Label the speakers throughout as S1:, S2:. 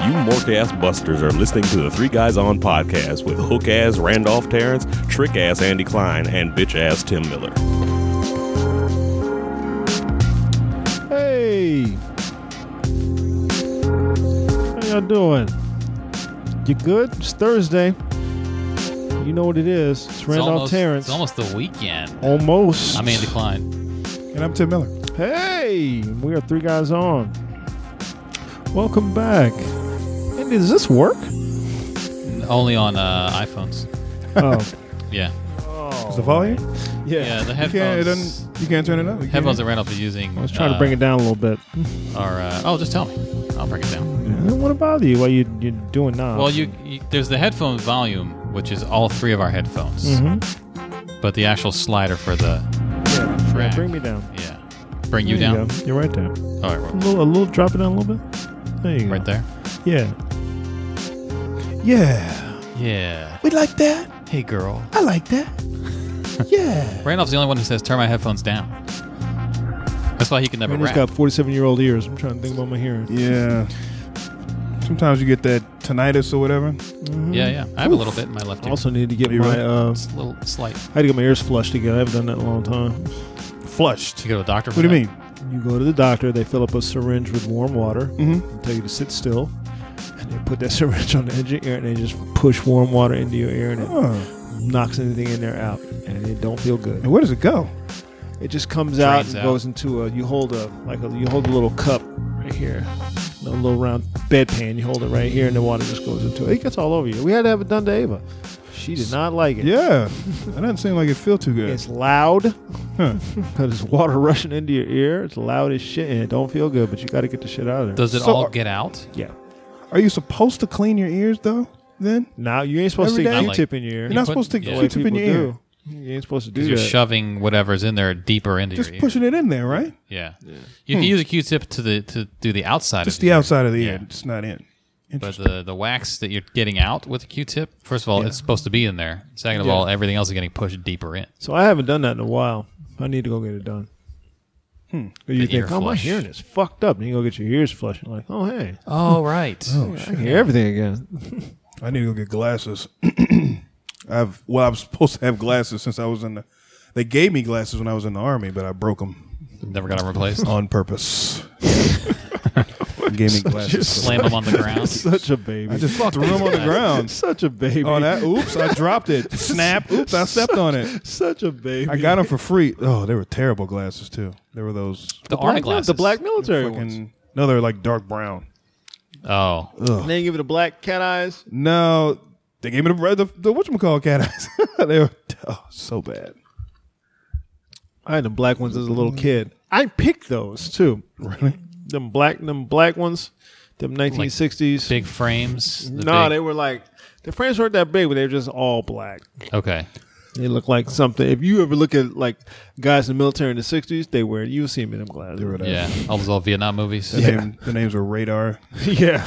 S1: mork ass busters are listening to the Three Guys On podcast with hook ass Randolph Terrence, trick ass Andy Klein, and bitch ass Tim Miller.
S2: Hey, how y'all doing? You good? It's Thursday. You know what it is? It's
S3: It's
S2: Randolph
S3: almost,
S2: Terrence.
S3: It's almost the weekend.
S2: Almost.
S3: I'm Andy Klein.
S4: And I'm Tim Miller.
S2: Hey, we are three guys on. Welcome back. Andy, does this work?
S3: Only on uh, iPhones.
S2: oh,
S3: Yeah.
S4: Is the volume? You
S3: Yeah, the
S4: can't, it
S3: headphones.
S4: doesn't, you can't turn it up. You
S3: Headphones that
S4: can't-
S3: Randolph is using. uh,
S2: I was trying to bring it down a little bit.
S3: Are, uh, oh, just tell me. I'll bring it down.
S2: I don't want to bother you while you, you're doing now.
S3: Well, you, you there's the headphone volume, which is all three of our headphones,
S2: hmm
S3: but the actual slider for the
S2: Yeah,
S3: track.
S2: bring me down.
S3: yeah, bring you
S2: There
S3: down.
S2: go. You're right there.
S3: All
S2: A
S3: right,
S2: little, a little, drop it down a little bit. There you
S3: we're
S2: go.
S3: right there.
S2: Yeah.
S4: Yeah.
S3: Yeah.
S4: We like that.
S3: Hey, girl.
S4: I like that. yeah.
S3: Randolph's the only one who says turn my headphones down. That's why he can never
S2: Randy's
S3: rap.
S2: got 47 year old ears. I'm trying to think about my hearing.
S4: Yeah. Sometimes you get that tinnitus or whatever.
S3: Mm-hmm. Yeah, yeah. I have a little bit in my left
S2: I
S3: ear.
S2: also need to get
S4: You're
S2: my.
S4: right.
S2: Uh,
S3: it's a little slight.
S2: I had to get my ears flushed again. I haven't done that in a long time.
S4: Flushed.
S3: You go to the doctor.
S4: What do you mean?
S2: You go to the doctor. They fill up a syringe with warm water.
S4: Mm-hmm.
S2: They tell you to sit still, and they put that syringe on the edge of your ear, and they just push warm water into your ear, and it
S4: Oh.
S2: knocks anything in there out, and it don't feel good.
S4: And where does it go?
S2: It just comes out
S3: Drains
S2: and
S3: out.
S2: goes into a. You hold a like a. You hold a little cup right here, a little round bedpan. You hold it right here, and the water just goes into it. It gets all over you. We had to have it done to Ava. She did not like it.
S4: Yeah. that doesn't seem like it feel too good.
S2: It's loud
S4: Huh.
S2: because it's water rushing into your ear. It's loud as shit, and it don't feel good. But you got to get the shit out of there.
S3: Does it
S4: So
S3: all
S4: are-
S3: get out?
S2: yeah.
S4: Are you supposed to clean your ears though? Then
S2: Now you ain't supposed
S4: Every
S2: to
S4: day-
S2: stick Q-tip in your ear.
S4: you're not
S3: put-
S4: supposed to
S3: yeah.
S4: yeah.
S2: The way
S4: keep it in
S2: people
S4: your ear.
S2: do. You ain't supposed to do
S3: Because you're
S2: that.
S3: shoving whatever's in there deeper into
S4: Just
S3: your
S4: pushing
S3: ear.
S4: it in there, right?
S3: Yeah. You can use a Q-tip to the to do the outside
S4: Just
S3: of the
S4: the
S3: ear,
S4: outside of the ear.
S3: Yeah.
S4: It's not in.
S3: but the the wax that you're getting out with a Q-tip, first of all, it's supposed to be in there. Second of
S2: Yeah.
S3: all, everything else is getting pushed deeper in.
S2: so I haven't done that in a while. I need to go get it done.
S4: Hmm.
S2: You
S3: The
S2: think,
S3: ear
S2: oh, my
S3: flush.
S2: hearing is fucked up. And you go get your ears flushed. and like, oh, hey,
S3: Oh right.
S4: Oh
S2: I
S4: shit.
S2: can hear everything again.
S4: I need to go get glasses. I've well, I was supposed to have glasses since I was in the. They gave me glasses when I was in the army, but I broke them
S3: Never got them replaced.
S4: on purpose. They gave me glasses.
S3: Slam them on the ground.
S2: Such a baby.
S4: I just threw them on the ground.
S2: Such a baby.
S4: Oh, that! Oops, I dropped it. Snap! Oops, I stepped on it.
S2: Such a baby.
S4: I got them for free. Oh, they were terrible glasses too. They were those
S3: The
S2: black,
S3: army
S2: mil-
S3: glasses.
S2: the black military ones.
S4: fucking. No, they're like dark brown.
S3: Oh.
S2: And then you give it a black cat eyes.
S4: No, they gave me the red. The, the whatchamacallit cat eyes. they were oh, so bad.
S2: I had the black ones as a little kid. I picked those too.
S4: Really?
S2: Them black, them black ones, them 1960s.
S3: Big frames. the
S2: no,
S3: big-
S2: they were like the frames weren't that big, but they were just all black.
S3: Okay.
S2: They look like something. If you ever look at like guys in the military in the 60s, they wear. You'll see them in them
S4: They were
S2: glasses.
S4: that.
S3: Yeah. All those old Vietnam movies.
S4: The, name- the names were radar.
S2: yeah,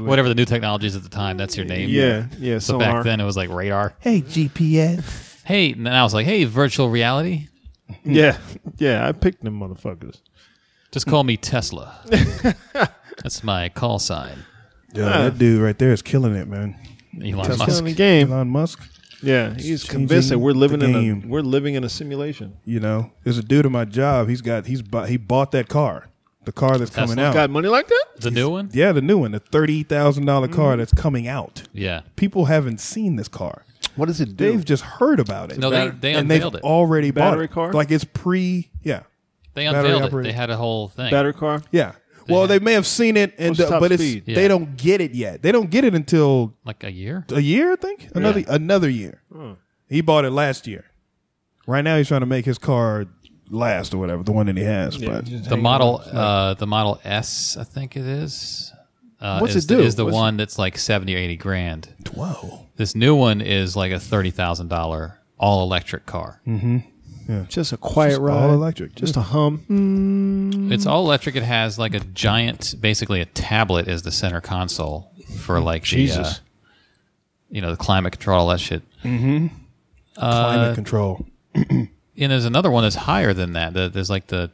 S3: Whatever the new technologies at the time, that's your name.
S2: yeah, yeah.
S3: So
S2: some
S3: back
S2: are.
S3: then it was like radar.
S4: Hey GPS.
S3: Hey, and then I was like, hey, virtual reality.
S2: yeah, yeah. I picked them motherfuckers.
S3: Just call me Tesla. That's my call sign.
S4: Yo, that dude right there is killing it, man.
S3: Elon
S2: That's
S3: Musk.
S2: killing the game.
S4: Elon Musk,
S2: Yeah, he's convinced that we're
S4: the
S2: living in a
S4: game.
S2: we're living in a simulation.
S4: you know, there's a dude at my job. He's got he's bu- he bought that car, the car that's coming
S3: Tesla?
S4: out.
S2: Got money like that?
S3: The new one?
S4: Yeah, the new one, the thirty thousand dollar car that's coming out.
S3: Yeah.
S4: People haven't seen this car.
S2: What does it
S4: They've just heard about it.
S3: No, they, they
S4: and they've
S3: unveiled it.
S4: already
S2: Battery
S4: bought it.
S2: car?
S4: Like it's pre. Yeah,
S3: They
S4: battery
S3: unveiled it.
S4: operated.
S3: They had a whole thing.
S2: Battery car?
S4: yeah. well, they may have seen it, and
S2: What's
S4: uh,
S2: top
S4: but it's
S2: speed?
S3: Yeah.
S4: they don't get it yet. They don't get it until
S3: Like a year?
S4: a year, I think. Another another year. He bought it last year. Right now, he's trying to make his car last or whatever, the one that he has. But
S3: The model uh, the model S, I think it is. Uh,
S2: What's
S3: is
S2: it
S3: the-
S2: do?
S3: is the
S2: What's-
S3: one that's like 70 or 80 grand.
S4: whoa,
S3: This new one is like a $30,000 all electric car.
S2: Just a quiet ride.
S4: all electric.
S2: Just a hum.
S3: It's
S2: Mm.
S3: all electric. It has like a giant, basically a tablet is the center console for like the, uh,
S2: Jesus.
S3: you know, the climate control, all that shit.
S4: climate control.
S3: and there's another one that's higher than that. The- There's like the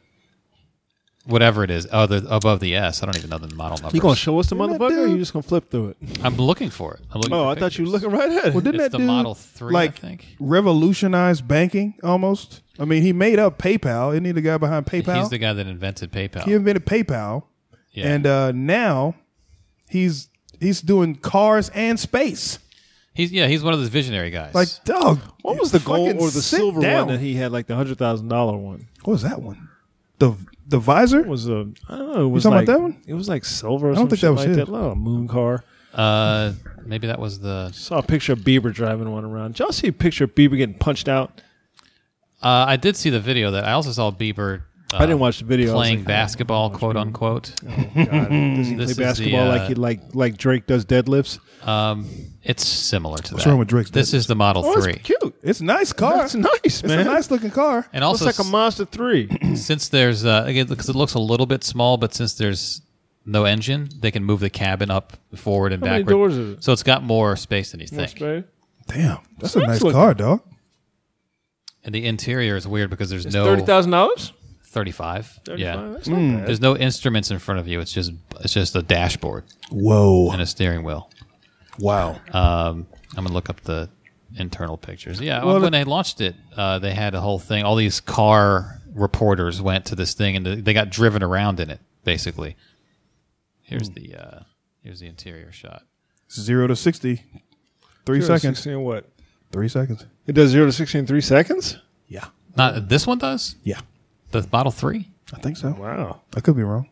S3: whatever it is other above the S. I don't even know the model number.
S2: You gonna show us the
S4: Isn't that
S2: motherfucker? Or
S4: dude?
S2: you just gonna flip through it?
S3: I'm looking for it. I'm looking
S2: Oh,
S3: for
S2: I thought you were looking
S3: pictures.
S2: right at it.
S4: Well, didn't
S3: It's
S4: that
S3: the
S4: dude
S3: Model 3, I
S4: like
S3: think.
S4: revolutionize banking almost? I mean, he made up PayPal. Isn't he the guy behind PayPal?
S3: He's the guy that invented PayPal.
S4: he invented PayPal,
S3: yeah.
S4: and uh, now he's he's doing cars and space.
S3: he's yeah, he's one of those visionary guys.
S4: Like, dog,
S2: What was the gold
S4: fucking
S2: or the
S4: sit
S2: silver
S4: down.
S2: one that he had, like the hundred thousand dollar one?
S4: What was that one? The the visor.
S2: It was a I don't know. It was
S4: talking
S2: like,
S4: about that one?
S2: It was like silver. Or I
S4: don't think that was
S2: like
S4: his.
S2: that. Like a moon car.
S3: uh, maybe that was the.
S2: Saw a picture of Bieber driving one around. Did y'all see a picture of Bieber getting punched out?
S3: Uh, I did see the video that I also saw Bieber. Uh,
S2: I didn't watch the video. I was
S3: playing
S2: like,
S3: basketball, quote unquote.
S2: God, does he
S3: This
S2: play
S3: is the,
S2: basketball
S3: uh,
S2: like he like like Drake does deadlifts?
S3: Um, it's similar to that.
S4: wrong with Drake's
S3: This is the Model
S2: Oh,
S3: Three,
S2: it's cute.
S4: It's a nice car.
S2: That's nice,
S4: It's
S2: man.
S4: a nice looking car.
S3: and
S2: Looks
S3: also
S2: like a Mazda three.
S3: since there's uh, again because it looks a little bit small, but since there's no engine, they can move the cabin up, forward, and
S2: How many
S3: backward.
S2: doors is it?
S3: So it's got more space than you think.
S4: Damn, that's a
S2: nice
S4: nice
S2: looking.
S4: car, dog.
S3: And the interior is weird because there's no
S2: Thirty thousand dollars.
S3: 35. Yeah.
S2: that's not bad.
S3: There's no instruments in front of you. It's just it's just a dashboard
S4: Whoa,
S3: and a steering wheel.
S4: wow.
S3: Um, I'm gonna look up the internal pictures. Yeah, when they launched it, uh, they had a whole thing. All these car reporters went to this thing and they- they got driven around in it. Basically,
S4: Hmm.
S3: here's the uh, here's the interior shot.
S4: Zero to sixty. Three
S2: Zero to
S4: seconds.
S2: 60 in what?
S4: Three seconds.
S2: It does zero to sixty in three seconds.
S4: Yeah,
S3: Not this one does
S4: yeah.
S3: the Model Three.
S4: I think so.
S2: Wow,
S4: I could be wrong.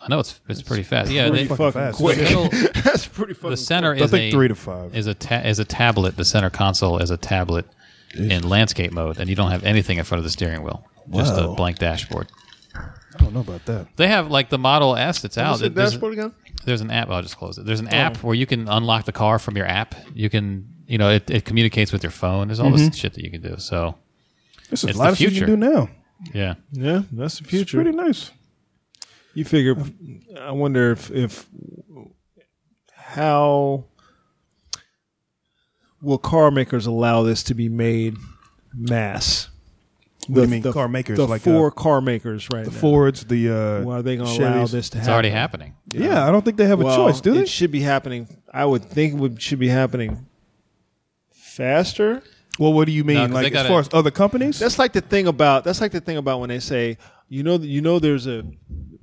S3: I know it's it's pretty fast. Yeah,
S2: pretty
S3: they,
S2: fucking
S4: fast.
S3: the,
S2: quick.
S3: middle-
S2: that's pretty fucking.
S3: the center
S4: I
S3: is
S4: think
S3: a
S4: three to five.
S3: is a ta- is a tablet. The center console is a tablet in landscape mode, and you don't have anything in front of the steering wheel. Just a
S4: Wow.
S3: blank dashboard.
S4: I don't know about that.
S3: They have like the Model S that's out.
S2: What's the
S3: It- there's-
S2: dashboard again?
S3: there's an app. I'll just close it. There's an app where you can unlock the car from your app. You can, you know, it, it communicates with your phone. There's all this shit that you can do. So,
S4: This is
S3: It's
S4: a lot
S3: the
S4: of shit you
S3: future.
S4: can do now.
S3: yeah.
S2: Yeah, that's the
S4: It's
S2: future.
S4: pretty nice.
S2: You figure. I wonder if if how will car makers allow this to be made mass?
S4: What do you mean, car makers?
S2: The
S4: Like,
S2: four
S4: uh,
S2: car makers right
S4: The
S2: now.
S4: Fords, the uh,
S2: Well, are they going to allow
S4: Chevys.
S2: this to
S3: It's
S2: happen?
S3: already happening.
S4: Yeah, I don't think they have
S2: well,
S4: a choice, do
S2: it
S4: they?
S2: should be happening. I would think it would, should be happening faster.
S4: well, what do you mean?
S3: 'cause they
S4: like as
S3: gotta-
S4: far as other companies?
S2: That's like the thing about that's like the thing about when they say you know you know there's a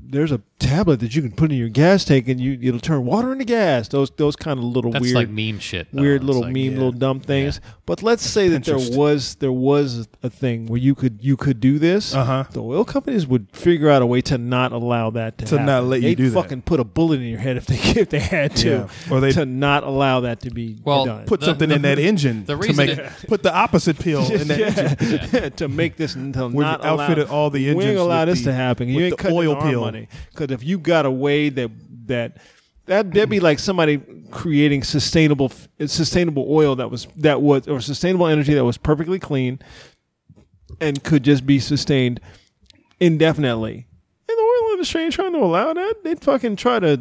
S2: there's a tablet that you can put in your gas tank and you it'll turn water into gas. Those those kind of little
S3: That's
S2: weird
S3: like meme shit. though.
S4: Oh,
S2: weird
S3: It's
S2: little
S3: like-
S2: meme little dumb things. But let's say that there
S4: Pinterest.
S2: was there was a thing where you could you could do this.
S4: Uh-huh.
S2: The oil companies would figure out a way to not allow that to
S4: To
S2: happen.
S4: not let you
S2: They'd
S4: do that.
S2: fucking put a bullet in your head if they if they had to,
S4: Yeah. Or they'd-
S2: to not allow that to be
S3: Well,
S2: done.
S4: put
S3: The-
S4: something in that engine
S3: the
S4: to
S3: reason
S4: make
S3: it-
S4: put the opposite pill in that engine.
S2: to make this until
S4: We've
S2: not
S4: outfitted
S2: allow,
S4: all the
S2: We ain't
S4: engines
S2: gonna allow
S4: with
S2: this
S4: the-
S2: to happen. You
S4: with
S2: ain't
S4: the
S2: cutting
S4: oil
S2: our
S4: peel.
S2: money because if you got a way that that that that'd be like somebody creating sustainable f- sustainable oil that was that was or sustainable energy that was perfectly clean and could just be sustained indefinitely. And the oil industry ain't trying to allow that. They'd fucking try to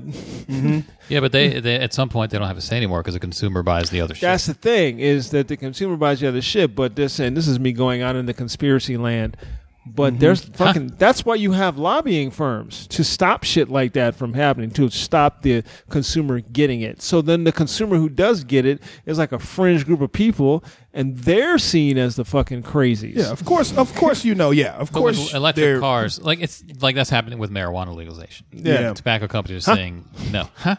S3: Yeah, but they, they at some point they don't have a say anymore because the consumer buys the other shit.
S2: That's the thing is that the consumer buys the other shit, but this and this is me going out in the conspiracy land. But
S3: Mm-hmm.
S2: there's fucking. That's why you have lobbying firms to stop shit like that from happening, to stop the consumer getting it. So then the consumer who does get it is like a fringe group of people, and they're seen as the fucking crazies.
S4: Yeah, of course, of course, you know. Yeah, of
S3: But
S4: course,
S3: with
S4: they're-
S3: electric cars, like it's like that's happening with marijuana legalization.
S4: Yeah.
S3: tobacco companies are saying no. Huh?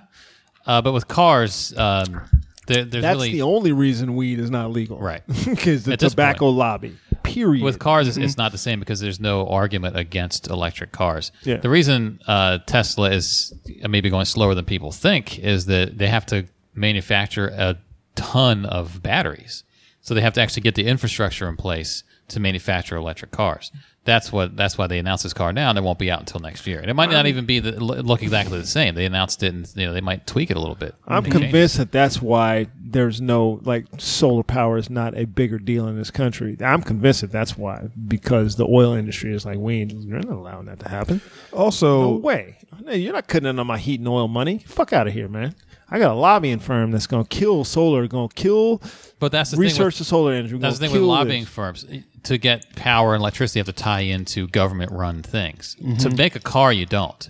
S3: Uh, but with cars, um, there, there's
S2: that's
S3: really
S2: the only reason weed is not legal,
S3: Right.
S2: Because the
S3: At this
S2: tobacco lobby. Period.
S3: with cars it's,
S2: Mm-hmm.
S3: it's not the same because there's no argument against electric cars
S2: Yeah.
S3: the reason uh, tesla is maybe going slower than people think is that they have to manufacture a ton of batteries so they have to actually get the infrastructure in place to manufacture electric cars that's what that's why they announced this car now and it won't be out until next year and it might not even be the, lo- look exactly the same they announced it and you know they might tweak it a little bit
S2: I'm
S3: They change it.
S2: convinced that that's why there's no like solar power is not a bigger deal in this country. I'm convinced that that's why because the oil industry is like we ain't we're not allowing that to happen.
S4: also
S2: No way. No, you're not cutting in on my heat and oil money. Fuck out of here, man. I got a lobbying firm that's gonna kill solar, gonna kill
S3: but that's the thing with-
S2: research to solar energy.
S3: That's the
S2: gonna
S3: thing with
S2: kill
S3: lobbying
S2: this.
S3: firms. to get power and electricity, you have to tie into government run things. To
S2: Mm-hmm.
S3: make a car, you don't.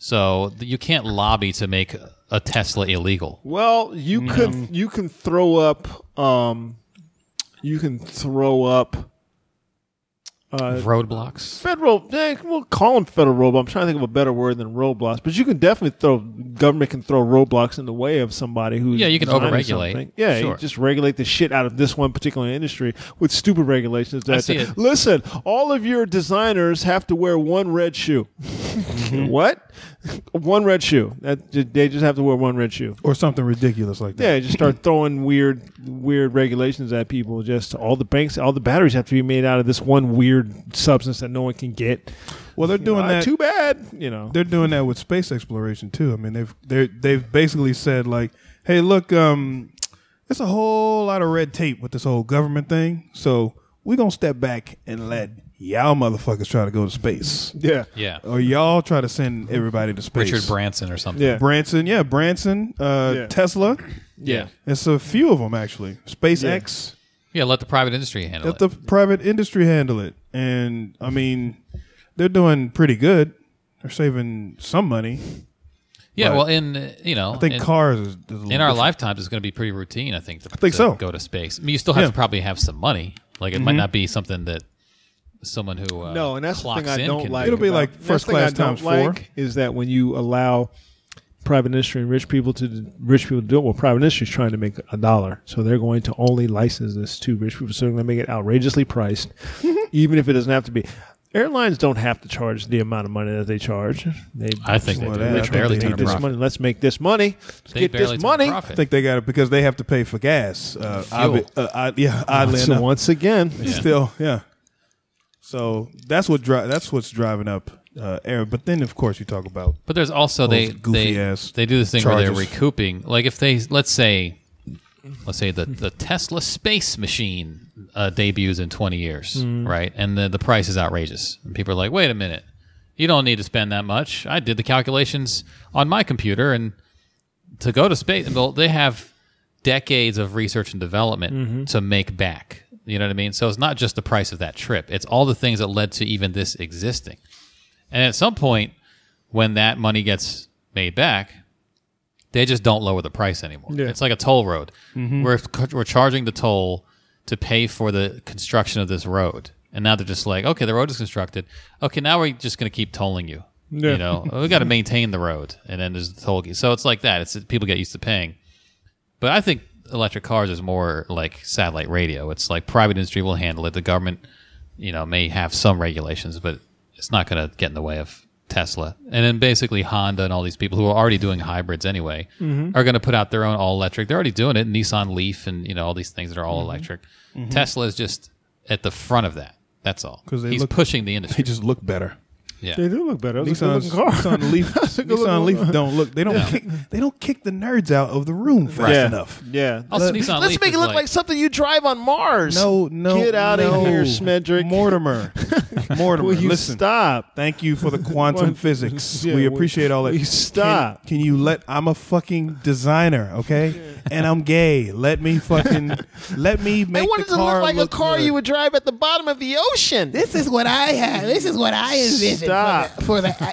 S3: So th- you can't lobby to make a Tesla illegal.
S2: Well, you
S3: Mm-hmm.
S2: could you can throw up um, you can throw up Uh,
S3: Roadblocks.
S2: federal. Eh, we'll call them federal roadblocks. I'm trying to think of a better word than roadblocks, but you can definitely throw government can throw roadblocks in the way of somebody who's
S3: Yeah, you can
S2: designing
S3: overregulate.
S2: something. Yeah,
S3: Sure.
S2: you just regulate the shit out of this one particular industry with stupid regulations. That
S3: see
S2: say,
S3: it.
S2: Listen, all of your designers have to wear one red shoe.
S3: Mm-hmm.
S2: what? one red shoe. That they just have to wear one red shoe.
S4: or something ridiculous like that.
S2: Yeah, just start throwing weird, weird regulations at people. Just all the banks, all the batteries have to be made out of this one weird substance that no one can get.
S4: Well, they're doing
S2: Ah,
S4: that.
S2: too bad, you know.
S4: They're doing that with space exploration too. I mean, they've they they've basically said like, hey, look, um, it's a whole lot of red tape with this whole government thing. So we're gonna step back and let y'all motherfuckers try to go to space,
S2: Yeah,
S3: Yeah.
S4: or y'all try to send everybody to space.
S3: Richard Branson or something.
S2: yeah,
S4: Branson, yeah, Branson, uh,
S2: Yeah.
S4: Tesla.
S2: yeah.
S4: It's a few of them actually. SpaceX.
S3: Yeah, let the private industry handle
S4: Let
S3: it.
S4: the private industry handle it. And I mean, they're doing pretty good. They're saving some money.
S3: yeah,
S4: right.
S3: well, in, uh, you know,
S4: I think
S3: in,
S4: cars is, is a
S3: in our
S4: little
S3: lifetimes, it's going to be pretty routine, I think, to, I
S4: think so.
S3: go to space. I mean, you still have
S4: Yeah.
S3: to probably have some money. Like, it might not be something that someone who uh,
S2: Mm-hmm. No, and that's the
S3: clocks
S2: thing I
S3: in
S2: don't
S3: can
S2: like.
S3: do.
S4: It'll be
S2: about-
S4: like
S2: that's the
S4: first
S2: thing I
S4: class
S2: don't
S4: times four.
S2: like Is that when you allow private industry and rich people to rich people to do it? Well, private industry's trying to make a dollar, so they're going to only license this to rich people. So they're going to make it outrageously priced, even if it doesn't have to be. Airlines don't have to charge the amount of money that they charge. They
S3: I think they
S4: Well,
S3: do.
S4: that-
S3: They
S4: I think
S3: barely
S4: they
S3: turn
S4: need
S3: a
S4: this
S2: this
S3: profit.
S2: money. Let's make this money. Let's
S3: They
S2: get
S3: barely
S2: this
S3: turn a
S2: money.
S4: I
S3: profit.
S4: think they got it because they have to pay for gas. Uh,
S3: Fuel.
S4: obvi- uh, odd- yeah, oddly
S2: So
S4: enough,
S2: once again,
S4: still, yeah. So that's what dri- that's what's driving up uh, air. But then, of course, you talk about
S3: But there's also they
S4: goofy
S3: they,
S4: ass
S3: they do this thing where they're
S4: charges.
S3: recouping. Like if they let's say let's say the the Tesla space machine uh, debuts in 20 years,
S4: Hmm.
S3: right? And the the price is outrageous, and people are like, "Wait a minute, you don't need to spend that much." I did the calculations on my computer, and to go to space, well, they have decades of research and development
S4: Mm-hmm.
S3: to make back. You know what I mean? So it's not just the price of that trip; it's all the things that led to even this existing. And at some point, when that money gets made back, they just don't lower the price anymore. It's like a toll road. We're we're charging the toll to pay for the construction of this road, and now they're just like, okay, the road is constructed. Okay, now we're just going to keep tolling you. You know, we got to maintain the road, and then there's the toll. gate. So it's like that. It's people get used to paying. But I think electric cars is more like satellite radio. It's like private industry will handle it. The government, you know, may have some regulations, but it's not going to get in the way of Tesla. And then basically Honda and all these people who are already doing hybrids anyway
S4: Mm-hmm.
S3: are going to put out their own all electric. They're already doing it. Nissan Leaf and you know all these things that are
S4: Mm-hmm.
S3: all electric. Tesla is just at the front of that. That's all.
S4: 'Cause they
S3: he's
S4: look-
S3: pushing the
S4: they
S3: industry.
S4: just look better.
S2: they
S3: yeah.
S2: do look better. That was a
S4: Nissan's,
S2: good-looking car.
S4: Nissan Leaf, Nissan
S2: looking
S4: Leaf don't look. They don't kick. They don't kick the nerds out of the room fast
S2: yeah.
S4: enough.
S2: Yeah.
S3: Also, Nissan
S2: Let's
S3: Leaf
S2: make
S3: is
S2: it look
S3: like-
S2: like, something you drive on Mars.
S4: No, no,
S2: Get out
S4: no.
S2: of here, Smedrick.
S4: Mortimer, Mortimer.
S2: Will you
S4: listen,
S2: stop?
S4: Thank you for the quantum
S2: Quantum-
S4: physics.
S2: Yeah,
S4: we
S2: will-
S4: appreciate all that.
S2: will you
S4: Can-
S2: stop?
S4: Can, you let? I'm a fucking designer, okay? And I'm gay. Let me fucking let me make
S2: I wanted
S4: the
S2: to
S4: car
S2: look like a car
S4: good.
S2: you would drive at the bottom of the ocean.
S5: This is what I have. This is what I envisioned
S2: Stop.
S5: for the, for the uh,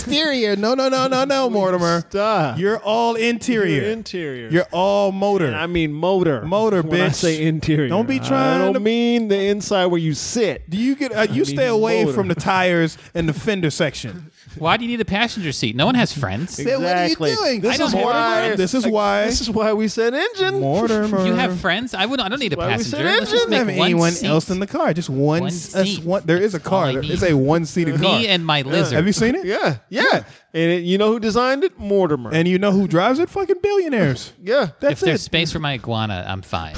S5: exterior. No, no, no, no, no,
S4: No, Mortimer.
S2: Stop.
S4: You're all interior.
S2: You're interior.
S4: You're all motor.
S2: I mean motor.
S4: Motor,
S2: when I
S4: bitch.
S2: say interior.
S4: Don't be trying
S2: I don't
S4: to-
S2: mean the inside where you sit.
S4: Do you get? Uh, you stay
S2: mean
S4: away
S2: motor.
S4: from the tires and the fender section.
S3: Why do you need a passenger seat? No one has friends.
S5: Then what are you
S2: Exactly.
S5: doing?
S2: This
S3: I
S2: is
S3: don't have-
S2: why.
S4: This is why-
S2: This is why we said engine.
S4: Mortimer.
S3: You have friends. I would. I don't need a
S2: Uh, Why we
S3: passenger.
S2: said
S3: Let's just
S2: engine.
S3: make
S4: have
S3: one
S4: anyone
S3: seat.
S4: else in the car. Just one.
S3: One
S4: s- us
S3: seat.
S4: one- there is a
S3: That's all
S4: car.
S3: I
S4: There
S3: need.
S4: is a one-seated car.
S3: me and my lizard.
S4: have you seen it?
S2: Yeah, yeah. And it, you know who designed it? Mortimer.
S4: And you know who drives it? Fucking billionaires.
S2: yeah,
S3: if
S4: That's
S3: there's
S4: it.
S3: space for my iguana, I'm fine.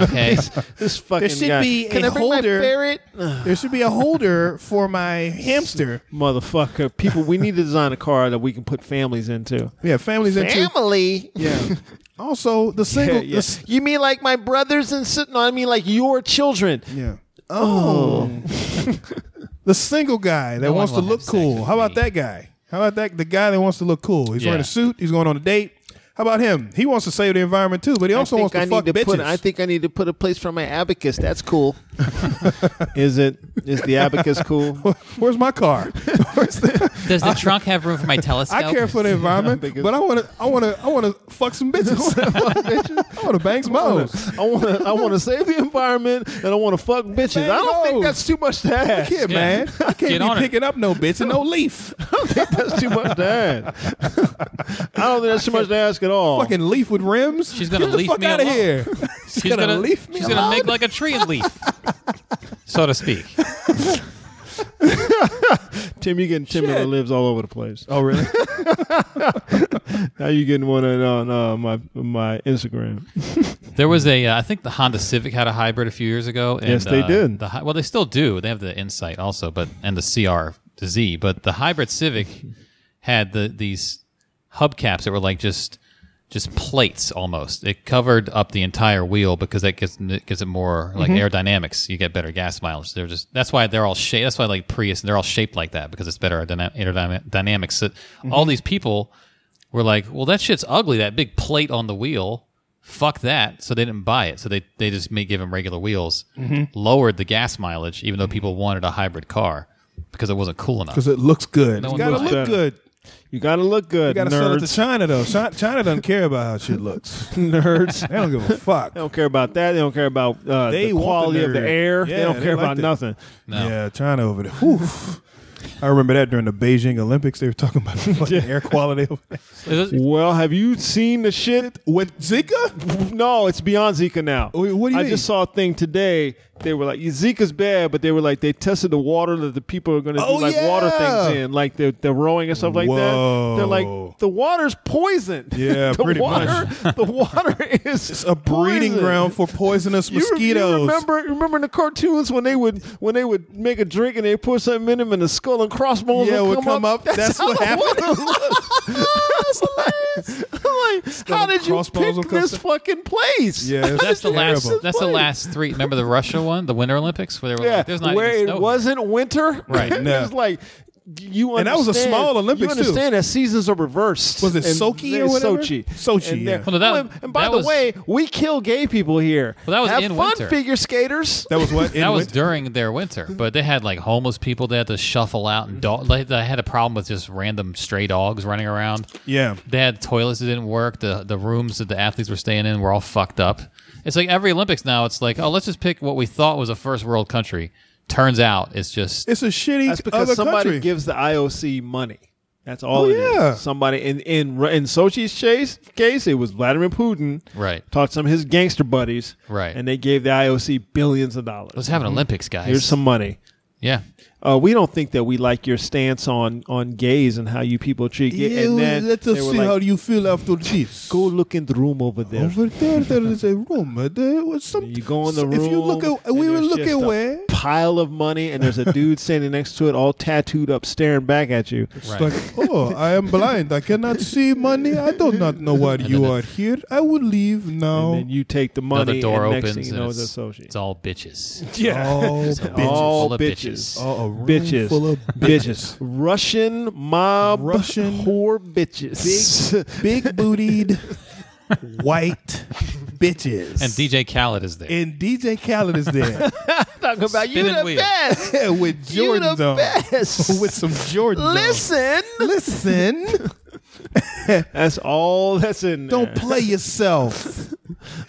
S3: okay.
S2: this fucking
S4: should
S2: guy.
S4: be
S2: Can
S4: a
S2: I bring my
S4: holder-
S2: ferret?
S4: There should be a holder for my hamster.
S2: motherfucker. People, we need to design a car that we can put families into.
S4: Yeah, families into.
S2: Family.
S4: Yeah. Also, the single. the s-
S2: You mean like my brothers and sisters? No, I mean like your children.
S4: yeah. Oh. the single guy that
S3: No one
S4: wants to
S3: will have
S4: look
S3: sex
S4: cool.
S3: with
S4: How about
S3: me.
S4: that guy? How about that? The guy that wants to look cool. He's
S3: Yeah.
S4: wearing a suit. He's going on a date. How about him? He wants to save the environment too, but he also wants to fuck bitches.
S2: put. I think I need to put a place for my abacus. That's cool. is it? Is the abacus cool?
S4: Where's my car? Where's the-
S3: Does the trunk have room for my telescope?
S4: I care for the environment,
S2: Because-
S4: but I want to. I want to. I want to fuck some bitches. I want to bang some hoes.
S2: I want to. I want to save the environment, and I want to fuck bitches. I don't think that's too much to ask.
S4: Yeah, man. I can't
S3: Get
S4: be
S3: on it.
S4: picking up no bitch and no leaf.
S2: that's too much to ask. I don't think that's too much to ask at all.
S4: fucking leaf with rims.
S3: She's gonna
S4: Get the
S3: leaf
S4: fuck
S3: me
S4: out of
S3: alone.
S4: here.
S3: She's
S4: gonna leaf me
S3: She's gonna make like a tree and leaf, so to speak.
S2: Tim, you're getting Tim that
S4: Shit.
S2: lives all over the place.
S4: oh really?
S2: Now you're getting one on, on uh, my my Instagram.
S3: There was a, uh, I think the Honda Civic had a hybrid a few years ago. And,
S2: Yes, they
S3: uh,
S2: did.
S3: The, hy- well, they still do. They have the Insight also, but and the CR to Z. But the hybrid Civic had the these hubcaps that were like just just plates almost. It covered up the entire wheel because that gives it gives it more like aerodynamics. You get better gas mileage. They're just that's why they're all shaped. That's why like Prius they're all shaped like that because it's better aerodynam- aerodynamics. So All these people were like, well, that shit's ugly. That big plate on the wheel. Fuck that. So they didn't buy it. So they, they just may give them regular wheels, lowered the gas mileage, even though people wanted a hybrid car because it wasn't cool enough.
S4: Because it looks good.
S3: No
S4: You
S3: one
S4: gotta
S3: looks
S4: look
S2: better.
S4: good.
S2: You gotta look good,
S4: You gotta sell it to
S2: nerds.
S4: China though. Chi- China doesn't care about how shit looks.
S2: nerds.
S4: They don't give a fuck.
S2: They don't care about that. They don't care about uh,
S4: They
S2: the
S4: want the
S2: quality of the
S4: nerd.
S2: air. they
S4: Yeah,
S2: don't
S4: they
S2: care
S4: like
S2: about
S4: that.
S2: nothing.
S3: No.
S4: Yeah, China over there. Oof. I remember that during the Beijing Olympics, they were talking about the fucking air quality over there.
S3: It was-
S2: Well, have you seen the shit?
S4: with Zika.
S2: No, it's beyond Zika now.
S4: Wait, what do you
S2: I
S4: mean?
S2: just saw a thing today. They were like, Zika's bad, but they were like, they tested the water that the people are going to
S4: Oh,
S2: do like water
S4: yeah.
S2: things in, like the, the rowing and stuff like that. They're
S4: Whoa.
S2: like, the water's poisoned.
S4: Yeah,
S2: the
S4: pretty much.
S2: water, The water is
S4: It's a breeding
S2: poison.
S4: ground for poisonous
S2: You re-
S4: mosquitoes.
S2: You remember, remember in the cartoons when they would when they would make a drink and they put something in them and the skull and crossbones
S4: yeah, it
S2: would
S4: would come up. That's,
S2: how
S4: what
S2: the
S4: happened.
S2: water- I'm like, how
S4: and
S2: did you
S4: crossbones will
S2: pick
S4: come
S2: this
S4: up.
S2: fucking place?
S4: yeah, it's
S3: that's the
S4: terrible.
S3: last. That's the
S2: Wait.
S3: last three. Remember the Russia one, the Winter Olympics, where they were
S2: Yeah,
S3: like, "There's not
S2: where
S3: even
S2: it
S3: snow."
S2: wasn't winter.
S3: Right.
S2: it
S4: No.
S2: was like you understand,
S4: And that was a small Olympics,
S2: You
S4: too.
S2: understand that seasons are reversed.
S4: Was it
S2: And
S4: Sochi or
S2: there's
S4: whatever?
S2: Sochi.
S4: Sochi,
S2: And, there-
S4: yeah.
S3: Well, no, that-
S2: and- and by
S3: that
S2: the
S3: was-
S2: way, we kill gay people here.
S3: Well, that was
S2: Have
S3: in
S2: fun,
S3: winter.
S2: figure skaters.
S4: That was what.
S3: That was during their winter, but they had like homeless people they had to shuffle out and dog. Like, they had a problem with just random stray dogs running around.
S4: yeah.
S3: They had toilets that didn't work. The the rooms that the athletes were staying in were all fucked up. It's like every Olympics now. It's like, oh, let's just pick what we thought was a first world country. Turns out it's just
S4: It's a shitty
S2: That's because
S4: other
S2: somebody
S4: country.
S2: gives the IOC money. That's all
S4: Oh,
S2: it is.
S4: yeah.
S2: Somebody in in in Sochi's chase, case, it was Vladimir Putin.
S3: Right.
S2: Talked to some of his gangster buddies.
S3: Right.
S2: And they gave the IOC billions of dollars.
S3: let's have an Olympics, guys.
S2: Here's some money.
S3: yeah.
S2: Uh, we don't think that we like your stance on on gays and how you people treat gays. and then they were like,
S4: you feel after this.
S2: go look in the room over there.
S4: Over there, there is a room. uh, There was some.
S2: You go in the room.
S4: If you look, at,
S2: and
S4: we were
S2: there's just
S4: looking
S2: a
S4: where.
S2: pile of money, and there's a dude standing next to it, all tattooed up, staring back at you.
S3: Right.
S4: It's like, oh, I am blind. I cannot see money. I do not know why you
S3: then
S4: are here. I will leave now.
S2: And then you take the money.
S3: Another door
S2: and
S3: opens
S2: next thing you
S3: and
S2: know,
S3: it's,
S2: it's Sochi.
S3: it's all bitches.
S2: yeah.
S4: Oh, bitches.
S2: All
S3: Full of
S2: bitches.
S3: bitches.
S4: Oh, a room
S2: bitches.
S4: full of
S2: bitches. Russian mob
S4: Russian
S2: whore bitches.
S4: big bootied white bitches.
S3: And DJ Khaled is there.
S4: and DJ Khaled is there
S2: Talking about you
S3: Spinning
S2: the
S3: wheel.
S2: best.
S4: with
S2: You
S4: Jordans
S2: the
S4: on.
S2: best.
S4: With some Jordans. on.
S2: Listen.
S4: Listen,
S2: That's all that's in there.
S4: don't play yourself.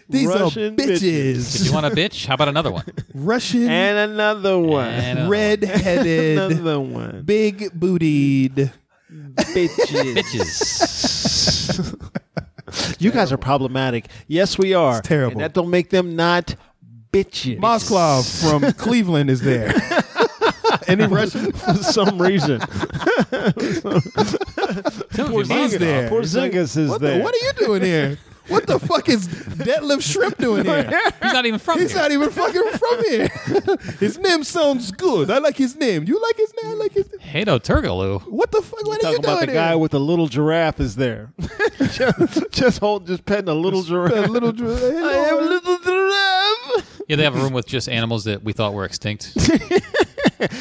S4: These
S2: Russian
S4: are bitches.
S3: you want a bitch? How about another one?
S4: Russian
S2: And another one.
S3: And another one.
S4: red-headed,
S2: another one.
S4: big bootied.
S2: Bitches.
S3: bitches.
S2: you guys are problematic. Yes, we are.
S4: It's terrible.
S2: And that don't make them not bitches.
S4: Moskov from Cleveland is there. Any Russian?
S2: for some reason.
S3: Timothy
S4: He's
S3: Mozgov.
S4: there.
S2: Porzingis is
S4: What,
S2: there.
S4: The, what are you doing here? What the fuck is Detlef Shrimp doing here?
S3: He's not even from
S4: He's
S3: here.
S4: not even fucking from here. his name sounds good. I like his name. You like his name? I like his name.
S3: Hato Turgaloo.
S4: What the fuck? What are you
S2: talking
S4: doing
S2: about the
S4: here?
S2: guy with the little giraffe is there. just, just hold, just petting a little
S4: That
S2: giraffe.
S4: little dr-
S2: I am a little giraffe.
S3: Yeah, they have a room with just animals that we thought were extinct.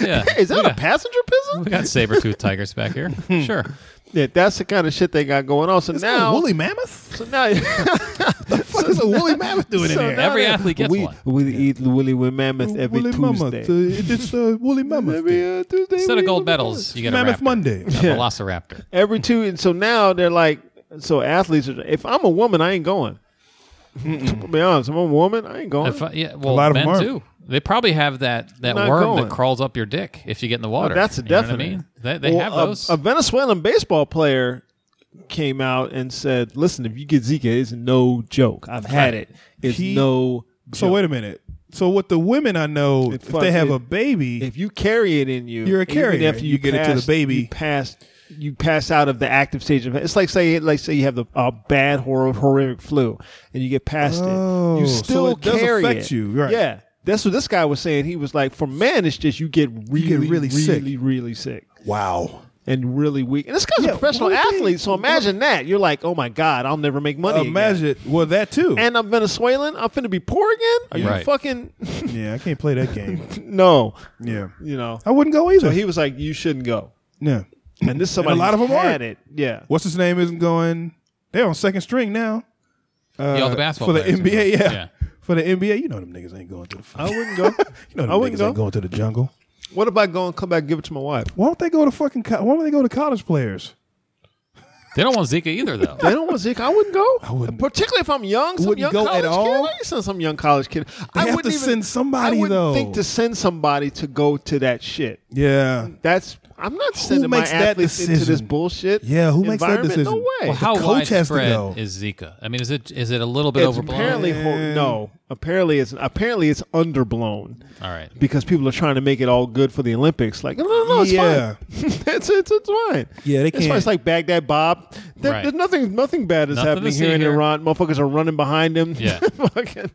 S3: yeah.
S2: Is that a
S3: we
S2: Hmm.
S3: got,
S2: passenger
S3: we
S2: pism?
S3: got saber-toothed tigers back here. Sure.
S2: Yeah, that's the kind of shit they got going on. So
S4: Is that a
S2: now,
S4: woolly mammoth?
S2: So now,
S4: What is a woolly mammoth doing in
S2: so
S4: here?
S2: now
S3: Every
S2: that-
S3: athlete gets
S2: we,
S3: one.
S2: We eat woolly woolly mammoth every
S4: woolly
S2: Tuesday.
S4: mammoth. Uh, it's uh, woolly mammoth. day.
S2: Every uh, Tuesday.
S3: Instead
S2: we
S3: of
S2: eat
S3: gold
S2: woolly
S3: medals, you get a
S4: mammoth
S3: raptor.
S4: Monday.
S3: A
S2: Yeah.
S3: velociraptor.
S2: mammoth. Every two, and so now they're like, so athletes are. If I'm a woman, I ain't going. To be honest, if I'm a woman, I ain't going.
S3: If I- yeah, well,
S4: lot of
S3: men
S4: them are.
S3: too. They probably have that, that
S2: Not
S3: worm
S2: going. Oh,
S3: that crawls up your dick if you get in the water.
S2: that's a
S3: You know what I
S2: definite.
S3: mean? They, they
S2: Well, uh,
S3: have
S2: a-
S3: those.
S2: A, Venezuelan baseball player came out and said, "Listen, if you get Zika, it's no joke. I've had it. It's
S4: He-
S2: no."
S4: So
S2: joke.
S4: wait a minute. So with the women I know,
S2: It
S4: if
S2: fuck-
S4: they have
S2: it-
S4: a baby,
S2: if you carry it in you,
S4: You're a
S2: even
S4: carrier.
S2: After you,
S4: You get it to the
S2: pass-
S4: baby.
S2: you pass you pass out of the active stage of it. It's like say like say you have the a bad horror, horrific flu and you get past
S4: Oh,
S2: it. You
S4: so
S2: still
S4: it does
S2: carry
S4: affect
S2: it.
S4: you, right.
S2: Yeah. That's what this guy was saying. He was like, for men, it's just you get really,
S4: get really sick.
S2: really, really sick
S4: wow.
S2: and really weak. And this guy's
S4: Yeah,
S2: a professional
S4: what do you
S2: athlete,
S4: think?
S2: so imagine that. You're like, oh my god, I'll never make money. again.
S4: Imagine well that too.
S2: And I'm Venezuelan. I'm finna be poor again. Are you
S3: Right.
S2: fucking
S4: yeah, I can't play that game.
S2: no?
S4: Yeah,
S2: You know.
S4: I wouldn't go either.
S2: So he was like, you shouldn't go.
S4: yeah.
S2: And this somebody
S4: And a lot of
S2: who's
S4: them
S2: had
S4: aren't.
S2: it. Yeah.
S4: What's his name isn't going. They're on second string now. Uh,
S3: Yeah, all the basketball
S4: for the
S3: players are
S4: NBA.
S3: going.
S4: Yeah.
S3: Yeah.
S4: for the NBA. You know them niggas ain't going to the.
S2: I
S4: Fucking,
S2: wouldn't go.
S4: you know them
S2: I wouldn't
S4: niggas
S2: go.
S4: ain't going to the jungle.
S2: what if I go and come back and give it to my wife?
S4: Why don't they go to fucking? Co- why don't they go to college players?
S3: they don't want Zika either, though.
S2: They don't want Zika. I wouldn't go. I
S4: wouldn't.
S2: Particularly if I'm young, some
S4: Wouldn't
S2: young
S4: go
S2: college
S4: at all?
S2: kid. I can send some young college kid. I
S4: have
S2: wouldn't
S4: to
S2: even,
S4: send somebody,
S2: I wouldn't
S4: though.
S2: think to send somebody to go to that shit.
S4: Yeah.
S2: That's I'm not sending
S4: makes
S2: my
S4: that
S2: athletes into this
S4: decision?
S2: bullshit.
S4: Yeah, who makes that
S2: environment.
S4: decision?
S2: No way.
S3: Well, how
S4: the coach has to go.
S3: widespread is Zika? I mean, is it is it a little bit
S2: it's
S3: overblown?
S2: apparently hor- no. Apparently it's apparently it's underblown
S3: All right.
S2: because people are trying to make it all good for the Olympics. Like no, no, no, it's fine.
S4: Yeah.
S2: it's, it's it's fine.
S4: Yeah, they
S2: It's fine.
S4: can't-
S2: It's like Baghdad Bob. There-
S3: Right.
S2: There's nothing nothing bad is
S3: Nothing to
S2: happening
S3: see
S2: here in
S3: here.
S2: Iran. Motherfuckers are running behind him.
S3: Yeah.
S2: Fucking-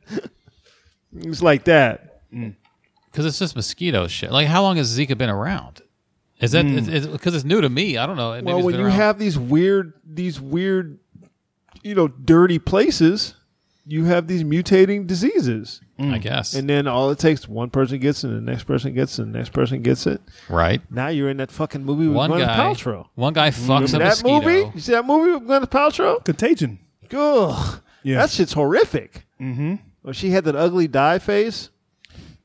S2: it's like that.
S3: Because it's just mosquito shit. Like, how long has Zika been around? Is that because it's new to me? I don't know. Maybe
S2: Hmm. well,
S3: it's
S2: when
S3: been
S2: you
S3: around-
S2: have these weird these weird you know dirty places, you have these mutating diseases.
S3: I guess,
S2: Hmm. And then all it takes one person gets it, and the next person gets it, and the next person gets it.
S3: right?
S2: Now you're in that fucking movie with
S3: One
S2: Gwyneth
S3: guy,
S2: Paltrow.
S3: one guy fucks
S2: that
S3: a mosquito.
S2: movie? You see that movie with Gwyneth Paltrow?
S4: Contagion.
S2: Ugh.
S4: Yeah.
S2: That shit's horrific. Mm-hmm. When she had that ugly die face,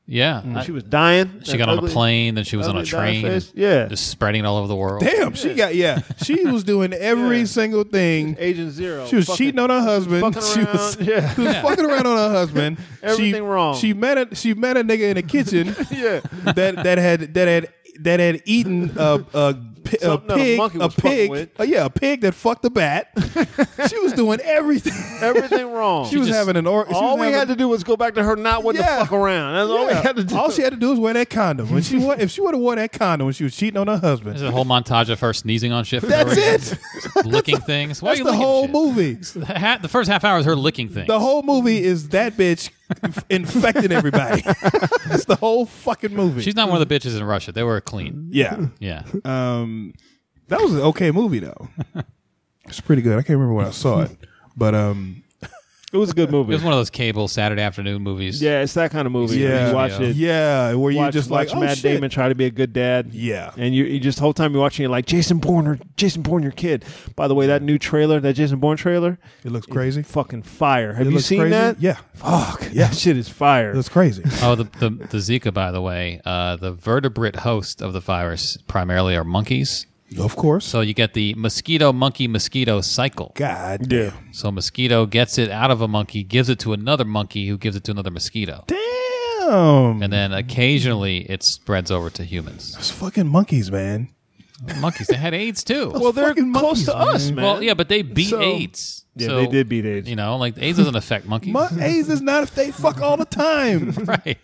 S3: Yeah, I-
S2: Mm. she was dying.
S3: she
S2: that
S3: got on a
S2: ugly-
S3: plane, then she was on a
S2: ugly dye
S3: train,
S2: face. Yeah.
S3: just spreading it all over the world.
S4: Damn, she got yeah. She was doing every single thing.
S2: Agent Zero.
S4: She was
S2: Fucking-
S4: cheating on her husband.
S2: fucking
S4: she was,
S2: around. Yeah.
S4: she was fucking around on her husband. she,
S2: Everything wrong.
S4: She met a she met a nigga in the kitchen
S2: Yeah.
S4: that that had that had that had eaten a a, pi- a
S2: Something that a
S4: pig
S2: monkey was fucking
S4: pig
S2: with.
S4: uh, yeah a pig that fucked a bat. she was doing everything.
S2: Everything wrong.
S4: She, was
S3: just-
S4: having an or. she was
S2: Oh, all we
S4: having-
S2: had to do was go back to her not what
S4: Yeah.
S2: the fuck around. That's all we
S4: Yeah.
S2: had to do.
S4: All she had to do was wear that condom. When she wa- if she would have wore that condom when she was cheating on her husband,
S3: There's a whole montage of her sneezing on shit. For no
S4: that's
S3: reason.
S4: it.
S3: Licking things. Why are
S4: That's
S3: you
S4: the
S3: licking
S4: whole
S3: shit?
S4: movie.
S3: The, ha- the first half hour is her licking things.
S4: The whole movie is that bitch inf- infecting everybody. That's the whole fucking movie.
S3: She's not one of the bitches in Russia. They were clean.
S4: yeah.
S2: Mm.
S3: Yeah.
S4: Um, that was an okay movie though. It's pretty good. I can't remember when I saw it, but um,
S2: It was a good
S3: It
S2: movie.
S3: was one of those cable Saturday afternoon movies.
S2: yeah, it's that kind of movie.
S4: yeah,
S2: You watch it.
S4: Yeah, where you
S2: watch,
S4: just
S2: watch
S4: like oh,
S2: Matt
S4: shit.
S2: Damon try to be a good dad.
S4: Yeah.
S2: and you, you just the whole time you're watching, you're like Jason Bourne or Jason Bourne, your kid. By the way, that new trailer, that Jason Bourne trailer,
S4: It looks crazy.
S2: fucking fire. Have
S4: It
S2: you
S4: looks
S2: seen
S4: crazy.
S2: that?
S4: Yeah,
S2: Fuck.
S4: Yeah.
S2: That shit is fire.
S4: it looks crazy.
S3: Oh, the, the, the Zika, by the way, uh, the vertebrate host of the virus primarily are monkeys.
S4: of course.
S3: So you get the mosquito monkey mosquito cycle.
S4: God damn.
S3: So a mosquito gets it out of a monkey, gives it to another monkey, who gives it to another mosquito,
S4: Damn.
S3: and then occasionally it spreads over to humans.
S4: It's fucking monkeys, man.
S3: Monkeys. They had AIDS too.
S2: well, they're close
S4: fucking monkeys,
S2: to
S4: man.
S2: us, man.
S3: Well, yeah, but they beat
S2: So-
S3: AIDS.
S2: Yeah,
S3: So,
S2: they did beat AIDS.
S3: You know, like AIDS doesn't affect monkeys,
S4: Mon- A's is not if they fuck all the time.
S3: right?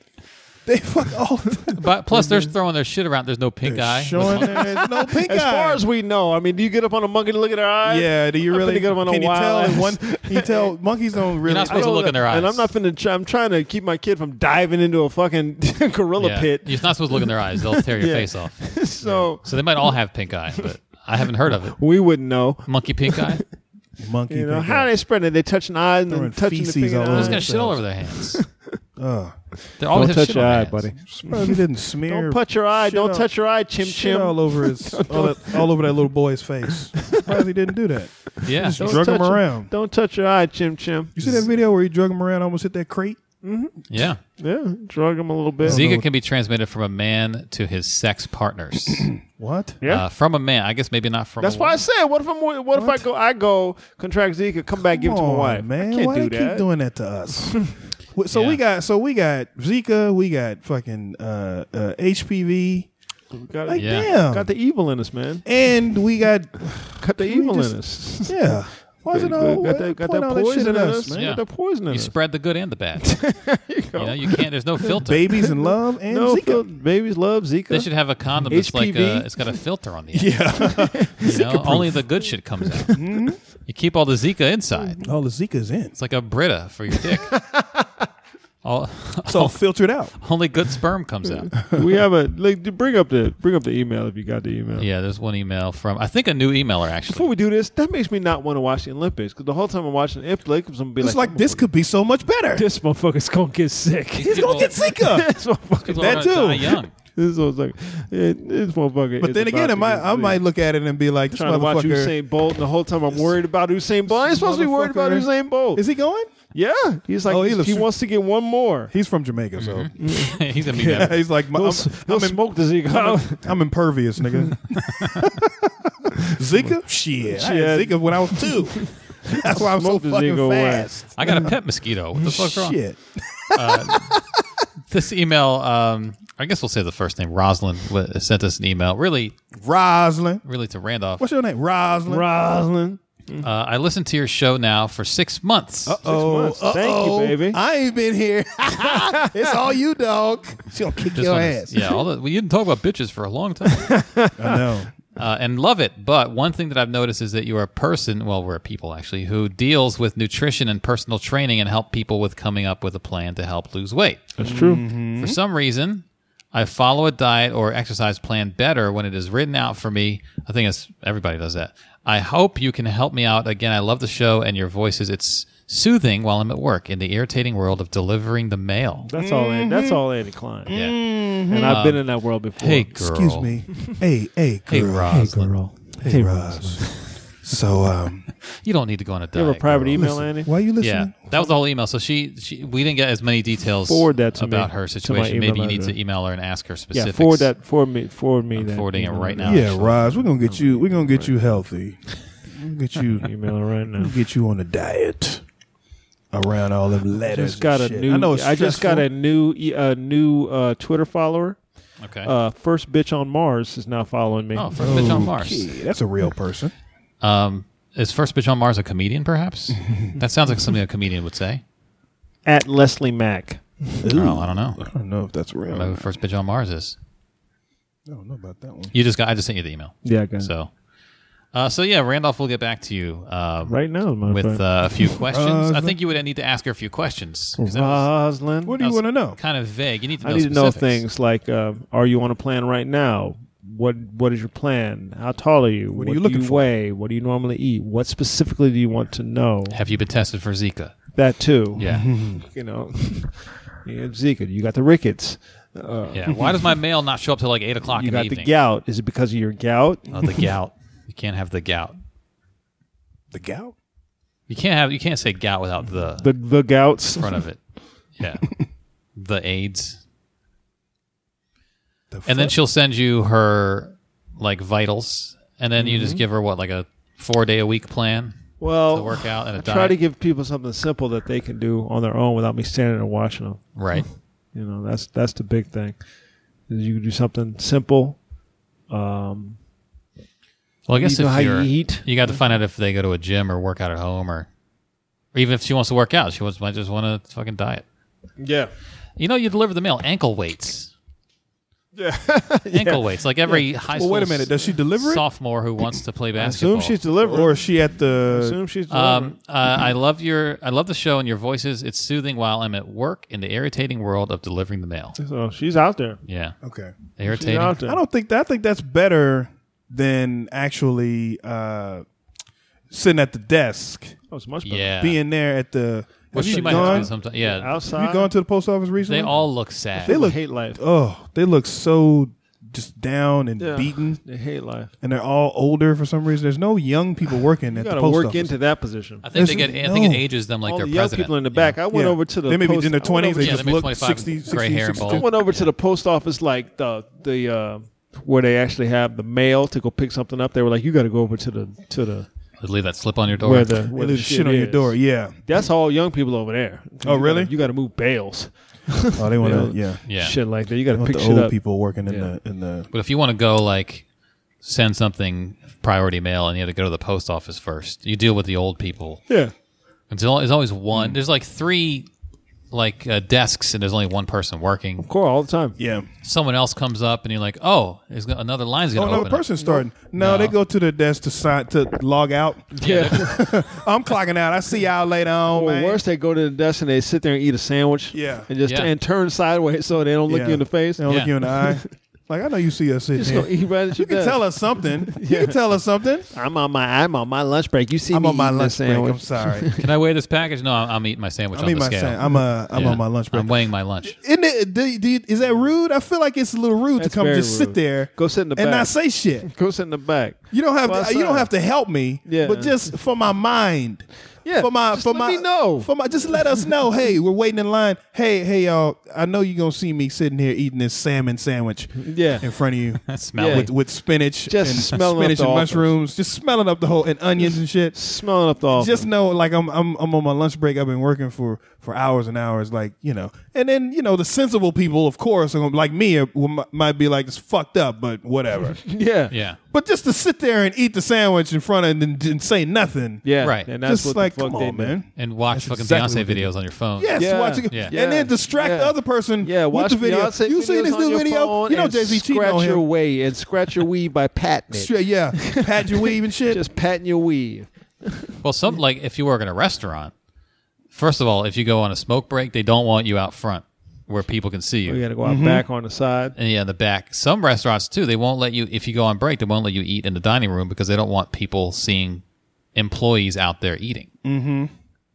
S4: They fuck all the time.
S3: But plus, they're throwing their shit around. There's no pink eye. with
S4: Showing
S3: monkeys.
S4: there's no pink
S2: As
S4: eye.
S2: far as we know, I mean, do you get up on a monkey to look at their eyes?
S4: yeah, do you
S2: I'm
S4: really
S2: finna get up on a
S4: can you
S2: wild
S4: tell?
S2: ass.
S4: in One, can you tell monkeys don't really.
S3: not
S4: I
S3: supposed to
S4: don't-
S3: look in their eyes.
S2: And I'm not finna. Try, I'm trying to keep my kid from diving into a fucking gorilla
S3: Yeah.
S2: pit.
S3: You're not supposed to look in their eyes. They'll tear your
S2: Yeah.
S3: face off.
S2: so
S3: So they might all have pink eye, but I haven't heard of it.
S2: we wouldn't know.
S3: Monkey pink eye.
S4: monkey.
S2: You know
S4: pink
S2: how
S4: eye.
S2: they spreading it? They touching eyes and then
S4: Throwing
S2: touching the
S4: feces
S2: finger.
S4: all
S3: Who's
S4: over
S3: got
S2: eyes.
S3: shit all over their hands?
S4: Ugh.
S3: They
S2: don't
S3: always have
S2: touch
S3: shit
S2: your
S3: on their
S2: eye,
S3: hands.
S2: buddy.
S4: Surprised Uh, he didn't smear.
S2: Don't touch your eye.
S4: shit
S2: Don't
S4: all-
S2: touch your eye, Chim
S4: shit
S2: Chim.
S4: all over his, all, that, all over that little boy's face. Surprised he didn't do that.
S3: Yeah,
S4: Just drug him
S2: touch it.
S4: around.
S2: Don't touch your eye, Chim Chim.
S4: You see that video where he drug him around, almost hit that crate?
S3: yeah.
S2: Yeah, drug him a little bit.
S3: Zika can be transmitted from a man to his sex partners.
S4: What?
S2: Yeah.
S3: uh, from a man, I guess maybe not from.
S2: That's
S3: a
S2: why I
S3: woman.
S2: said, what if I'm, what, if I go, I go contract Zika, come back, give it to my
S4: Come on,
S2: wife.
S4: Man,
S2: I can't
S4: why
S2: do
S4: they
S2: that.
S4: keep doing that to us? Wh- so
S3: Yeah.
S4: we got so we got Zika, we got fucking uh, uh, HPV.
S2: We got,
S4: Like
S3: Yeah.
S4: damn,
S2: got the evil in us, man.
S4: and we got
S2: Got the
S4: Can we
S2: evil
S4: just-
S2: in us.
S4: yeah. Why is it all
S2: got that, got
S4: point
S2: that
S4: all that shit
S2: poison
S4: at
S2: in
S4: us,
S2: us.
S4: man?
S2: man.
S3: Yeah.
S2: Got that poison in
S3: you
S2: us.
S3: spread the good and the bad. You know, you can't. There's no filter.
S4: Babies and love and
S2: no,
S4: Zika.
S2: Phil, babies love Zika.
S3: They should have a condom that's like
S2: HPV?
S3: a, it's got a filter on the end. Yeah, you know, only the good shit comes out.
S2: Mm-hmm.
S3: you keep all the Zika inside.
S4: All the Zika's in.
S3: It's like a Brita for your dick. all,
S4: It's all filtered out.
S3: only good sperm comes out.
S2: we have a like, bring up the bring up the email if you got the email.
S3: Yeah, there's one email from I think a new emailer
S2: Before
S3: actually.
S2: we do this, that makes me not want to watch the Olympics because the whole time I'm watching the Olympics, I'm gonna be
S4: It's
S2: like,
S4: like this could be so much better.
S2: this motherfucker's gonna get sick.
S4: He's gonna get Zika.
S2: this motherfucker,
S3: People are
S4: that
S3: gonna die
S4: too.
S3: young.
S2: this was like, it, this motherfucker.
S4: But
S2: is
S4: then
S2: about
S4: again, I
S2: to
S4: might
S2: get
S4: I
S2: sick.
S4: might look at it and be like, this
S2: trying to watch
S4: motherfucker.
S2: Usain Bolt, and the whole time I'm worried about Usain Bolt. I ain't supposed to be worried about
S4: motherfucker-
S2: Usain Bolt.
S4: Is he going?
S2: yeah, he's like,
S4: Oh, he
S2: he,
S4: looks-
S2: wants to get one more.
S4: He's from Jamaica, so
S3: He's gonna be
S4: yeah.
S3: better.
S4: He's like,
S2: He'll,
S4: I'm,
S2: Mm-hmm. s- he'll
S4: I'm, in-
S2: smoke the Zika. out.
S4: I'm impervious, nigga. Zika? Shit. I had
S2: Shit.
S4: Zika when I was two. That's why I'm so
S2: Smoke the
S4: fucking
S2: Zika away.
S4: fast.
S3: I got a pet mosquito. What the fuck's wrong?
S4: Shit.
S3: This email, um, I guess we'll say the first name. Rosalind wa- sent us an email. Really,
S4: Roslyn.
S3: really to Randolph. Uh,
S4: What's your name? Roslyn.
S2: Roslyn.
S3: I listened to your show now for six months.
S4: oh,
S2: months. Thank you,
S4: uh-oh.
S2: baby.
S4: I ain't been here. it's all you, dog. She gonna kick
S3: This
S4: your
S3: one
S4: ass.
S3: is- yeah, all the, well, you didn't talk about bitches for a long time.
S4: I know.
S3: uh, and love it. But one thing that I've noticed is that you are a person, well, we're a people actually, who deals with nutrition and personal training and help people with coming up with a plan to help lose weight.
S2: That's true.
S3: For some reason, I follow a diet or exercise plan better when it is written out for me. I think it's, everybody does that. I hope you can help me out. Again, I love the show and your voices. It's soothing while I'm at work in the irritating world of delivering the mail.
S2: That's all. Andy, that's all Andy Klein.
S3: Yeah.
S2: And I've been in that world before.
S3: Hey, girl.
S4: Excuse me. Hey, hey, girl.
S3: Hey, Rosalind.
S4: Hey, Roz. So, um,
S3: You don't need to go on a diet.
S2: you have a private
S3: girl.
S2: email, Andy.
S4: why are you
S3: Yeah,
S4: listening?
S3: that was the whole email. So she, she we didn't get as many details
S2: Forward that to me,
S3: about her
S2: to my
S3: situation. Maybe
S2: email
S3: you need to
S2: address.
S3: email her and ask her specifics.
S2: Yeah, forward that. Forward me. Forward me. that
S3: forwarding it
S2: email.
S3: right now.
S4: Yeah, Roz. We're gonna get you. We're gonna get you healthy. We'll get you.
S2: Email it right now.
S4: Get you on a diet. Around all them letters.
S2: Just got a
S4: and shit.
S2: new.
S4: I know. It's
S2: just got a
S4: stressful.
S2: new e- a new uh, Twitter follower.
S3: Okay.
S2: Uh, first bitch on Mars is now following me.
S3: oh, first bitch on
S4: Okay,
S3: Mars.
S4: that's a real person.
S3: Um, is first bitch on Mars a comedian? Perhaps that sounds like something a comedian would say.
S2: At Leslie Mack.
S3: Oh, I don't know.
S4: I don't know if that's real.
S3: Maybe first bitch on Mars is.
S4: I don't know about that one.
S3: You just got. I just sent you the email.
S2: Yeah, I got it.
S3: So, uh, so yeah, Randolph, we'll get back to you um,
S2: Right now, matter of
S3: with
S2: fact.
S3: uh, a few questions. I
S4: Rosalind.
S3: think you would need to ask her a few questions. 'cause that was
S2: Roslyn.
S4: What do you
S3: That's-
S4: want to know?
S3: Kind of vague. You need to know
S2: I need to know
S3: specifics.
S2: things like: uh, Are you on a plan right now? What What is your plan? How tall are you?
S4: What are you looking
S2: do you
S4: for?
S2: weigh? What do you normally eat? What specifically do you want to know?
S3: Have you been tested for Zika?
S2: That too.
S3: Yeah.
S2: You know, you have Zika. You got the rickets. Uh,
S3: Yeah. Why does my mail not show up till like eight o'clock
S2: you
S3: in
S2: got
S3: the
S2: the
S3: evening?
S2: gout. Is it because of your gout?
S3: Oh, the gout. You can't have the gout.
S4: The gout.
S3: You can't have. You can't say gout without the,
S2: The the gouts.
S3: front of it. Yeah. the AIDS.
S4: The
S3: And then she'll send you her like vitals, and then you
S2: Mm-hmm.
S3: just give her what like a four day a week plan
S2: Well,
S3: to work out and a diet.
S2: Oh, try to give people something simple that they can do on their own without me standing and watching them.
S3: right.
S2: You know, that's that's the big thing. is You can do something simple. Um,
S3: Well, I guess
S2: know
S3: if
S2: how you
S3: you're,
S2: eat.
S3: you got to find out if they go to a gym or work out at home, or, or even if she wants to work out, she wants, might just want to fucking diet.
S2: yeah.
S3: You know, you deliver the mail ankle weights. Yeah, ankle weights. Like every high
S4: Well,
S3: school.
S4: wait a minute. Does she deliver it,
S3: sophomore who wants to play basketball.
S2: Assume she's delivering.
S4: or is she at the?
S2: Assume she's delivering.
S3: um, uh, I love your, I love the show and your voices. It's soothing while I'm at work in the irritating world of delivering the mail.
S2: so she's out there.
S3: Yeah,
S4: Okay.
S2: She's
S3: irritating.
S2: out there.
S4: I don't think that. I think that's better than actually uh, sitting at the desk,
S2: Oh, it's much better.
S3: Yeah.
S4: being there at the.
S3: well,
S4: have you
S3: she might have
S4: gone,
S3: been sometime. Yeah.
S4: have
S2: Outside,
S4: you gone to the post office recently?
S3: They all look sad.
S4: They
S2: they
S4: look-
S2: hate life.
S4: Oh, they look so just down and
S2: Yeah,
S4: beaten,
S2: They hate life.
S4: and they're all older for some reason. There's no young people working
S2: You
S4: at
S2: got
S4: the
S2: to
S4: post
S2: work
S4: office.
S2: into that position.
S3: I think they
S4: Listen,
S3: get. I think it
S4: no.
S3: ages them like
S2: All
S3: their
S2: the young
S3: president.
S2: people in the
S3: you
S2: back.
S3: know?
S2: I went
S4: Yeah.
S2: over to the.
S4: They may be
S2: post-
S4: in their
S2: I went over
S4: twenties. They
S3: Yeah,
S4: just
S3: they make
S4: look
S3: 25
S4: 60,
S3: gray
S4: 60,
S3: hair and
S4: 62.
S2: I
S3: bald.
S2: went over to the post office, like the the uh, where they actually have the mail to go pick something up. They were like, "You got to go over to the to the
S3: They'd leave that slip on your door.
S2: where the
S4: They
S2: where the
S4: leave the shit on your
S2: is."
S4: door. Yeah.
S2: That's all young people over there.
S4: Oh,
S2: You gotta-
S4: really?
S2: you got to move bales,
S4: Oh, they want to. Yeah.
S3: yeah.
S2: shit like that. You got
S4: They
S2: to
S4: want
S2: pick
S4: the
S2: shit
S4: old
S2: up.
S4: people working in
S2: Yeah.
S4: the in the.
S3: But if you want to go like send something priority mail and you have to go to the post office first, you deal with the old people.
S2: Yeah,
S3: It's al- there's always one. There's like three like uh, desks and there's only one person working.
S2: core all the time.
S4: Yeah.
S3: Someone else comes up and you're like, oh, there's go- another line's
S4: Oh,
S3: gonna
S4: another
S3: open. up.
S4: person starting. No, they go to the desk to sign to log out.
S2: Yeah,
S4: I'm clocking out. I see y'all later on,
S2: or
S4: man.
S2: Oh, worse, they go to the desk and they sit there and eat a sandwich.
S4: Yeah.
S2: and just
S3: Yeah.
S2: and turn sideways so they don't look
S4: Yeah.
S2: you in the face.
S4: They don't
S3: Yeah.
S4: look you in the eye. Like I know you see us sitting
S2: Just
S4: here.
S2: gonna eat right at
S4: You
S2: your
S4: can
S2: desk.
S4: tell us something. You can tell us something.
S2: I'm on my I'm on my lunch break. You see
S4: I'm
S2: me
S4: on my
S2: eating
S4: lunch
S2: a
S4: break. I'm
S2: sandwich.
S4: sorry.
S3: Can I weigh this package? No, I'm, I'm eating my sandwich
S4: I
S3: on
S4: mean
S3: the
S4: my
S3: scale.
S4: sa- I'm uh, I'm
S3: Yeah.
S4: on my lunch break.
S3: I'm weighing my lunch.
S4: Isn't it, do, do, is that rude? I feel like it's a little rude
S2: That's
S4: to come
S2: very
S4: just sit
S2: rude.
S4: there
S2: Go sit in the
S4: and
S2: back.
S4: not say shit.
S2: Go sit in the back.
S4: You don't have
S2: Go
S4: to, you don't
S2: outside.
S4: have to help me,
S2: Yeah.
S4: but just for my mind.
S2: Yeah,
S4: For my
S2: just
S4: for
S2: let
S4: my
S2: me know.
S4: For my just let us know. Hey, we're waiting in line. Hey, hey y'all, I know you're going to see me sitting here eating this salmon sandwich
S2: Yeah.
S4: in front of you
S3: Smell
S2: Yeah.
S3: it.
S4: with with spinach
S2: Just
S4: and
S2: smelling up
S4: spinach
S2: the
S4: and
S2: office.
S4: mushrooms, just smelling up the whole and onions and shit.
S2: Smelling up the office.
S4: just know like I'm I'm I'm on my lunch break. I've been working for for hours and hours, like you know. And then you know the sensible people, of course, are gonna, like me, are, will, mi- might be like it's fucked up, but whatever.
S2: yeah.
S3: Yeah.
S4: but just to sit there and eat the sandwich in front of and, and, say nothing,
S2: Yeah.
S3: Right.
S2: And that's
S4: just
S2: what
S4: like
S2: the fuck
S4: come
S2: they
S4: on,
S2: did.
S4: man.
S3: And watch fucking
S4: exactly
S3: Beyonce
S4: what they
S3: videos on your phone.
S4: Yes,
S2: Yeah.
S4: watch it,
S3: Yeah.
S4: and
S2: Yeah.
S4: then distract
S2: Yeah.
S4: the other person.
S2: Yeah,
S4: with
S2: watch
S4: the video.
S2: Beyonce
S4: you see
S2: videos
S4: this
S2: on
S4: new
S2: your
S4: video?
S2: phone
S4: You know
S2: and
S4: Jay Z cheating
S2: Scratch
S4: on
S2: your
S4: him.
S2: way and scratch your weave by patting it.
S4: Sure, yeah, pat your weave and shit.
S2: Just patting your weave.
S3: Well, some like if you work in a restaurant, first of all, if you go on a smoke break, they don't want you out front where people can
S4: Oh,
S3: see you.
S2: We got to go out back on the side.
S3: And yeah, in the back. Some restaurants too, they won't let you if you go on break, they won't let you eat in the dining room because they don't want people seeing employees out there eating. Mm-hmm.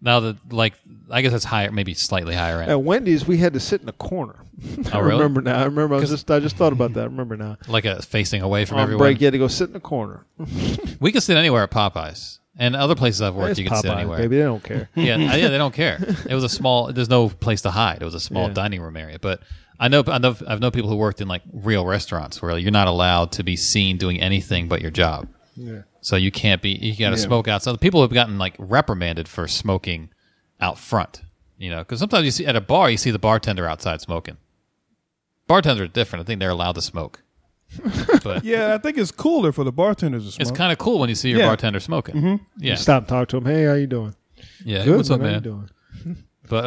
S3: Now that like I guess that's higher, maybe slightly higher end.
S2: At Wendy's, we had to sit in the corner.
S3: Oh,
S2: Oh, I
S3: really?
S2: remember now. I remember. I was just. I just thought about that. I remember now.
S3: Like a facing away from
S2: On
S3: everyone.
S2: break, you had to go sit in the corner.
S3: We can sit anywhere at Popeyes and other places I've worked.
S2: It's
S3: you can sit
S2: Popeye,
S3: anywhere.
S2: baby. They don't care.
S3: yeah, uh, yeah, they don't care. It was a small. There's no place to hide. It was a small
S2: Yeah.
S3: dining room area. But I know, I know, I've known people who worked in like real restaurants where you're not allowed to be seen doing anything but your job.
S2: Yeah.
S3: So you can't be. You got to smoke outside. People have gotten like reprimanded for smoking out front. You know, because sometimes you see at a bar, you see the bartender outside smoking. Bartenders are different. I think they're allowed to smoke. But
S4: Yeah, I think it's cooler for the bartenders to smoke.
S3: it's kind of cool when you see your
S4: Yeah.
S3: bartender smoking. Yeah,
S2: Stop and talk to him. Hey, how you doing?
S3: yeah.
S2: Mm-hmm. Good.
S3: What's up,
S2: How you
S3: man?
S2: doing?
S3: But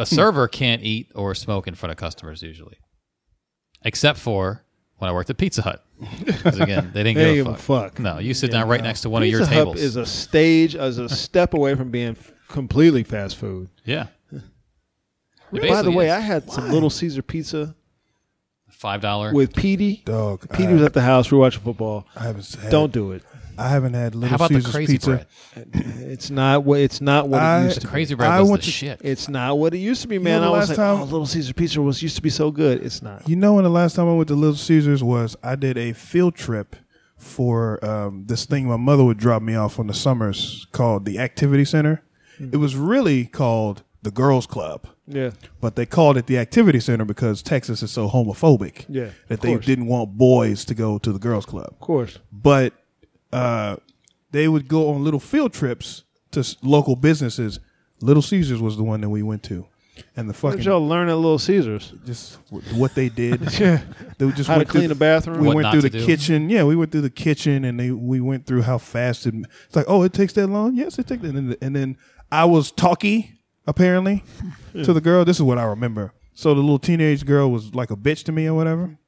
S3: a server can't eat or smoke in front of customers usually, except for when I worked at Pizza Hut. 'Cause again, they didn't
S2: They
S3: give
S2: give
S3: a
S2: a
S3: fuck.
S2: fuck.
S3: No, you sit down right next to one
S2: Pizza
S3: of your
S2: Hut
S3: tables.
S2: is a stage, as a step away from being f- completely fast food.
S3: yeah.
S2: By the way, I
S3: I
S2: had some Little Caesar pizza
S3: five dollar.
S2: with Petey.
S4: Dog, I,
S2: Petey was at the house. We were watching football.
S4: I haven't had,
S2: Don't do it.
S4: I haven't had Little
S3: How about
S4: Caesar's
S3: the crazy
S4: pizza.
S3: bread?
S2: It's not what. It's not what
S4: I-
S2: it used to.
S3: The
S2: be.
S3: crazy bread
S4: I
S3: was the
S4: went to-
S3: shit.
S2: It's not what it used to be,
S4: know
S2: man.
S4: the
S2: I was
S4: last
S2: like,
S4: time-
S2: oh, Little Caesar pizza was used to be so good. It's not.
S4: You know when the last time I went to Little Caesars was I did a field trip for um, this thing my mother would drop me off on the summers called the Activity Center.
S2: Hmm.
S4: It was really called the Girls Club,
S2: Yeah.
S4: but they called it the Activity Center because Texas is so homophobic
S2: Yeah, of
S4: that they
S2: course.
S4: didn't want boys to go to the Girls Club
S2: Of course.
S4: but uh, they would go on little field trips to s- local businesses. Little Caesars was the one that we went to, and the
S2: Did
S4: fucking
S2: y'all learn at Little Caesars?
S4: just w- what they did. They would just
S2: How to
S4: went through
S2: clean the bathroom?
S4: We
S3: What
S4: went
S3: not
S4: through
S3: to
S4: the
S3: do.
S4: kitchen. Yeah, we went through the kitchen, and they we went through how fast it, it's like. Oh, it takes that long? Yes, it takes. And then, and then I was talky apparently to the girl. This is what I remember. So the little teenage girl was like a bitch to me or whatever.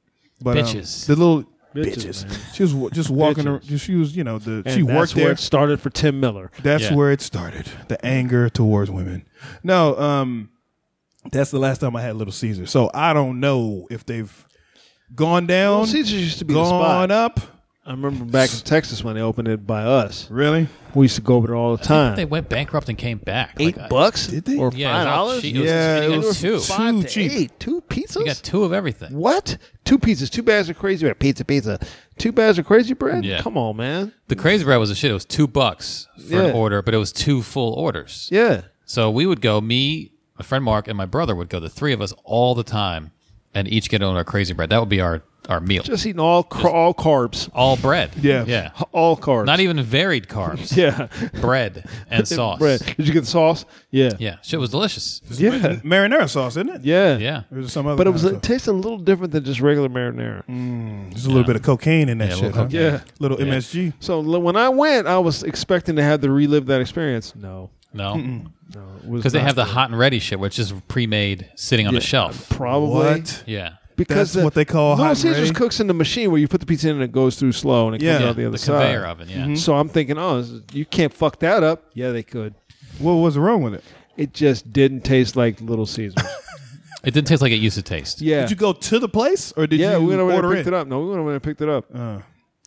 S4: But um,
S3: Bitches.
S4: the little
S2: Bitches,
S4: bitches.
S2: man.
S4: She was wa- just walking.
S2: Bitches.
S4: Around, she was you know the she
S2: And that's
S4: worked
S2: where
S4: there.
S2: it started for Tim Miller.
S4: That's
S3: Yeah.
S4: where it started. The anger towards women. No, um, that's the last time I had Little Caesar. So I don't know if they've gone down,
S2: Little Caesars used to be the
S4: gone
S2: spot.
S4: up.
S2: I remember back in Texas when they opened it by us.
S4: Really?
S2: We used to go over there all um, the time.
S3: They went bankrupt and came back.
S2: eight
S3: Like, I-
S2: bucks?
S4: Did they?
S2: Or
S3: Yeah,
S2: five
S3: it was all
S2: dollars?
S3: cheap.
S4: Yeah,
S3: it was,
S4: it
S3: you got
S4: was
S3: two.
S4: cheap.
S2: Five
S4: Too
S2: to eight. Two pizzas?
S3: You got two of everything.
S2: What? Two pizzas. Two bags of crazy bread. Pizza, pizza. Two bags of crazy bread?
S3: Yeah.
S2: Come on, man.
S3: The crazy bread was a shit. It was two bucks for
S2: Yeah.
S3: an order, but it was two full orders.
S2: Yeah.
S3: So we would go, me, my friend Mark, and my brother would go, the three of us all the time, and each get on our crazy bread. That would be our, our meal.
S2: Just eating all car- all carbs.
S3: all bread.
S4: Yeah.
S3: Yeah.
S2: All carbs.
S3: Not even varied carbs.
S2: Yeah.
S3: Bread and sauce.
S2: Bread. Did you get the sauce? Yeah.
S3: Yeah. Shit was delicious.
S2: Yeah.
S4: Marinara sauce, isn't it?
S2: Yeah.
S3: Yeah.
S4: Or is it some other
S2: But it
S4: kind
S2: was
S4: of
S2: it
S4: sauce?
S2: tasted a little different than just regular marinara.
S4: Mm-hmm. There's a little bit of cocaine in that
S3: Yeah, a
S4: shit.
S3: little
S4: huh?
S3: cocaine.
S2: Yeah.
S4: Little MSG.
S2: So l- when I went, I was expecting to have to relive that experience. No,
S3: No.
S2: no, it was
S3: Because they
S2: not
S3: have the
S2: good.
S3: hot and ready shit, which is pre made sitting on
S2: Yeah.
S3: the shelf.
S2: probably
S4: What?
S3: Yeah.
S2: because
S4: That's what they call
S2: no,
S4: hot and
S2: Caesar's
S4: ready?
S2: cooks in the machine where you put the pizza in and it goes through slow and it comes
S4: Yeah. Yeah, Mm-hmm.
S2: out the other
S3: the
S2: side.
S3: conveyor oven. Yeah.
S2: So I'm thinking, oh, this is- you can't fuck that up. Yeah, they could.
S4: What was wrong with it?
S2: It just didn't taste like Little Caesars.
S3: It didn't taste like it used to taste.
S2: Yeah,
S4: Did you go to the place or did
S2: yeah,
S4: you
S2: we went over there
S4: order
S2: and picked
S4: in?
S2: it up. No, we went over there and picked it up.
S4: Uh,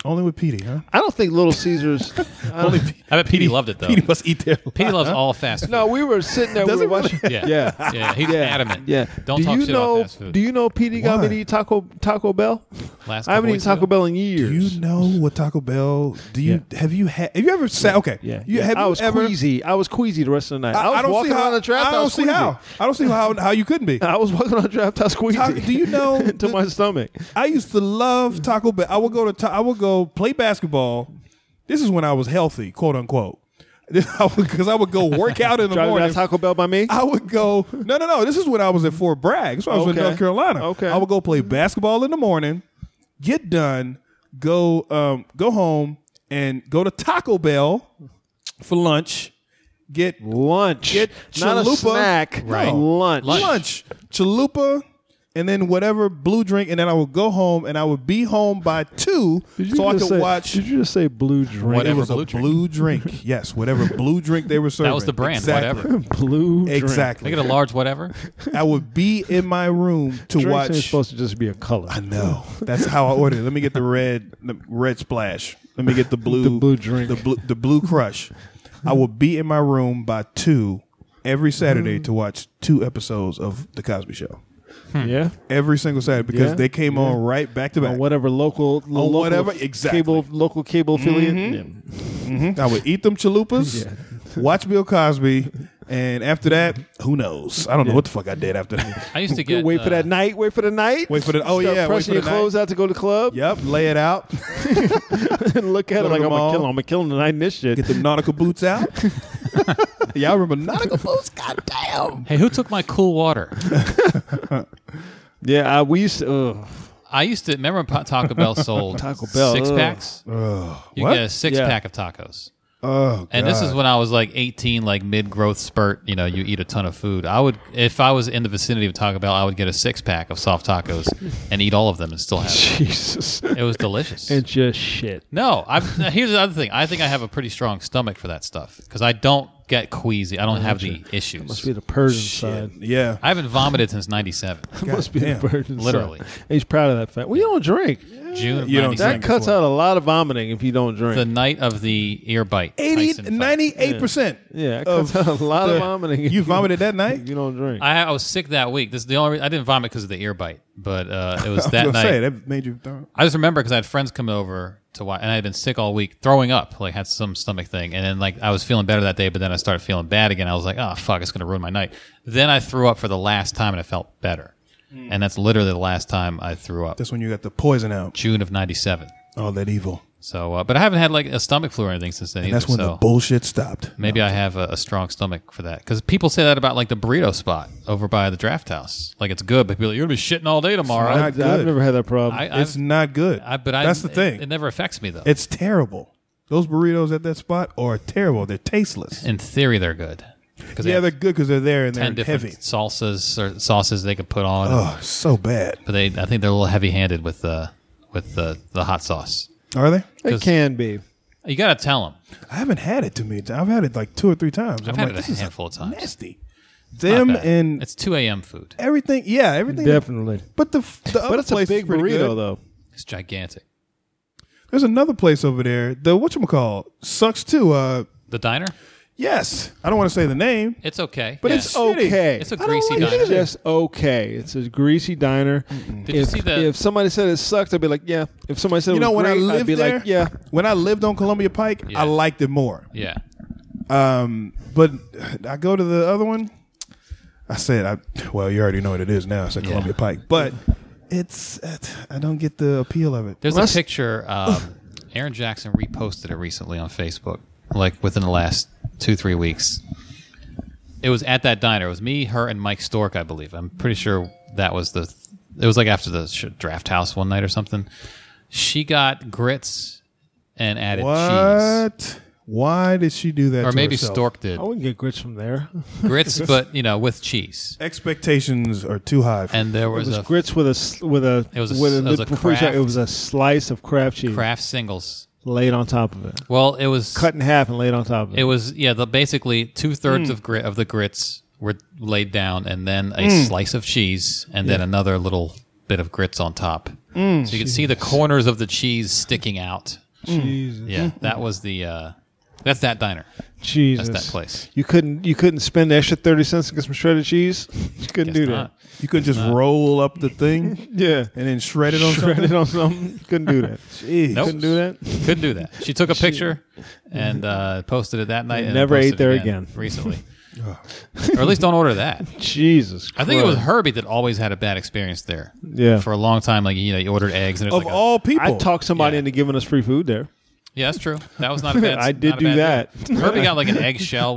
S4: only with Petey, huh?
S2: I don't think Little Caesars. I don't-
S3: I bet Petey loved it, though.
S4: Petey must eat there.
S3: Petey loves all fast food.
S2: no, we were sitting there. we
S4: Does
S2: were
S4: it really?
S2: watching.
S3: Yeah.
S2: yeah.
S3: Yeah, he's
S2: Yeah.
S3: adamant.
S2: Yeah.
S3: Don't
S2: do
S3: talk
S2: you
S3: shit
S2: know,
S3: about fast food.
S2: Do you know PD got me
S4: Why?
S2: to eat Taco Taco Bell?
S3: Last
S2: I haven't
S3: couple
S2: eaten
S3: weeks
S2: Taco
S3: ago.
S2: Bell in
S4: Do
S2: years.
S4: you know what Taco Bell? Do you have you had? Have you ever sat? Okay,
S2: yeah.
S4: You,
S2: yeah.
S4: Have
S2: I
S4: you
S2: was
S4: ever?
S2: queasy. I was queasy the rest of the night. I,
S4: I,
S2: was
S4: I don't
S2: walking
S4: see how.
S2: around the draft
S4: I
S2: house.
S4: don't see
S2: queasy.
S4: how. I don't see how how you couldn't be.
S2: I was walking around the draft house queasy.
S4: Taco- do you know
S2: to
S4: the-
S2: my stomach?
S4: I used to love Taco Bell. I would go to ta- I would go play basketball. This is when I was healthy, quote unquote. Because I would go work out in the
S2: Driving
S4: morning.
S2: down Taco Bell by me.
S4: I would go. No, no, no. This is when I was at Fort Bragg. So I was in
S2: Okay.
S4: North Carolina.
S2: Okay.
S4: I would go play basketball in the morning, get done, go um, go home, and go to Taco Bell for lunch. Get
S2: lunch.
S4: Get
S2: Not a
S4: chalupa.
S2: snack.
S4: Right.
S2: Lunch.
S3: Lunch.
S4: lunch, chalupa, and then whatever blue drink, and then I would go home, and I would be home by two,
S2: Did you
S4: so I could
S2: just say,
S4: watch.
S2: Did you just say blue drink?
S4: it
S3: Whatever
S4: was
S3: blue
S4: a
S3: drink.
S4: blue drink. yes, whatever blue drink they were serving.
S3: That was the brand,
S4: Exactly.
S3: whatever.
S2: Blue drink.
S3: They
S4: Exactly.
S3: get a large whatever.
S4: I would be in my room to
S2: Drinks ain't
S4: watch.
S2: supposed to just be a color.
S4: I know. That's how I ordered it. Let me get the red, the red splash. Let me get the blue,
S2: The blue drink.
S4: the blue, the blue crush. I will be in my room by two every
S2: Mm.
S4: Saturday to watch two episodes of The Cosby Show.
S3: Hmm.
S2: Yeah.
S4: Every single Saturday because
S2: Yeah,
S4: they came on right back to
S2: Or
S4: back.
S2: whatever local, local
S4: whatever, exactly. Mm-hmm.
S2: cable local cable affiliate.
S4: I would eat them chalupas, watch Bill Cosby, and after that, who knows? I don't know what the fuck I did after that.
S3: I used to
S2: You
S3: get.
S2: wait for
S3: uh,
S2: that night. Wait for the night.
S4: Wait for the- oh,
S2: Start
S4: yeah, wait
S2: pressing
S4: for
S2: your
S4: the
S2: clothes out to go to the club.
S4: Yep, lay it out.
S2: and look at
S4: Go
S2: it
S4: to
S2: like
S4: the
S2: I'm gonna
S4: mall.
S2: kill him. I'm gonna kill him tonight. in This shit.
S4: Get the nautical boots out. Y'all remember nautical boots?
S5: Goddamn.
S3: Hey, who took my cool water?
S2: Yeah, I, we used to. oh, ugh.
S3: I used to remember when Pa- Taco Bell sold
S2: Taco Bell,
S3: six
S2: ugh.
S3: packs. you
S4: what?
S3: get a six
S2: Yeah.
S3: pack of tacos.
S4: Oh,
S3: And this is when I was like 18, like mid growth spurt. You know, you eat a ton of food. I would, if I was in the vicinity of Taco Bell, I would get a six pack of soft tacos and eat all of them and still have it.
S2: Jesus,
S3: It was delicious.
S2: it's just shit.
S3: No, I've, now, here's the other thing. I think I have a pretty strong stomach for that stuff because I don't get queasy. I don't have the
S2: Must
S3: issues.
S2: be the Persian side.
S4: God. Uh, yeah.
S3: I haven't vomited since '97,
S2: must be
S4: damn.
S2: the Persian
S3: Literally.
S2: side. He's proud of that fact. We don't drink.
S3: June of
S4: You don't
S2: That
S3: '97.
S4: drink.
S2: cuts
S4: well.
S2: out a lot of vomiting if you don't drink.
S3: The night of the ear bite.
S4: 80,
S3: Tyson fight.
S4: 98%.
S2: yeah, it
S4: of
S2: cuts out a lot
S4: the-
S2: of vomiting. if
S4: You vomited that
S2: if
S4: night?
S2: You don't drink.
S3: I, I was sick that week. This is the only reason I didn't vomit because of the ear bite, but uh, it was
S4: I
S3: that
S4: was gonna
S3: night.
S4: say, that made you throw.
S3: I just remember because I had friends come over to watch, and I had been sick all week, throwing up, like had some stomach thing, and then like I was feeling better that day, but then I started feeling bad again. I was like, oh fuck, it's gonna ruin my night. Then I threw up for the last time, and I felt better,
S4: Hmm.
S3: and that's literally the last time I threw up.
S4: That's when you got the poison out.
S3: June of '97.
S4: All that evil.
S3: So, uh, but I haven't had like a stomach flu or anything since then.
S4: And that's
S3: either,
S4: when
S3: so
S4: the bullshit stopped.
S3: maybe I have a, a strong stomach for that because people say that about like the burrito spot over by the draft house. Like it's good, but people are like, you're gonna be shitting all day tomorrow.
S4: not
S2: I've never had that problem.
S3: I,
S4: It's
S3: I've-
S4: not good.
S3: I, but I,
S4: that's the
S3: it-
S4: thing.
S3: It, never affects me though.
S4: it's terrible. Those burritos at that spot are terrible. They're tasteless.
S3: In theory, they're good. 'Cause they
S4: yeah,
S3: have-
S4: they're good because they're there and
S3: ten
S4: they're
S3: different
S4: heavy.
S3: salsas or sauces they could put on.
S4: Oh, so bad.
S3: But they, I think they're a little heavy-handed with the with the, the hot sauce.
S4: Are they?
S2: it can be.
S3: You gotta tell them.
S4: I haven't had it too many times. I've had it like two or three times.
S3: I've
S4: I'm
S3: had
S4: like,
S3: it a
S4: this is
S3: handful of times.
S4: Nasty.
S3: Not
S4: Them
S3: bad.
S4: and
S3: it's two a.m. food.
S4: everything. Yeah, everything.
S2: Definitely.
S4: But the, the other
S2: But it's a
S4: place is
S2: big
S4: pretty
S2: burrito,
S4: good.
S2: though.
S3: It's gigantic.
S4: There's another place over there. The whatchamacall sucks too. Uh,
S3: The diner?
S4: yes, I don't want to say the name,
S3: It's okay.
S4: but
S3: Yeah.
S4: it's shitty.
S2: okay.
S3: It's a
S4: I don't
S3: greasy
S4: like
S3: diner.
S4: it.
S2: It's just okay. It's a greasy diner.
S3: Did
S2: if,
S3: you see the-
S2: if somebody said it sucked, I'd be like, yeah. If somebody said
S4: You
S2: it
S4: know,
S2: was
S4: when I
S2: great, I'd
S4: lived
S2: be
S4: there,
S2: like, yeah.
S4: When I lived on Columbia Pike,
S3: Yeah.
S4: I liked it more.
S3: yeah.
S4: Um, but I go to the other one. I said, I well, you already know what it is now. It's at Columbia Pike, but it's I don't get the appeal of it.
S3: There's
S2: Unless-
S3: a picture um, Aaron Jackson reposted it recently on Facebook, like within the last two, three weeks. It was at that diner. It was me, her, and Mike Stork, I believe. I'm pretty sure that was the. It was like after the sh- draft house one night or something. She got grits and added cheese.
S4: What? Why did she do that?
S3: Or
S4: to
S3: maybe
S4: herself?
S3: Stork did.
S2: I wouldn't get grits from there.
S3: Grits, but, you know, with cheese.
S4: Expectations are too high. For
S3: And there
S2: It
S3: was,
S2: was
S3: a
S2: grits with a s- with a
S3: It was a
S2: with
S3: s- it was a
S2: before you shot, it
S3: Kraft-
S2: was a slice of crab cheese
S3: craft singles.
S2: laid on top of it,
S3: Well, it was
S2: cut in half and laid on top of it.
S3: It was yeah. The basically two
S2: Hmm.
S3: thirds of grit of the grits were laid down, and then a
S2: Hmm.
S3: slice of cheese, and then another little bit of grits on top.
S2: Hmm.
S3: so you could see the corners of the cheese sticking out.
S2: Jesus.
S3: Yeah, that was the. Uh, that's that diner.
S2: Jesus,
S3: That's that place.
S2: You couldn't you couldn't spend the extra thirty cents to get some shredded cheese. You couldn't
S3: Guess
S2: do
S3: not.
S4: you could just roll up the thing
S2: that. Yeah.
S4: and then shred it on
S2: Shred
S4: something.
S2: it on something. Couldn't do that.
S4: Jeez.
S3: Nope.
S2: Couldn't do that.
S3: Couldn't do that. She took a picture and uh, posted it that night. And
S2: Never
S3: posted
S2: ate there
S3: it
S2: again.
S3: Recently, or at least don't order that.
S2: Jesus.
S3: I think it was
S2: Christ.
S3: Herbie that always had a bad experience there.
S2: Yeah.
S3: For a long time, like you know, you ordered eggs and it was
S4: Of
S3: like a-
S4: all people,
S2: I talked somebody
S3: Yeah.
S2: into giving us free food there.
S3: Yeah, that's true. That was not a bad.
S2: I did
S3: not a
S2: do
S3: bad
S2: that.
S3: thing. Herbie got like an eggshell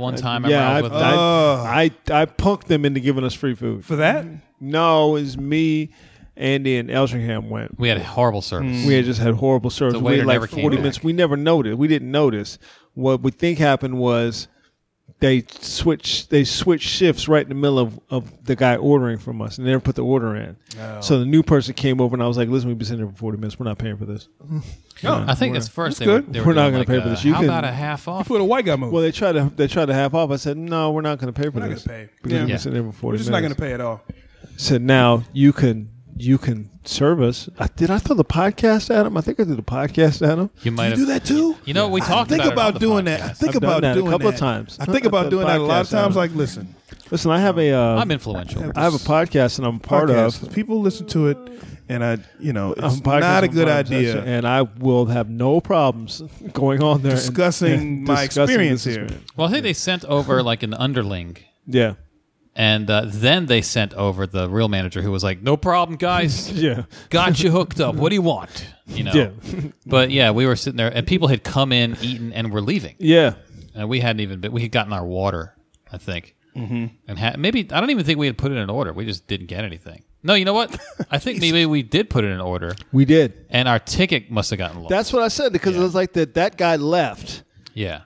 S3: one time. I
S2: yeah, I,
S3: yeah, with him.
S2: I, I I punked them into giving us free food.
S4: for that.
S2: No, it was me, Andy, and Elsingham went.
S3: we had horrible service.
S2: We had just had horrible service.
S3: The
S2: We
S3: waiter
S2: had like
S3: never came
S2: 40
S3: back.
S2: minutes. We never noticed. We didn't notice. What we think happened was they switched they switched shifts right in the middle of, of the guy ordering from us and they never put the order in. So the new person came over and I was like, listen, we've been sitting here for 40 minutes. We're not paying for this.
S4: Oh,
S3: I think it's first they
S4: good.
S3: were, they
S2: We're not
S3: going
S2: gonna
S3: like
S2: pay
S3: a,
S2: for this. You
S3: how
S2: can-
S3: about a half off?
S4: Put a white guy move.
S2: Well, they tried to they tried to half off. I said, no, we're not going to pay for
S4: not
S2: this.
S4: gonna pay.
S2: Because
S4: Yeah.
S2: we've
S4: Yeah.
S2: been sitting here for 40
S4: We're just not
S2: minutes.
S4: going to pay at all.
S2: said, "Now you can you can serve us." I, did I throw the podcast at him? I think I did the podcast at him.
S3: You might
S4: You
S3: have
S4: do that too.
S3: You know, we talked
S4: I
S3: about it
S4: think about,
S3: on the
S4: doing
S3: podcast.
S4: that. I think
S2: I've done
S4: about
S2: that a
S4: doing
S2: couple
S4: that.
S2: of times.
S4: I think
S2: I've
S4: about
S2: done
S4: doing that a lot of
S2: podcasts
S4: times.
S2: out.
S4: Like, listen,
S2: Listen, I have a uh,
S3: I'm influential.
S2: I have a podcast and I'm a part
S4: podcast.
S2: of.
S4: people listen to it, and I, you know,
S2: I'm
S4: it's
S2: podcast
S4: not a
S2: I'm
S4: good
S2: part of,
S4: idea
S2: and I will have no problems going on there and-
S4: discussing
S2: and
S4: my
S2: discussing
S4: experience
S2: this
S4: here.
S3: Well, I think they sent over like an underling,
S2: Yeah,
S3: and uh, then they sent over the real manager who was like, "No problem, guys.
S2: yeah,
S3: Got you hooked up. What do you want?" You know.
S2: Yeah.
S3: but yeah, we were sitting there, and people had come in, eaten, and were leaving.
S2: yeah.
S3: and we hadn't even been, we had gotten our water, I think, mm-hmm. and ha- maybe I don't even think we had put it in order. We just didn't get anything. No, you know what? I think maybe we did put it in order,
S2: We did.
S3: and our ticket must have gotten lost.
S2: That's what I said because it was like that. That guy left.
S3: yeah,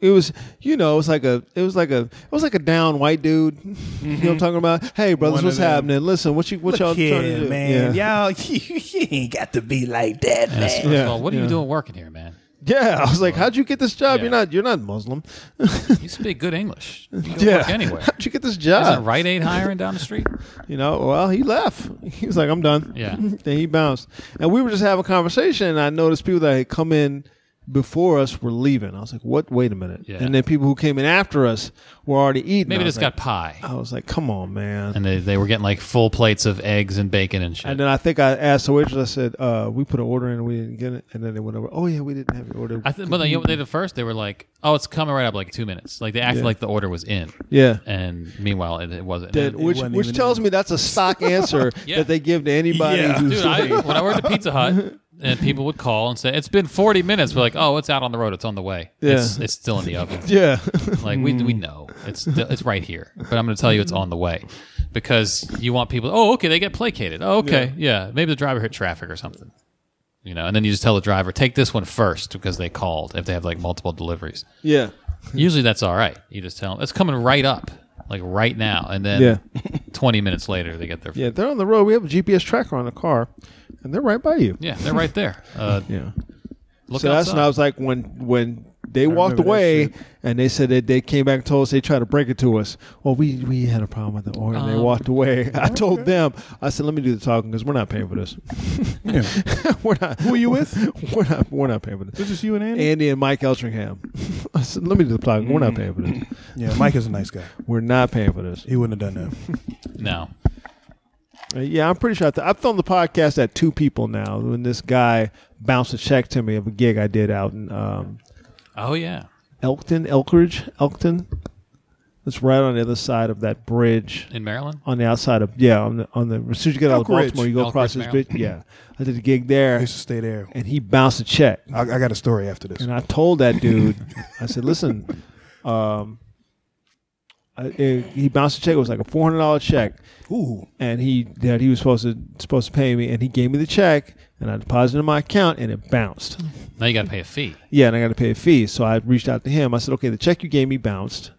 S2: It was, you know, it was like a, it was like a, it was like a down white dude. You
S3: Mm-hmm.
S2: know what I'm talking about? Hey, brothers,
S4: One
S2: what's
S4: of them.
S2: happening? Listen, what you, what y'all trying to do? Yeah.
S5: Y'all, you, ain't got to be like that,
S3: And it's-
S5: man.
S3: first
S2: Yeah,
S3: of all, what are
S2: yeah.
S3: you doing working here, man?
S2: Yeah, I was like, "How'd you get this job?
S3: Yeah.
S2: You're not, you're not Muslim.
S3: You speak good English. You can
S2: Yeah.
S3: work anywhere.
S2: How'd you get this
S3: Isn't
S2: job?
S3: Rite Aid hiring down the street?
S2: You know, well, he left. He was like, "I'm done."
S3: Yeah.
S2: then he bounced, and we were just having a conversation, and I noticed people that had come in before us were leaving. I was like, "What? Wait a minute!"
S3: Yeah.
S2: And then people who came in after us were already eating. I
S3: Maybe
S2: was
S3: just
S2: like,
S3: got pie,
S2: I was like, "Come on, man."
S3: and they, they were getting like full plates of eggs and bacon and shit.
S2: And then I think I asked the waitress. I said, uh, "We put an order in, and we didn't get it." And then they went over. Oh yeah, we didn't have your order.
S3: I think, but then, you know, what they did first they were like, "Oh, it's coming right up, like two minutes." Like they acted
S2: Yeah.
S3: like the order was in,
S2: yeah.
S3: and meanwhile it, it wasn't.
S2: That, which
S4: wasn't
S2: which
S4: even
S2: tells me that's a stock answer
S3: Yeah.
S2: that they give to anybody
S4: Yeah.
S2: who's
S3: Dude, I, when I worked at Pizza Hut, and people would call and say, "It's been 40 minutes." We're like, "Oh, it's out on the road. It's on the way. It's,
S2: Yeah. Mm.
S3: it's still in the oven.
S2: Yeah.
S3: Like we, we know it's still, it's right here." But I'm going to tell you it's on the way because you want people. Oh, okay, they get placated. Oh, okay, yeah. Maybe the driver hit traffic or something. You know, and then you just tell the driver take this one first because they called if they have like multiple deliveries.
S2: yeah.
S3: Usually that's all right. You just tell them it's coming right up, like right now, and then
S2: Yeah.
S3: 20 minutes later they get their
S2: Yeah. They're on the road. We have a GPS tracker on the car and they're right by you.
S3: Yeah, they're right there. Uh,
S2: Yeah.
S3: Look
S2: so that's
S3: outside.
S2: when I was like when when They walked
S4: remember that
S2: away
S4: shit.
S2: and they said that they came back and told us they tried to break it to us. Well, we we had a problem with the order. and they
S3: Um,
S2: walked away. I told them, I said, let me do the talking because we're not paying for this. we're not.
S4: Who are you with?
S2: We're not. We're not paying for this.
S4: This is you and Andy.
S2: Andy and Mike Eltringham. I said, let me do the talking. We're not paying for this.
S4: yeah, Mike is a nice guy.
S2: We're not paying for this.
S4: He wouldn't have done that.
S3: No.
S2: Uh, Yeah, I'm pretty sure. I th- I've filmed the podcast at two people now. When this guy bounced a check to me of a gig I did out in um,
S3: Oh yeah.
S2: Elkton, Elkridge, Elkton. It's right on the other side of that bridge.
S3: In Maryland.
S2: On the outside of yeah, on the on the as soon as you get out of
S4: Elkridge.
S2: Baltimore, you go
S3: Elkridge,
S2: across this
S3: Maryland.
S2: bridge. Yeah, I did a gig
S4: I
S2: there,
S4: used to stay there.
S2: and he bounced a check.
S4: I, I got a story after this.
S2: And I told that dude, I said, listen, um, I, it- he bounced a check. It was like a four hundred dollar check,
S4: Ooh,
S2: and he that he was supposed to supposed to pay me, and he gave me the check, and I deposited it in my account, and it bounced.
S3: Now you got to pay a fee.
S2: Yeah, and I got to pay a fee. So I reached out to him. I said, okay, the check you gave me bounced.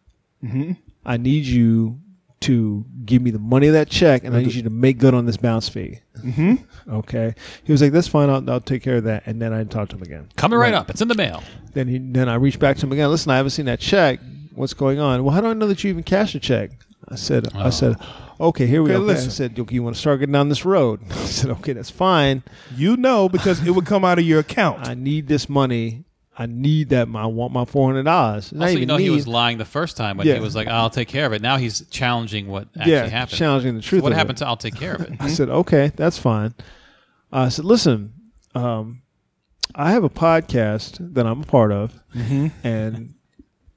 S2: I need you to give me the money of that check, and I need you to make good on this bounce fee. Mm-hmm. Okay. He was like, that's fine. I'll, I'll take care of that. And then I talked to him again.
S3: Coming right up. It's in the mail.
S2: Then he, then I reached back to him again. Listen, I haven't seen that check. What's going on? Well, how do I know that you even cashed a check? I said,
S3: Oh.
S2: I said, okay, here we
S4: Okay,
S2: go. I
S4: listen.
S2: said, okay, you want to start getting down this road? I said, okay, that's fine.
S4: you know because it would come out of your account.
S2: I need this money. I need that. My I want my four hundred dollars.
S3: Also, you know
S2: need,
S3: he was lying the first time when
S2: Yeah.
S3: he was like, "I'll take care of it." Now he's challenging what actually
S2: yeah,
S3: happened.
S2: challenging the truth.
S3: what
S2: of it.
S3: happened to "I'll take care of it"?
S2: I said, okay, that's fine. I said, listen, um, I have a podcast that I'm a part of,
S4: Mm-hmm.
S2: and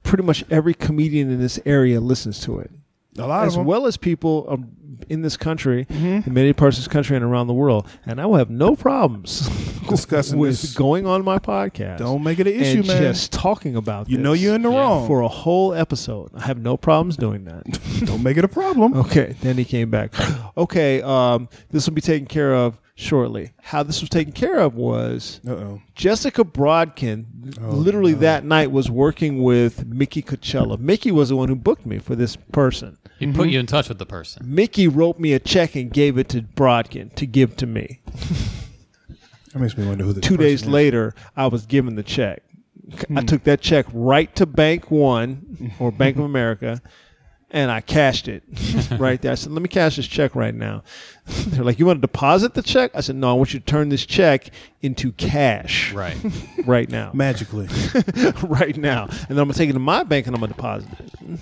S2: pretty much every comedian in this area listens to it.
S4: A lot
S2: as
S4: of Mm-hmm. them.
S2: well as people um, in this country, in many parts of this country and around the world. And I will have no problems
S4: Discussing
S2: with
S4: this.
S2: going on my podcast.
S4: Don't make it an issue,
S2: and
S4: man.
S2: Just talking about
S4: you know
S2: this
S4: you're in the
S3: Yeah.
S4: wrong.
S2: for a whole episode. I have no problems doing that.
S4: Don't make it a problem.
S2: Okay. Then he came back. Okay, um, this will be taken care of shortly. How this was taken care of was
S4: Uh oh.
S2: Jessica Brodkin, literally that night, was working with Mickey Coachella. Mickey was the one who booked me for this person.
S3: He put you in touch with the person.
S2: Mickey wrote me a check and gave it to Brodkin to give to me.
S4: That makes me wonder who this
S2: Two
S4: person
S2: days
S4: is.
S2: later, I was given the check. I took that check right to Bank One or Bank of America and I cashed it right there. I said, Let me cash this check right now. They're like, You want to deposit the check? I said, No, I want you to turn this check into cash
S3: Right.
S2: right now.
S4: Magically.
S2: right now. And then I'm going to take it to my bank and I'm going to deposit it.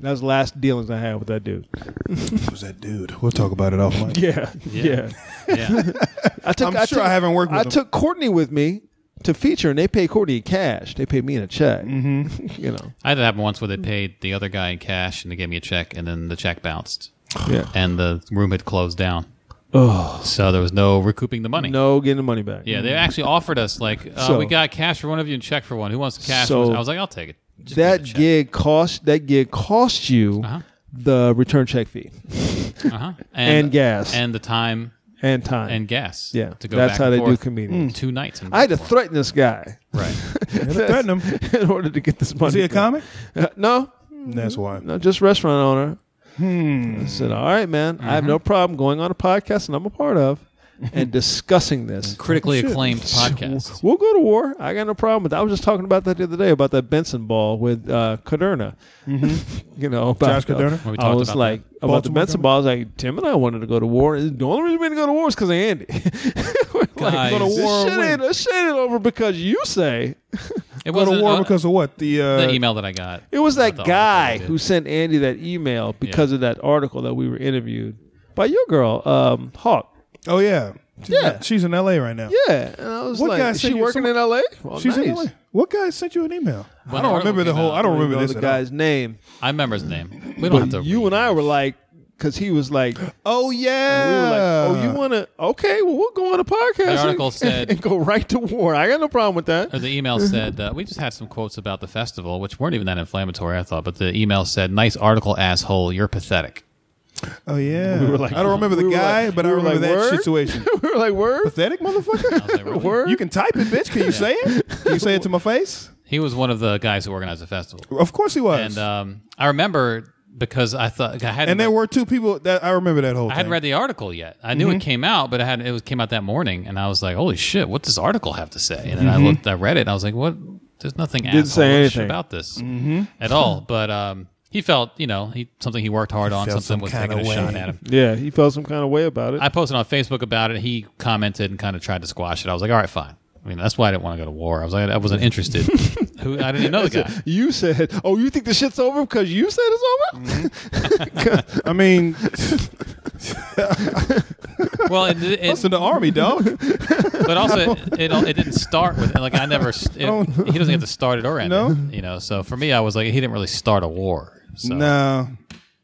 S2: That was the last dealings I had with that dude.
S4: Who's that dude? We'll talk about it off mic.
S2: Yeah.
S3: Yeah.
S2: yeah.
S3: Yeah.
S2: I took,
S4: I'm sure I haven't worked with
S2: I
S4: them.
S2: took Courtney with me to feature, and they paid Courtney in cash. They paid me in a check.
S4: Mm-hmm.
S2: you know,
S3: I had that happen once where they paid the other guy in cash and they gave me a check and then the check bounced
S2: yeah.
S3: and the room had closed down. Oh. So there was no recouping the money.
S2: No getting the money back.
S3: Yeah, they actually offered us like uh,
S2: So-
S3: we got cash for one of you and check for one. Who wants cash?
S2: So-
S3: I was like, I'll take it. Just give
S2: that
S3: me the check.
S2: gig cost that gig cost you
S3: Uh-huh.
S2: the return check fee
S3: uh-huh.
S2: and gas.
S3: and the time
S2: and time.
S3: and gas.
S2: yeah,
S3: to go
S2: that's
S3: back
S2: how
S3: and
S2: they do
S3: forth
S2: comedians.
S3: Two nights.
S4: Mm.
S3: and
S2: I had to
S3: back and
S2: threaten this guy
S3: forth. right.
S4: Yeah, they threaten him.
S2: in order to get this money.
S4: Is he a
S2: back.
S4: comic? Mm,
S2: Uh, no,
S4: That's why.
S2: no, just restaurant owner. I said, all right, man, I
S3: Mm-hmm.
S2: have no problem going on a podcast and I'm a part of and discussing this.
S3: Critically
S4: Shit.
S3: acclaimed podcast.
S2: We'll go to war. I got no problem with that. I was just talking about that the other day about that Benson ball with uh, Caderna. you know, about,
S4: Mm-hmm. Josh Caderna?
S3: When we
S2: I
S3: talked
S2: was
S3: about
S2: like about the
S4: Baltimore
S2: Benson ball. I was like, Tim and I wanted to go to war. The only reason we didn't go to war is because of Andy. We're like,
S3: Guys.
S2: go to
S3: This
S2: war.
S4: shit
S2: This shit, ain't, this shit ain't over because you say
S3: It
S4: Go
S3: wasn't,
S4: to war
S3: uh,
S4: because of what? The, uh,
S3: the email that I got.
S2: it was
S3: About
S2: that
S3: the
S2: guy
S3: article we
S2: who
S3: did.
S2: sent Andy that email because of that article that we were interviewed by your girl, um, Hawk.
S4: oh, yeah. She's-
S2: Yeah.
S4: She's in L.A. right now.
S2: Yeah, and I was
S4: What guy
S2: like, is
S4: sent
S2: she
S4: you
S2: working in L.A.? Well,
S4: She's in
S2: nice.
S4: L.A. What guy sent you an email?
S3: When
S4: I don't
S3: the
S4: remember
S3: article
S4: the
S3: came
S4: whole.
S3: out,
S4: I don't
S2: I don't
S4: remember
S2: know
S4: this
S2: the
S4: at all.
S2: guy's name.
S3: I remember his name. We don't have to.
S2: You
S3: read
S2: and I
S3: it.
S2: were like, because he was like, we were
S4: Oh
S2: like,
S4: yeah.
S2: oh, you want to? Okay, well, we'll go on a podcast. and-
S3: article
S2: and,
S3: said-
S2: and go right to war. I got no problem with
S3: Or
S2: that.
S3: the email said uh, we just had some quotes about the festival, which weren't even that inflammatory, I thought. But the email said, "Nice article, asshole. You're pathetic."
S4: Oh yeah. We were
S2: like-
S4: I don't remember the
S2: we were
S4: guy,
S2: like-
S4: but I
S2: we were
S4: remember
S2: like,
S4: that
S2: word?
S4: situation.
S2: we were like, word,
S4: Pathetic motherfucker.
S3: I was like, really?
S2: word.
S4: You can type it, bitch. Can you say it? Can you say it to my face?
S3: He was one of the guys who organized the festival,
S4: Of course he was.
S3: and um, I remember because I thought I hadn't.
S4: And there
S3: read,
S4: were two people that I remember that whole.
S3: I hadn't
S4: thing.
S3: read the article yet. I knew it came out, but I had it was, came out that morning, and I was like, "Holy shit! What does this article have to say?" And then I looked, I read it, and I was like, "What?" there's nothing
S2: Didn't say
S3: asshole-ish
S2: anything.
S3: about this at all. But um, he felt, you know, he something he worked hard on, something
S4: felt some
S3: was
S4: kinda
S3: taking a
S4: way.
S3: shot at him.
S2: Yeah, he felt some kind of way about it.
S3: I posted on Facebook about it. He commented and kind of tried to squash it. I was like, all right, fine. I mean, that's why I didn't want to go to war. I was like, I wasn't interested. Who I didn't even know the guy.
S2: you said, "Oh, you think the shit's over because you said it's over?"
S4: I mean,
S3: Well, it, it,
S4: it's in the army, dog.
S3: but also it, it, it didn't start with like I never. st- It,
S4: Oh, no.
S3: He doesn't get to start it or end
S4: No?
S3: it. You know, so for me, I was like, he didn't really start a war. So.
S4: No,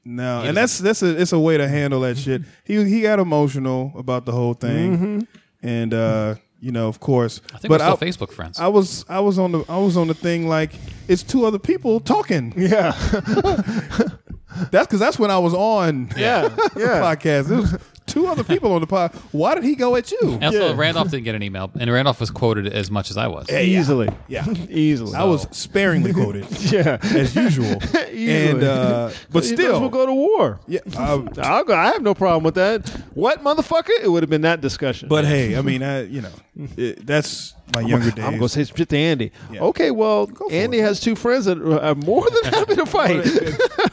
S4: no, and that's that's a it's a way to handle that shit. He he got emotional about the whole thing, and uh, you know, of course,
S3: I think
S4: but
S3: we're
S4: I,
S3: still Facebook friends.
S4: I was I was on the I was on the thing like it's two other people talking.
S2: yeah,
S4: That's because that's when I was on
S2: yeah,
S4: the podcast. It was two other people on the pod. Why did he go at you?
S3: And also,
S2: Yeah.
S3: Randolph didn't get an email, and Randolph was quoted as much as I was.
S2: Easily,
S4: Yeah.
S2: easily.
S4: I was sparingly quoted
S2: yeah,
S4: as usual,
S2: Easily.
S4: and uh, but
S2: You might as well
S4: still,
S2: go to war.
S4: yeah. um, I,
S2: I'll go. I have no problem with that. What motherfucker? It would have been that discussion.
S4: but hey, I mean, I you know, it, that's my younger days.
S2: I'm gonna say some shit to Andy.
S4: Yeah.
S2: Okay, well,
S4: for
S2: Andy
S4: it.
S2: has two friends that are more than happy to fight.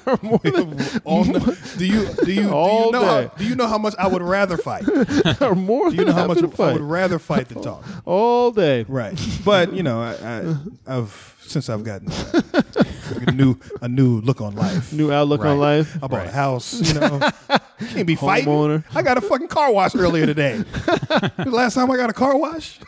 S2: More than-
S4: all night. Do you do you, do
S2: All
S4: you know how,
S2: day.
S4: do you know how much I would rather fight? Do
S2: are more
S4: you
S2: than
S4: know how
S2: happy
S4: much
S2: to
S4: I
S2: fight
S4: would rather fight than talk?
S2: all day.
S4: Right, but you know, I, I, I've since I've gotten uh, a new a new look on life.
S2: New outlook
S3: Right.
S2: on life.
S4: I bought a house. You know, can't be fighting.
S2: Homeowner.
S4: I got a fucking car wash earlier today. the last time I got a car wash,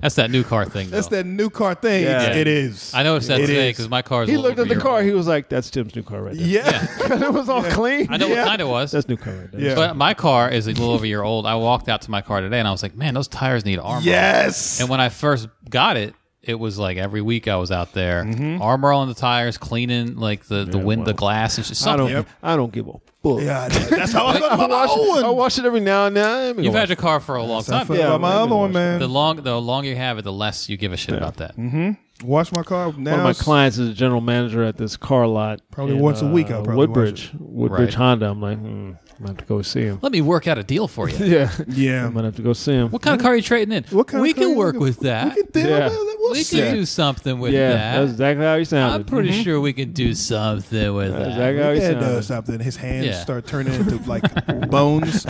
S3: That's that new car thing.
S4: that's
S3: though.
S4: that new car thing.
S2: Yeah.
S4: It is.
S3: I noticed that
S4: It
S3: today
S4: is.
S3: because my car. Is a
S2: He
S3: little
S2: looked at the
S3: over a
S2: car.
S3: year
S2: He
S3: old.
S2: was like, "That's Tim's new car right there."
S4: Yeah.
S2: it was all clean.
S3: I know
S4: Yeah.
S3: what kind it was.
S2: That's new car right there.
S4: Yeah.
S3: But my car is a little over a year old. I walked out to my car today and I was like, man, those tires need armor.
S4: Yes.
S3: And when I first got it, it was like every week I was out there armor on the tires, cleaning like the the wind, the glass, and just
S2: I
S3: something.
S2: don't. I don't give a fuck.
S4: yeah, that's how I felt about my old one.
S2: I wash it every now and then.
S3: You've had your car for a long
S4: I
S3: time.
S4: felt
S2: Yeah,
S4: about my
S2: I've
S4: other
S2: been
S4: one,
S2: watching
S4: man.
S3: The long, the longer you have it, the less you give a shit about that.
S4: Wash my car now.
S2: one of my
S4: it's-
S2: clients is a general manager at this car lot. uh,
S4: Probably once a week I'll probably watch
S2: Woodbridge, Woodbridge
S3: Right.
S2: Honda. I'm like, hmm, I'm gonna have to go see him.
S3: Let me work out a deal for you.
S2: Yeah,
S4: Yeah.
S2: I'm gonna have to go see him.
S3: What kind of car are you trading in?
S4: What kind
S3: we
S4: of car
S3: can
S4: you
S3: work
S4: looking-
S3: with that.
S4: We can deal
S2: Yeah.
S4: with that. We'll
S3: We
S4: see.
S3: can do something with
S2: yeah, that's
S3: that.
S2: exactly how he sounded.
S3: I'm pretty sure we can do something with
S2: That's
S3: that.
S2: exactly how he
S4: Yeah, it
S2: sounded.
S4: does something. His hands
S3: Yeah.
S4: start turning into like bones.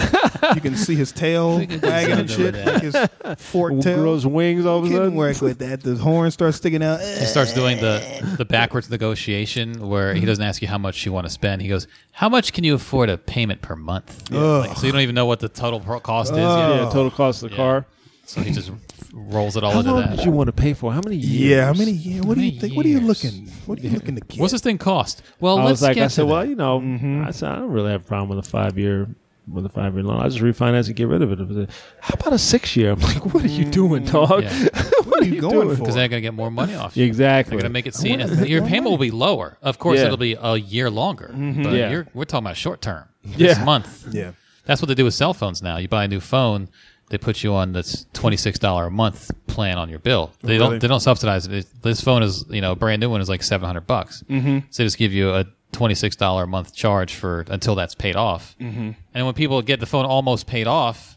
S4: You can see his tail
S3: can do
S4: wagging and
S3: something
S4: shit,
S3: with
S4: like his fork
S2: W-
S4: tail.
S2: Grows wings all of a
S4: Can
S2: sudden.
S4: work with that. The horn starts sticking out.
S3: He starts doing the the backwards negotiation where he doesn't ask you how much you want to spend. He goes, "How much can you afford a payment per month?" Like, so you don't even know what the total pro- cost is.
S4: Ugh.
S3: Yet.
S2: Yeah, total cost of the
S3: Yeah.
S2: car.
S3: So he just rolls it all
S2: uh, How
S3: into
S2: long
S3: that.
S2: did you want to pay for? How many years?
S4: Eh, Yeah, how many years? What do you
S3: many
S4: think? What are you
S3: years?
S4: looking? What are you looking to get?
S3: What's this thing cost? Well,
S2: I
S3: let's
S2: was like,
S3: get
S2: I said,
S3: to
S2: well,
S3: that.
S2: you know, I said, I don't really have a problem with a five year with a five year loan. I just refinance and get rid of it. It was like, How about a six year? I'm like, what are you doing, dog?
S3: Mm, Yeah.
S2: what are you
S4: going
S2: doing?
S4: for?
S3: because they're gonna get more money off you.
S2: Exactly.
S3: They're gonna make it seem your payment will be lower. Of course,
S2: Yeah. Mm-hmm.
S3: it'll be a year longer. But
S2: Yeah.
S3: you're, we're talking about short term. This
S2: Yeah.
S3: month.
S4: Yeah.
S3: That's what they do with cell phones now. You buy a new phone, they put you on this twenty six dollar a month plan on your bill. They
S4: Really?
S3: don't they don't subsidize it. It- This phone is you know a brand new one is like seven hundred bucks. Mm-hmm. So they just give you a twenty six dollar a month charge for until that's paid off. Mm-hmm. And when people get the phone almost paid off,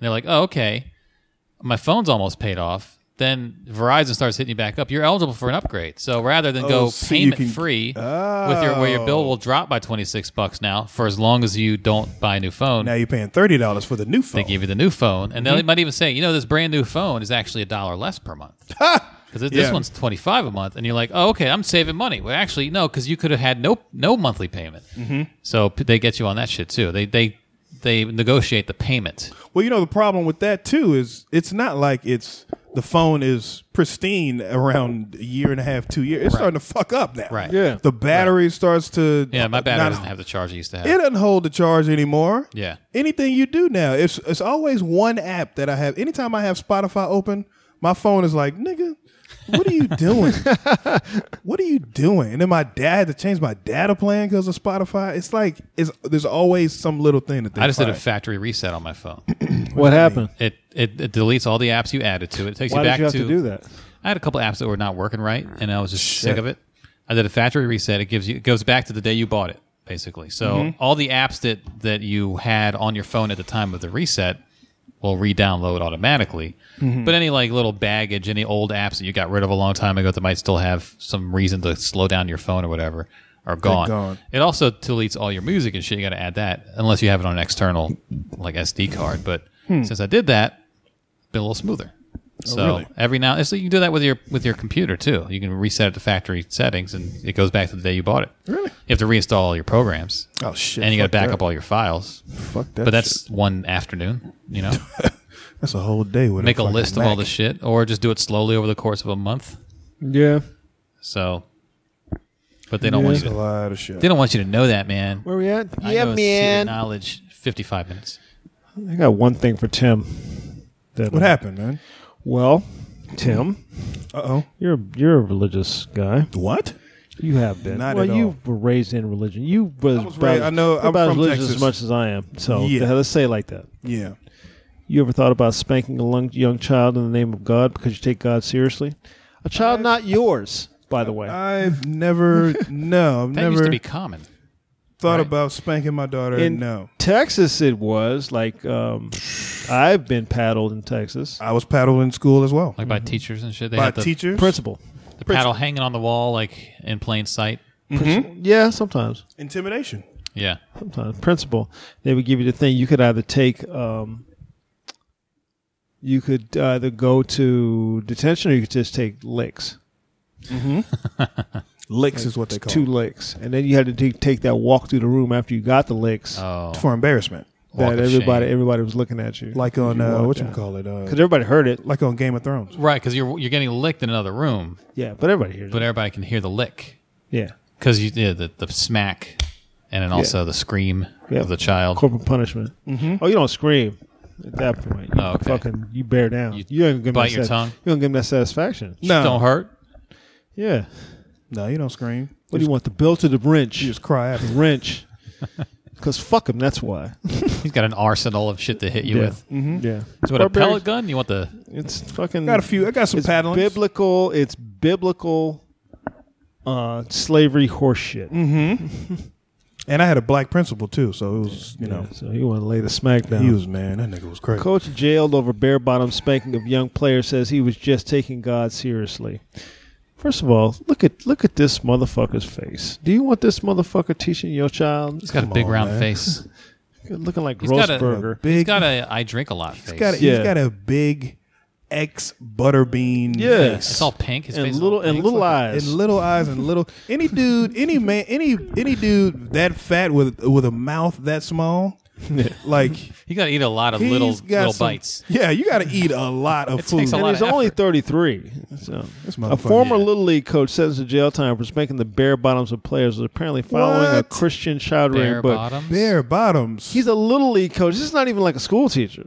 S3: they're like, oh okay, my phone's almost paid off. Then Verizon starts hitting you back up. You're eligible for an upgrade. So rather than go
S4: Oh, so you
S3: payment
S4: can-
S3: free with your where your bill
S2: Oh.
S3: will drop by twenty six bucks now for as long as you don't buy a new phone.
S4: Now you're paying thirty dollars for the new phone.
S3: They give you the new phone, and
S2: Mm-hmm.
S3: they might even say, you know, this brand new phone is actually a dollar less per month because this
S4: Yeah.
S3: one's twenty five a month, and you're like, oh, okay, I'm saving money. Well, actually, no, because you could have had no no monthly payment.
S2: Mm-hmm.
S3: So p- they get you on that shit too. They they they negotiate the payment.
S4: Well, you know the problem with that too is it's not like it's the phone is pristine around a year and a half, two years. It's starting to fuck up now.
S3: Right.
S2: Yeah.
S4: The battery starts to
S3: Yeah, my battery
S4: not-
S3: doesn't have the charge it used to have.
S4: it doesn't hold the charge anymore.
S3: Yeah.
S4: Anything you do now, it's it's always one app that I have. Anytime I have Spotify open, my phone is like, nigga, what are you doing? what are you doing? And then my dad to change my data plan because of Spotify. It's like it's there's always some little thing that they
S3: I just did a
S4: find.
S3: factory reset on my phone.
S2: What happened?
S3: it, it it deletes all the apps you added to it. It takes
S2: Why
S3: you
S2: did
S3: back
S2: you have
S3: to,
S2: to, do that?
S3: I had a couple apps that were not working right, and I was just sick of it. I did a factory reset. It gives you it goes back to the day you bought it, basically. So all the apps that that you had on your phone at the time of the reset will re-download automatically. But any like little baggage, any old apps that you got rid of a long time ago that might still have some reason to slow down your phone or whatever are gone.
S4: gone.
S3: It also deletes all your music and shit. You got to add that unless you have it on an external like SD card. But since I did that, been a little smoother. So
S4: Oh, really?
S3: every now so you can do that with your with your computer too. You can reset it to factory settings, and it goes back to the day you bought it. Really? You have to reinstall all your programs.
S4: Oh, shit,
S3: And you got to
S4: fuck
S3: back
S4: that.
S3: up all your files.
S4: Fuck that.
S3: But that's one afternoon. You know,
S4: shit. that's a whole day. With
S3: make a
S4: fucking
S3: list of all
S4: Mac.
S3: the shit, or just do it slowly over the course of a month.
S2: Yeah.
S3: So, but they don't want
S4: That's
S3: you
S4: a
S3: to.
S4: lot of shit.
S3: They don't want you to know that, man.
S2: Where we at?
S3: I know a secret Knowledge. Fifty-five minutes.
S2: I got one thing for Tim. That,
S4: what happened, man?
S2: Well, Tim,
S4: Uh oh.
S2: you're you're a religious guy.
S4: What?
S2: You have been.
S4: Not
S2: well,
S4: at
S2: you
S4: all.
S2: were raised in religion. You was,
S4: was
S2: about,
S4: raised- I know- I'm
S2: about as
S4: from
S2: religious as
S4: Texas.
S2: much as I am. So
S4: Yeah.
S2: let's say it like that.
S4: Yeah.
S2: You ever thought about spanking a lung- young child in the name of God because you take God seriously? A child not yours, by the way.
S4: I've never, no, I've
S3: That used
S4: never
S3: to be common.
S4: thought
S3: right.
S4: about spanking my daughter.
S2: in
S4: no,
S2: Texas, it was like um, I've been paddled in Texas.
S4: I was paddled in school as well
S3: Like by teachers and shit. They
S4: Mm-hmm. by
S3: had the,
S4: teachers.
S2: Principal.
S3: the paddle hanging on the wall, like in plain sight.
S4: Mm-hmm.
S3: Mm-hmm.
S2: Yeah, sometimes.
S4: Intimidation.
S3: Yeah.
S2: sometimes principal they would give you the thing you could either take um, you could either go to detention or you could just take licks
S4: Licks is what they call
S2: two
S4: it.
S2: licks and then you had to take, take that walk through the room after you got the licks
S3: Oh.
S4: for embarrassment.
S3: walk
S2: that
S3: of
S2: everybody
S3: shame.
S2: everybody was looking at you
S4: Like on uh,
S2: walk
S4: what you
S2: down.
S4: call it?
S2: because
S4: Uh,
S2: everybody heard it
S4: like on Game of Thrones.
S3: Right, because you're you're getting licked in another room,
S2: yeah but everybody hears
S3: but
S2: it
S3: everybody can hear the lick
S2: yeah
S3: because you yeah, the the smack, and then also the scream
S2: Yeah.
S3: of the child.
S2: corporal punishment
S4: Mm-hmm.
S2: oh you don't scream at that point you
S3: Oh, okay.
S2: fucking you bear down
S3: You
S2: you, don't give them
S3: bite
S2: that
S3: your
S2: sat-
S3: tongue?
S2: you don't give them that satisfaction
S4: No,
S3: Don't hurt.
S2: yeah
S4: no, you don't scream.
S2: what do you want the bill to the wrench
S4: You just cry after.
S2: wrench because fuck him that's why
S3: He's got an arsenal of shit to hit you
S2: yeah.
S3: with.
S4: Mm-hmm.
S2: Yeah.
S3: So what a pellet gun? You want the
S2: It's fucking.
S4: I got a few. I got some
S2: It's
S4: paddling.
S2: biblical. It's biblical. Uh, slavery horseshit.
S4: and I had a black principal too, so it was you know
S2: so you want to lay the smack down.
S4: he was man. That nigga was crazy.
S2: Coach jailed over bare bottom spanking of young player says he was just taking God seriously. First of all, look at look at this motherfucker's face. Do you want this motherfucker teaching your child?
S3: he's got a
S4: Come
S3: big
S4: on,
S3: round
S4: man.
S3: face.
S2: Looking like
S3: He's got a-
S2: Grossberger.
S3: He's
S4: Big.
S3: got a I drink a lot face.
S4: he's got a,
S2: Yeah.
S4: he's got a big X butterbean.
S2: Yeah.
S4: face.
S3: it's all pink. His face
S2: and
S3: is
S2: little
S3: all
S2: and
S3: pink.
S2: little
S4: and
S2: eyes.
S4: little eyes and little any dude any man any any dude that fat with with a mouth that small like
S3: You got to eat a lot of
S4: he's
S3: little
S4: got
S3: little
S4: some-
S3: bites.
S4: yeah you got to eat a lot of
S3: It
S4: food
S3: takes a
S2: and
S3: lot
S2: he's
S3: of
S2: only
S3: effort.
S2: 33. So, a
S4: motherfucker,
S2: former
S3: yeah.
S2: little league coach sentenced to jail time for spanking the bare bottoms of players was apparently following a
S4: What?
S2: Christian child rearing
S3: Bare
S2: book.
S3: bottoms.
S4: bare bottoms
S2: He's a little league coach. This is not even like a school teacher.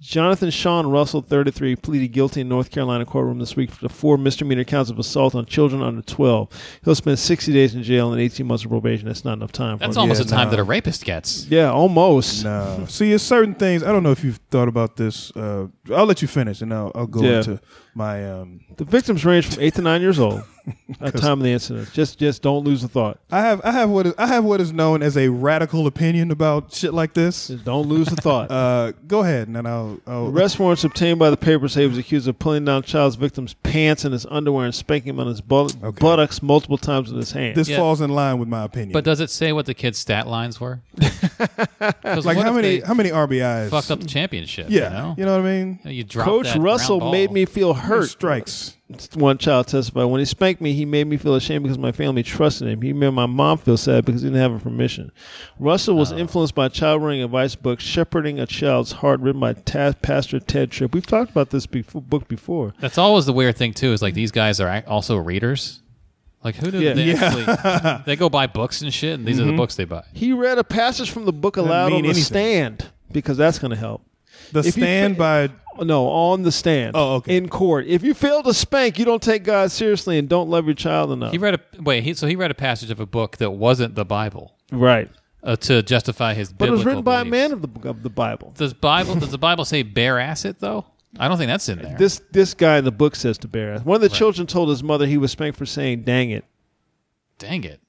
S2: Jonathan Sean Russell, 33, pleaded guilty in North Carolina courtroom this week for the four misdemeanor counts of assault on children under 12. He'll spend 60 days in jail and 18 months of probation. That's not enough time. For
S3: That's
S2: him.
S3: almost
S4: Yeah,
S3: the time
S4: no.
S3: that a rapist gets.
S2: Yeah, almost.
S4: no see it's certain things i don't know if you've thought about this uh i'll let you finish and i'll, I'll go
S2: Yeah.
S4: into my um
S2: The victims range from 8 to 9 years old at the time of the incident. Just, just don't lose a thought.
S4: i have i have what is i have what is known as a radical opinion about shit like this
S2: Just don't lose a thought.
S4: uh go ahead and then i'll, I'll
S2: Arrest warrants obtained by the paper say he was accused of pulling down child's victim's pants and his underwear and spanking him on his butt- buttocks multiple times with his hand.
S4: this
S3: Yeah.
S4: falls in line with my opinion
S3: But does it say what the kids' stat lines were? 'Cause
S4: like
S3: what
S4: how
S3: if
S4: many
S3: they
S4: how many rbis
S3: fucked up the championship?
S4: yeah
S3: you know,
S4: what i mean
S3: You drop
S2: Coach
S3: that ground
S2: Russell
S3: ball.
S2: made me feel hurt.
S4: strikes
S2: One child testified. When he spanked me, he made me feel ashamed because my family trusted him. He made my mom feel sad because he didn't have her permission. Russell
S3: Uh.
S2: was influenced by child rearing advice book, Shepherding a Child's Heart, written by Ta- Pastor Ted Tripp. We've talked about this befo- book before.
S3: That's always the weird thing too. Is like these guys are ac- also readers. Like who do
S2: Yeah. Mm-hmm.
S3: they actually? They go buy books and shit, and these are the books they buy.
S2: He read a passage from the book aloud
S4: mean
S2: on the
S4: anything.
S2: stand because that's going to help.
S4: The
S2: If you
S4: stand
S2: fa-
S4: by
S2: No, on the stand.
S4: Oh, okay.
S2: In court. If you fail to spank, you don't take God seriously and don't love your child enough.
S3: He read a wait. He, so he read a passage of a book that wasn't the Bible
S2: right.
S3: uh, to justify his.
S2: But it was
S3: biblical
S2: written by a
S3: beliefs.
S2: man of the, of the Bible.
S3: Does Bible does the Bible say bare asset though? I don't think that's in there.
S2: This this guy in the book says to bear. One of the children told his mother he was spanked for saying "dang it."
S3: Dang it!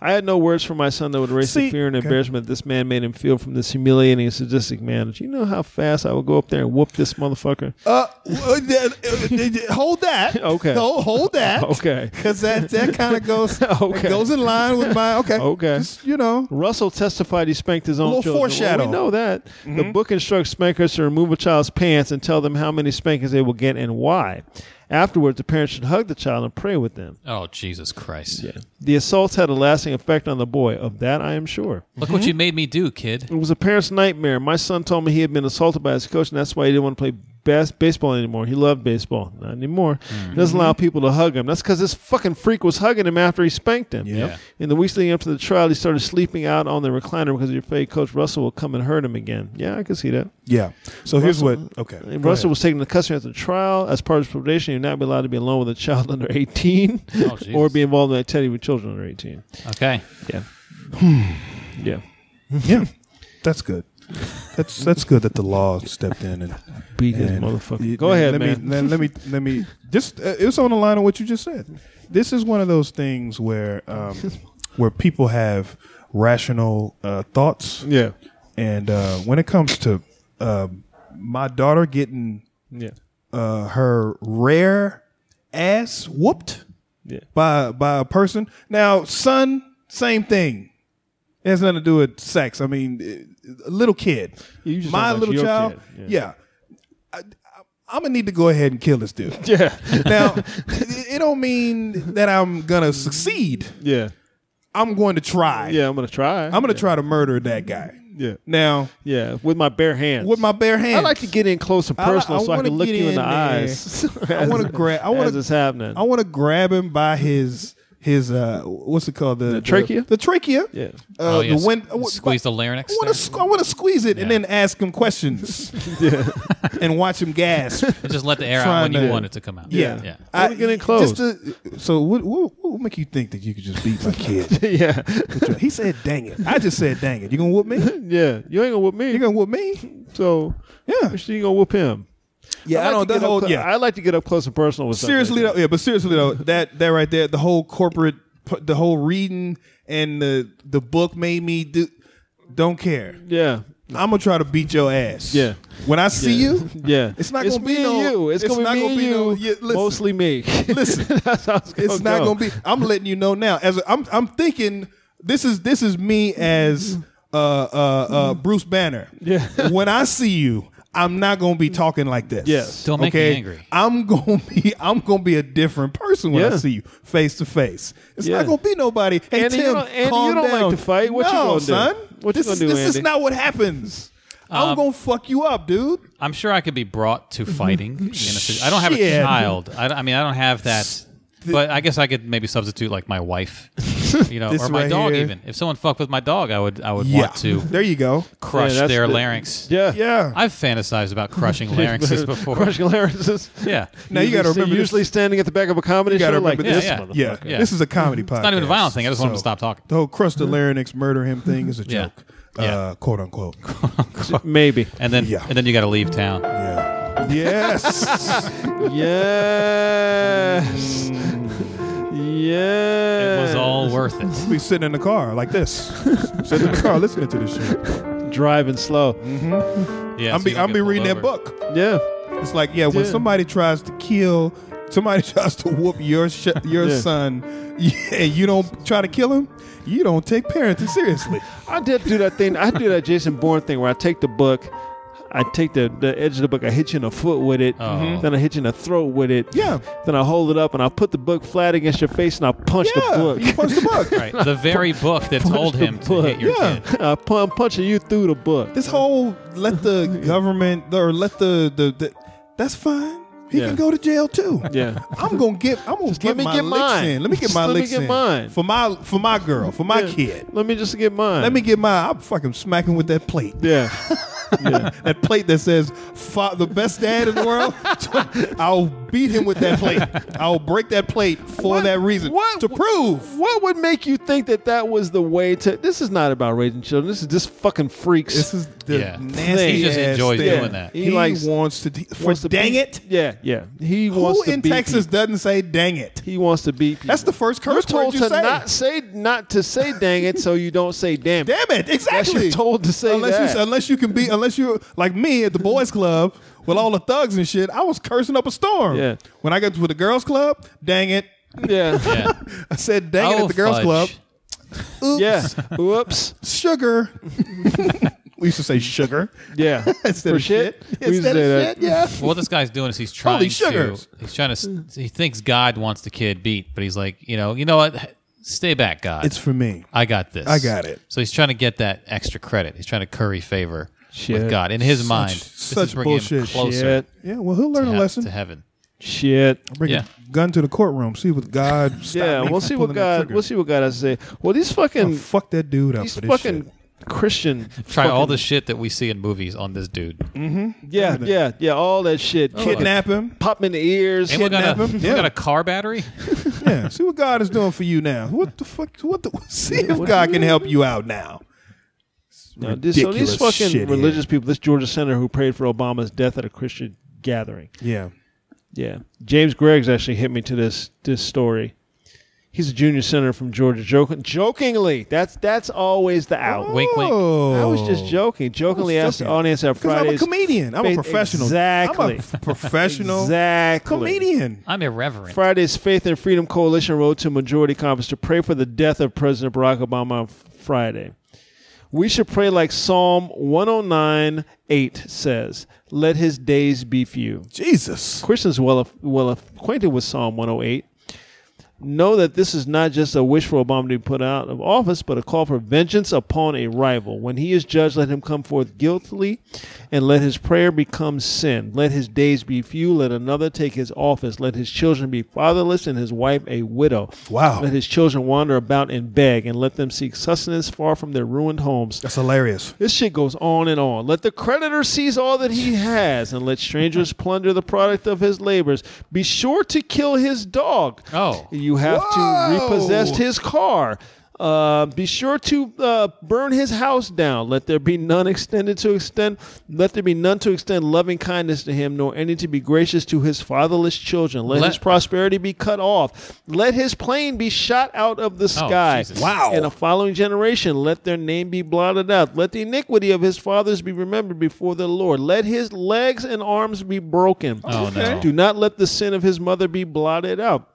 S2: I had no words for my son that would erase
S4: See-
S2: the fear and
S4: okay.
S2: embarrassment this man made him feel from this humiliating and sadistic man. Do you know how fast I would go up there and whoop this motherfucker?
S4: Uh, uh, d- d- d- hold that.
S2: Okay.
S4: No, hold that.
S2: Okay.
S4: Because that, that kind of goes
S2: Okay.
S4: goes in line with my okay.
S2: Okay.
S4: Just, you know.
S2: Russell testified he spanked his own
S4: little
S2: children. Well,
S4: foreshadow. Mm-hmm.
S2: we know that. The book instructs spankers to remove a child's pants and tell them how many spankings they will get and why. Afterwards, the parents should hug the child and pray with them.
S3: Oh, Jesus Christ.
S2: The assaults had a lasting effect on the boy. Of that, I am sure.
S3: Look what you made me do, kid.
S2: It was a parent's nightmare. My son told me he had been assaulted by his coach, and that's why he didn't want to play bas- baseball anymore. He loved baseball. Not anymore. He doesn't
S4: Mm-hmm.
S2: allow people to hug him. That's because this fucking freak was hugging him after he spanked him.
S4: Yep.
S2: In the weeks leading up to the trial, he started sleeping out on the recliner because he afraid Coach Russell will come and hurt him again. Yeah, I can see that.
S4: Yeah. So here's what. Okay.
S2: And
S4: go
S2: Russell
S4: ahead.
S2: was taken into custody after the trial. As part of his probation, he would not be allowed to be alone with a child under 18
S3: Oh,
S2: or
S3: Jesus.
S2: be involved in activity with children under 18.
S3: Okay.
S2: Yeah. yeah.
S4: Yeah. That's good. That's that's good that the law stepped in and
S2: Beat his
S4: and-
S2: motherfucker.
S4: y-
S2: Go ahead,
S4: let
S2: man.
S4: Me, let, let me let me just uh, it's on the line of what you just said. This is one of those things where um, where people have rational uh, thoughts.
S2: Yeah.
S4: And uh, when it comes to uh, my daughter getting
S2: Yeah.
S4: uh, her rare ass whooped
S2: Yeah.
S4: by by a person, now son, same thing. It has nothing to do with sex. I mean, a little kid,
S2: You just talking
S4: my
S2: about
S4: little
S2: your
S4: child.
S2: kid,
S4: Yeah, I, I, I'm gonna need to go ahead and kill this dude.
S2: Yeah.
S4: now, it it don't mean that I'm gonna succeed.
S2: Yeah.
S4: I'm going to try.
S2: Yeah, I'm gonna try.
S4: I'm gonna try to murder that guy.
S2: Yeah.
S4: Now,
S2: Yeah, with my bare hands.
S4: with my bare hands,
S2: I like to get in close and
S4: I li-
S2: personal
S4: I
S2: so I
S4: wanna
S2: can look
S4: get
S2: you in,
S4: in
S2: the
S4: there.
S2: eyes.
S4: I
S2: as-
S4: want to grab. I want
S2: as it's
S4: to.
S2: happening.
S4: I want to grab him by his his uh what's it called the, the
S2: trachea?
S4: the, trachea
S2: Yeah.
S4: uh,
S3: oh, yes.
S4: the wind
S3: Squeeze the larynx.
S4: I want
S3: there.
S4: to I want to squeeze it and then ask him questions and watch him gasp
S3: And just let the air out
S4: trying
S3: when you
S4: to-
S3: want it to come out.
S4: yeah
S3: Yeah.
S2: Wanna get in close.
S4: just to- so what, what what would make you think that you could just beat my kid
S2: yeah,
S4: he said dang it I just said dang it you gonna whoop me you
S2: yeah. You ain't gonna whoop me.
S4: gonna whoop me
S2: so
S4: Yeah.
S2: so you gonna whoop him.
S4: yeah I,
S2: like to
S4: don't that
S2: get up
S4: whole
S2: clo-
S4: yeah
S2: I like to get up close and personal with. something like
S4: seriously
S2: that.
S4: though, yeah, but seriously though, that that right there, the whole corporate, pu- the whole reading and the the book made me do. Don't care.
S2: Yeah,
S4: I'm gonna try to beat your ass.
S2: Yeah.
S4: When I see you,
S2: yeah.
S4: It's not gonna
S2: me
S4: be
S2: and
S4: no-
S2: you. It's,
S4: it's
S2: gonna
S4: not
S2: be me and
S4: gonna be no-
S2: you.
S4: yeah, listen.
S2: mostly me.
S4: listen,
S2: That's how it's gonna
S4: it's not
S2: go.
S4: gonna be. I'm letting you know now. As a, I'm, I'm thinking this is this is me as uh uh, uh Bruce Banner.
S2: Yeah.
S4: when I see you. I'm not gonna be talking like this.
S2: Yes.
S3: Don't make me
S4: okay?
S3: angry.
S4: I'm gonna be I'm gonna be a different person when
S2: Yeah.
S4: I see you face to face. It's
S2: Yeah.
S4: not gonna be nobody. Hey
S2: Andy, you
S4: Tim,
S2: don't- Andy,
S4: calm
S2: you don't like
S4: down.
S2: to fight. What you
S4: no,
S2: gonna do?
S4: son.
S2: What you
S4: this,
S2: gonna do,
S4: This
S2: Andy?
S4: is not what happens. I'm
S3: Um,
S4: gonna fuck you up, dude.
S3: I'm sure I could be brought to fighting. in a situ- I don't have a
S4: Mm-hmm. Shit.
S3: child. I, I mean, I don't have that. But I guess I could maybe substitute like my wife, you know,
S4: This
S3: or my
S4: right
S3: dog.
S4: here.
S3: Even if someone fucked with my dog, I would I would want to
S4: There you go.
S3: crush
S2: Yeah, that's
S3: their
S2: the-
S3: larynx.
S2: Yeah,
S4: Yeah.
S3: I've fantasized about crushing larynxes before.
S2: Crushing larynxes.
S3: Yeah,
S4: now you gotta
S2: Usually-
S4: remember
S2: Usually
S4: this.
S2: standing at the back of a comedy
S4: You gotta
S2: show, like
S4: remember
S2: this
S3: this. Yeah,
S2: motherfucker.
S4: Yeah.
S3: Yeah.
S4: This is a comedy podcast.
S3: it's not even a violent thing. I just want him to
S4: So,
S3: stop talking.
S4: The whole crust the larynx murder him thing is a
S3: Yeah.
S4: joke.
S3: Yeah.
S4: Uh quote unquote.
S2: Maybe.
S3: And then
S4: Yeah.
S3: and then you got to leave town.
S4: Yeah. Yes.
S2: Yes.
S3: It
S2: yes.
S3: was all worth it.
S4: be sitting in the car like this. sitting in the car listening to this shit.
S2: driving slow.
S3: Yeah,
S4: I'm
S3: so
S4: be
S3: you don't
S4: I'm
S3: get
S4: be
S3: pulled
S4: reading
S3: over.
S4: that book.
S2: Yeah.
S4: It's like yeah, when
S2: Yeah.
S4: somebody tries to kill, somebody tries to whoop your sh- your
S2: Yeah.
S4: son, and you don't try to kill him, you don't take parenting seriously.
S2: I did do that thing. I do that Jason Bourne thing where I take the book, I take the, the edge of the book, I hit you in the foot with it,
S3: Oh.
S4: Mm-hmm.
S2: then I hit you in the throat with it.
S4: Yeah.
S2: Then I hold it up and I put the book flat against your face and I punch
S4: Yeah,
S2: the book.
S4: you punch the book.
S3: Right, the very book that told
S2: the
S3: him to
S2: book.
S3: hit your
S4: Yeah.
S3: kid.
S2: I pu- I'm punching you through the book.
S4: This whole let the government or let the the, the that's fine. He
S2: Yeah.
S4: can go to jail too.
S2: Yeah.
S4: I'm gonna get. I'm gonna
S2: Just
S4: get
S2: let me
S4: my
S2: get
S4: licks
S2: mine.
S4: in. Let me get
S2: Just
S4: my
S2: let me
S4: licks
S2: get
S4: in
S2: mine.
S4: for my for my girl for my
S2: Yeah.
S4: kid.
S2: Let me just get mine.
S4: Let me get my. I'm fucking smacking with that plate.
S2: Yeah. yeah.
S4: that plate that says "Fa- the best dad in the world. I'll beat him with that plate. I'll break that plate for
S2: What-
S4: that reason.
S2: what-
S4: to prove?
S2: What would make you think that that was the way to? This is not about raising children. This is just fucking freaks.
S4: This is the
S3: Yeah.
S4: nasty.
S2: He
S3: just
S4: ass
S3: enjoys
S4: thing.
S3: doing that.
S4: He,
S2: He likes-
S4: wants to. d- For
S2: Wants to
S4: dang
S2: beat-
S4: it.
S2: Yeah, yeah. He wants
S4: Who
S2: to
S4: in
S2: beat
S4: Texas
S2: people.
S4: doesn't say "dang it"?
S2: He wants to beat people.
S4: That's the first
S2: You're
S4: curse
S2: told
S4: word you
S2: to
S4: say.
S2: not say not to say dang it, so you don't say damn. it.
S4: Damn it! Exactly.
S2: you're told to say
S4: unless
S2: that.
S4: You, unless you can be, unless you're like me at the boys' club with all the thugs and shit. I was cursing up a storm.
S2: Yeah.
S4: When I got to the girls' club, dang it!
S2: Yeah,
S3: Yeah.
S4: I said, dang it at the girls'
S3: fudge.
S4: club.
S2: yeah. Whoops.
S4: Sugar. we used to say sugar
S2: Yeah.
S4: instead
S2: For
S4: of shit.
S2: shit? We used to
S4: Instead
S2: say
S4: of
S2: that.
S4: shit. Yeah.
S3: Well, what this guy's doing is he's trying to.
S4: sugars.
S3: He's trying to. He thinks God wants the kid beat, but he's like, you know, you know what? Stay back, God.
S4: It's for me.
S3: I got this.
S4: I got it.
S3: So he's trying to get that extra credit. He's trying to curry favor
S2: Shit.
S3: with God in his mind. This
S4: such
S3: is bringing him
S4: bullshit.
S3: closer
S2: Shit.
S4: Yeah. Well, he'll learn
S3: To,
S4: a
S3: he-
S4: lesson.
S3: to heaven.
S2: Shit.
S4: Bring
S3: Yeah.
S4: a gun to the courtroom. See what God. stopped
S2: Yeah,
S4: me
S2: we'll
S4: from
S2: see what
S4: pulling that
S2: God.
S4: trigger.
S2: We'll see what God has to say. Well, these fucking
S4: I'll fuck that dude up
S2: these
S4: for this
S2: fucking
S4: shit.
S2: Christian.
S3: Try
S2: fucking-
S3: all the shit that we see in movies on this dude.
S2: Yeah, yeah, yeah. All that shit.
S4: Kidnap him.
S2: Pop him in the ears.
S3: And we got, a,
S4: Kidnap him?
S3: we got
S4: Yeah.
S3: a car battery.
S4: Yeah, see what God is doing for you now. What the fuck? What the? See if God can help you out now.
S2: No, this, so these
S4: Ridiculous
S2: fucking
S4: shit
S2: religious
S4: here.
S2: people, this Georgia senator who prayed for Obama's death at a Christian gathering.
S4: Yeah,
S2: Yeah. James Greggs actually hit me to this this story. He's a junior senator from Georgia. Joking, jokingly, that's that's always the
S4: Oh.
S2: out.
S3: Wink, wink.
S2: I was just joking. Jokingly asked the audience at
S4: Because I'm a
S2: Friday's
S4: comedian. I'm a
S2: faith-
S4: professional.
S2: Exactly.
S4: I'm a professional
S2: exactly.
S4: comedian.
S3: I'm irreverent.
S2: Friday's Faith and Freedom Coalition wrote to Majority Conference to pray for the death of President Barack Obama on Friday. We should pray like Psalm 109 8 says, Let his days be few.
S4: Jesus.
S2: Christians well, well acquainted with Psalm 108 know that this is not just a wish for Obama to be put out of office, but a call for vengeance upon a rival. When he is judged, let him come forth guiltily, and let his prayer become sin. Let his days be few, let another take his office. Let his children be fatherless, and his wife a widow.
S4: Wow.
S2: Let his children wander about and beg, and let them seek sustenance far from their ruined homes.
S4: That's hilarious.
S2: This shit goes on and on. Let the creditor seize all that he has, and let strangers plunder the product of his labors. Be sure to kill his dog.
S3: Oh.
S2: You have
S4: Whoa.
S2: to repossess his car. Uh, be sure to uh, burn his house down. Let there be none extended to extend. Let there be none to extend loving kindness to him, nor any to be gracious to his fatherless children. Let,
S3: Let-
S2: his prosperity be cut off. Let his plane be shot out of the sky.
S3: Oh, Jesus.
S4: Wow.
S2: And a following generation, let their name be blotted out. Let the iniquity of his fathers be remembered before the Lord. Let his legs and arms be broken.
S3: Oh, no.
S2: Do not let the sin of his mother be blotted out.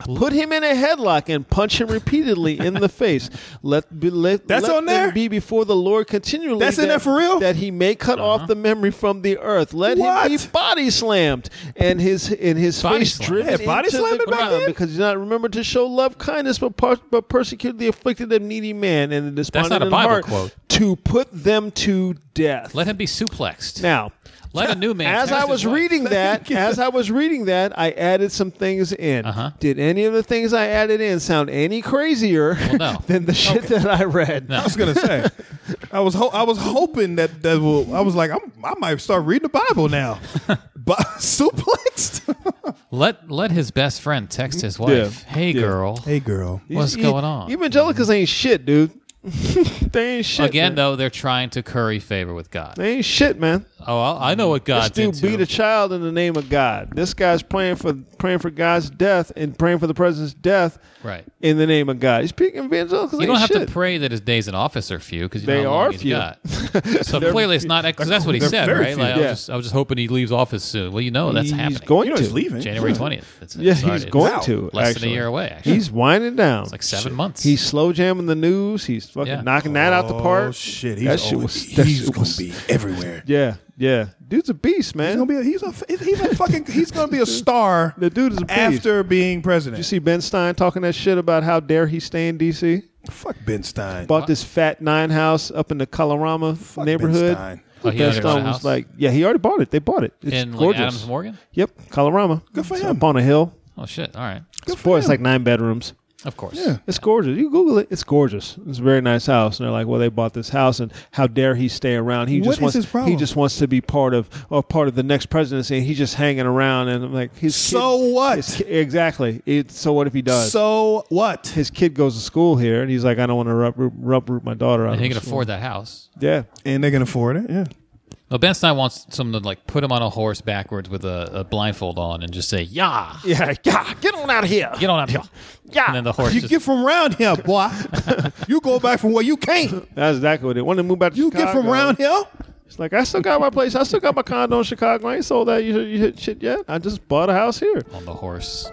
S2: Put him in a headlock and punch him repeatedly in the face. Let, be, let
S4: That's
S2: let
S4: on there?
S2: them be before the Lord continually.
S4: That's in
S2: that-
S4: there for real? Uh-huh.
S2: That he may cut off the memory from the earth. Let him be
S4: What?
S2: body slammed and his and his
S3: Body
S2: face
S3: slammed.
S2: driven
S4: Yeah, body
S2: into
S4: slammed
S2: the
S4: it back
S2: ground
S4: in?
S2: because you not remember to show love, kindness, but par- but persecute the afflicted and needy man and the despondent
S3: not a
S2: in
S3: Bible
S2: heart
S3: quote.
S2: to put them to death.
S3: Let him be suplexed.
S2: now,
S3: Let a new man.
S2: as
S3: text
S2: I
S3: his
S2: was
S3: wife.
S2: reading that, as I was reading that, I added some things in.
S3: Uh-huh.
S2: Did any of the things I added in sound any crazier
S3: no.
S2: than the shit that I read?
S4: I was gonna say. I was ho- I was hoping that that will. I was like, I'm, I might start reading the Bible now. But suplexed.
S3: Let let his best friend text his wife. Hey girl,
S4: hey, girl.
S3: what's
S2: E-
S3: going on?
S2: Evangelicals ain't shit, dude. they ain't shit.
S3: Again,
S2: man.
S3: though, they're trying to curry favor with God.
S2: They ain't shit, man.
S3: Oh, I I know what
S2: This
S3: God's
S2: dude beat
S3: into.
S2: a child in the name of God. This guy's praying for praying for God's death and praying for the president's death
S3: right.
S2: in the name of God. He's picking evangelicals.
S3: You don't
S2: ain't
S3: have
S2: shit.
S3: to pray that his days in office are few because
S2: They
S3: know how long
S2: are
S3: he's
S2: few.
S3: got. So clearly, it's not because that's what he
S4: they're
S3: said,
S4: very
S3: right?
S4: few.
S3: Like, I, was
S2: Yeah.
S3: just, I was just hoping he leaves office soon. Well, you know Oh, that's
S2: he's
S3: happening.
S2: going
S4: You know
S2: to
S4: he's leaving.
S3: January twentieth. That's
S2: Yeah,
S3: it's
S2: he's
S3: already-
S2: going
S4: Wow.
S2: to.
S3: less
S2: actually.
S3: than a year away. Actually,
S2: He's winding down.
S3: it's like seven months.
S2: He's slow jamming the news. He's fucking
S3: Yeah.
S2: knocking that out the
S4: Oh
S2: park.
S4: shit.
S2: that
S4: He's,
S2: shit
S4: always,
S2: was. That
S4: he's
S2: shit
S4: gonna
S2: was.
S4: be everywhere.
S2: Yeah, yeah. Dude's a beast,
S4: He's
S2: man.
S4: gonna be a, he's a he's a fucking he's gonna be a star
S2: the dude is a beast.
S4: after being president.
S2: you see Ben Stein talking that shit about how dare he stay in D.C.
S4: Fuck Ben Stein.
S2: Bought this fat nine house up in the Colorama
S4: Fuck
S2: neighborhood.
S4: Ben Stein.
S3: Oh, he
S2: Ben
S3: already bought a
S2: Stein was
S3: house?
S2: like, yeah, he already bought it. They bought it. It's
S3: in like
S2: gorgeous.
S3: Adams Morgan.
S2: Yep, Colorama.
S4: Good for
S2: It's
S4: him.
S2: Up on a hill.
S3: Oh shit! All right,
S4: Good
S2: It's,
S4: for
S2: boy, it's
S4: him.
S2: like nine bedrooms.
S3: of course.
S4: Yeah.
S2: It's gorgeous. You Google it. It's gorgeous. It's a very nice house. And they're like, well, they bought this house, and how dare he stay around? He
S4: What
S2: just
S4: is
S2: wants.
S4: his problem?
S2: He just wants to be part of or part of the next presidency, and he's just hanging around. And I'm like, his
S4: So
S2: kid-
S4: what?
S2: his ki- exactly. It, so what if he does?
S4: Uh, so what?
S2: his kid goes to school here, and he's like, I don't want to uproot, uproot my daughter out.
S3: And he
S2: of
S3: can
S2: school.
S3: afford that house.
S2: Yeah,
S4: And they can afford it. Yeah.
S3: No, Well, Ben Stein wants someone to like put him on a horse backwards with a, a blindfold on and just say, "Yeah,
S2: Yeah, yeah, get on out of here.
S3: get on out here."
S2: Yeah.
S3: And then the horse
S4: You
S3: just
S4: get from round here, boy. you go back from where you came.
S2: That's exactly what it. Want to move back to
S4: You get from
S2: Chicago.
S4: round here.
S2: It's like I still got my place. I still got my condo in Chicago. I ain't sold that you, you hit shit yet. I just bought a house here.
S3: on the horse.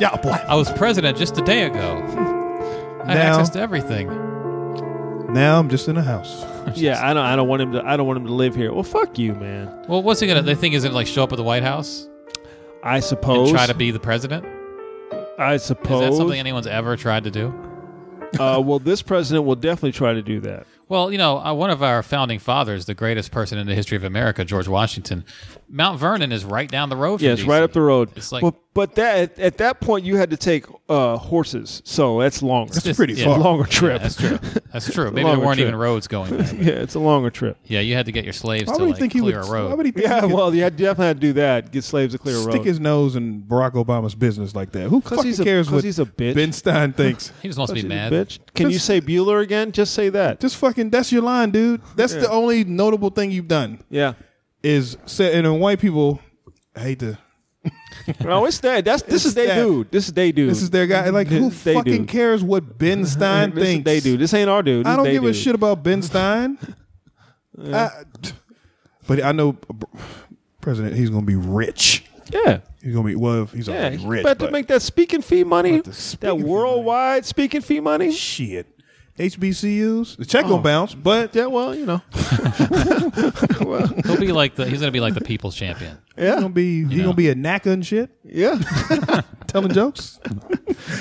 S4: Yeah, boy.
S3: I was president just a day ago. I had
S4: Now-
S3: access to everything.
S4: Now I'm just in a house.
S2: yeah, I don't. I don't want him to. I don't want him to live here. Well, fuck you, man.
S3: Well, what's he gonna? They think he's gonna like show up at the White House
S2: I
S3: and
S2: suppose.
S3: try to be the president.
S2: I
S3: Is that
S2: suppose.
S3: something anyone's ever tried to do?
S2: uh, well, this president will definitely try to do that.
S3: Well, you know, uh, one of our founding fathers, the greatest person in the history of America, George Washington, Mount Vernon is right down the road. From
S2: Yeah, it's
S3: DC.
S2: right up the road.
S3: It's like-
S2: but, but that at, at that point you had to take uh, horses, so that's longer.
S3: It's
S4: pretty
S3: yeah,
S4: far.
S2: longer trip.
S3: Yeah, that's true. That's true. Maybe there
S2: Longer
S3: weren't
S2: trip.
S3: even roads going. There.
S2: yeah, it's a longer trip.
S3: Yeah, you had to get your slaves
S4: Why
S3: to
S4: would he
S3: like
S4: think he would?
S3: clear a
S4: Why
S3: road.
S4: would he think
S2: Yeah,
S4: he could
S2: well, you had- definitely had to do that. Get slaves to clear a
S4: stick
S2: road.
S4: his nose in Barack Obama's business like that? Who fucking
S2: he's a-
S4: cares
S2: 'cause
S4: what
S2: he's a bitch.
S4: Ben Stein thinks?
S3: He just wants to be
S2: You
S3: mad.
S2: bitch. Can you
S4: Just-
S2: say Bueller again? Just say that.
S4: Just fucking. That's your line, dude. That's the only notable thing you've done
S2: yeah.
S4: is said. And then white people, I hate to.
S2: No, it's that. That's this is they
S4: that.
S2: dude. This is they dude.
S4: This is their guy. Like who
S2: This is they
S4: fucking
S2: dude.
S4: cares what Ben Stein
S2: This is
S4: thinks?
S2: they dude. This ain't our dude. This
S4: I
S2: is
S4: don't
S2: they
S4: give a
S2: dude.
S4: shit about Ben Stein. I- but I know uh, President. He's gonna be rich.
S2: Yeah.
S4: He's gonna be well. if He's
S2: Yeah,
S4: already
S2: he
S4: rich.
S2: about to
S4: but-
S2: make that speaking fee money,
S4: the
S2: that
S4: speaking fee money.
S2: worldwide speaking fee money.
S4: shit. HBCUs. The check gonna bounce, but
S2: Oh. Yeah, well, you know,
S3: He'll be like the. He's gonna be like the people's champion.
S4: he gonna be he gonna be a knacker and shit,
S2: yeah,
S4: telling jokes.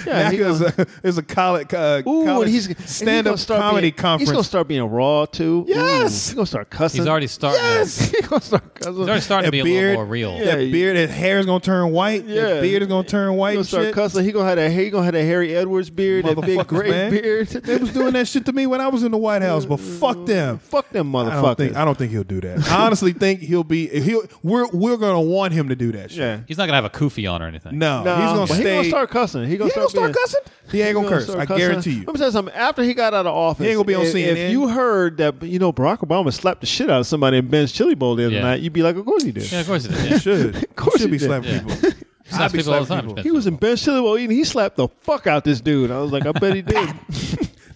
S2: yeah.
S4: NACA
S2: he
S4: is a, is a college, uh,
S2: Ooh,
S4: college
S2: and he's and he's
S4: stand
S2: gonna
S4: up
S2: start
S4: comedy
S2: being,
S4: conference.
S2: He's gonna start being raw too. Ooh,
S4: Yes!
S2: he's gonna start cussing.
S3: He's already starting.
S4: Yes!
S2: he's gonna start cussing.
S3: He's already starting to
S4: That
S3: be a
S4: beard.
S3: little more real.
S2: Yeah,
S4: that
S2: he-
S4: beard, that hair is gonna turn white.
S2: Yeah.
S4: That beard is gonna turn white.
S2: He gonna
S4: and
S2: start
S4: shit.
S2: cussing. He gonna have that. He gonna have that Harry Edwards beard, that big
S4: Motherfuckers,
S2: gray
S4: man. They
S2: beard.
S4: was doing that shit to me when I was in the White House, but fuck them.
S2: Fuck them
S4: I don't think
S2: motherfuckers.
S4: I don't think he'll do that. I honestly think he'll be he'll we're we're gonna want him to do that shit.
S2: Yeah.
S3: He's not gonna have a kufi on or anything.
S4: No,
S2: Nah,
S4: he's gonna
S2: but
S4: stay.
S2: he gonna start cussing. He gonna
S4: He
S2: start,
S4: ain't gonna
S2: being-
S4: start cussing. He ain't gonna
S2: gonna
S4: curse.
S2: start
S4: I
S2: cussing.
S4: guarantee you.
S2: Let me tell you something. After he got out of office,
S4: He ain't gonna be on
S2: if, If
S4: CNN.
S2: you heard that, you know, Barack Obama slapped the shit out of somebody in Ben's Chili Bowl the other
S3: Yeah.
S2: night, you'd be like, of course he did.
S3: Yeah, of course it is. Yeah.
S4: Should of
S2: course
S4: should
S2: he
S4: be
S2: did.
S4: slapping
S3: Yeah.
S4: people.
S3: He slaps
S4: be
S3: people all the
S4: slapping
S3: time.
S4: people.
S2: He was in Ben's Chili Bowl eating. He slapped the fuck out this dude. I was like, I bet he did.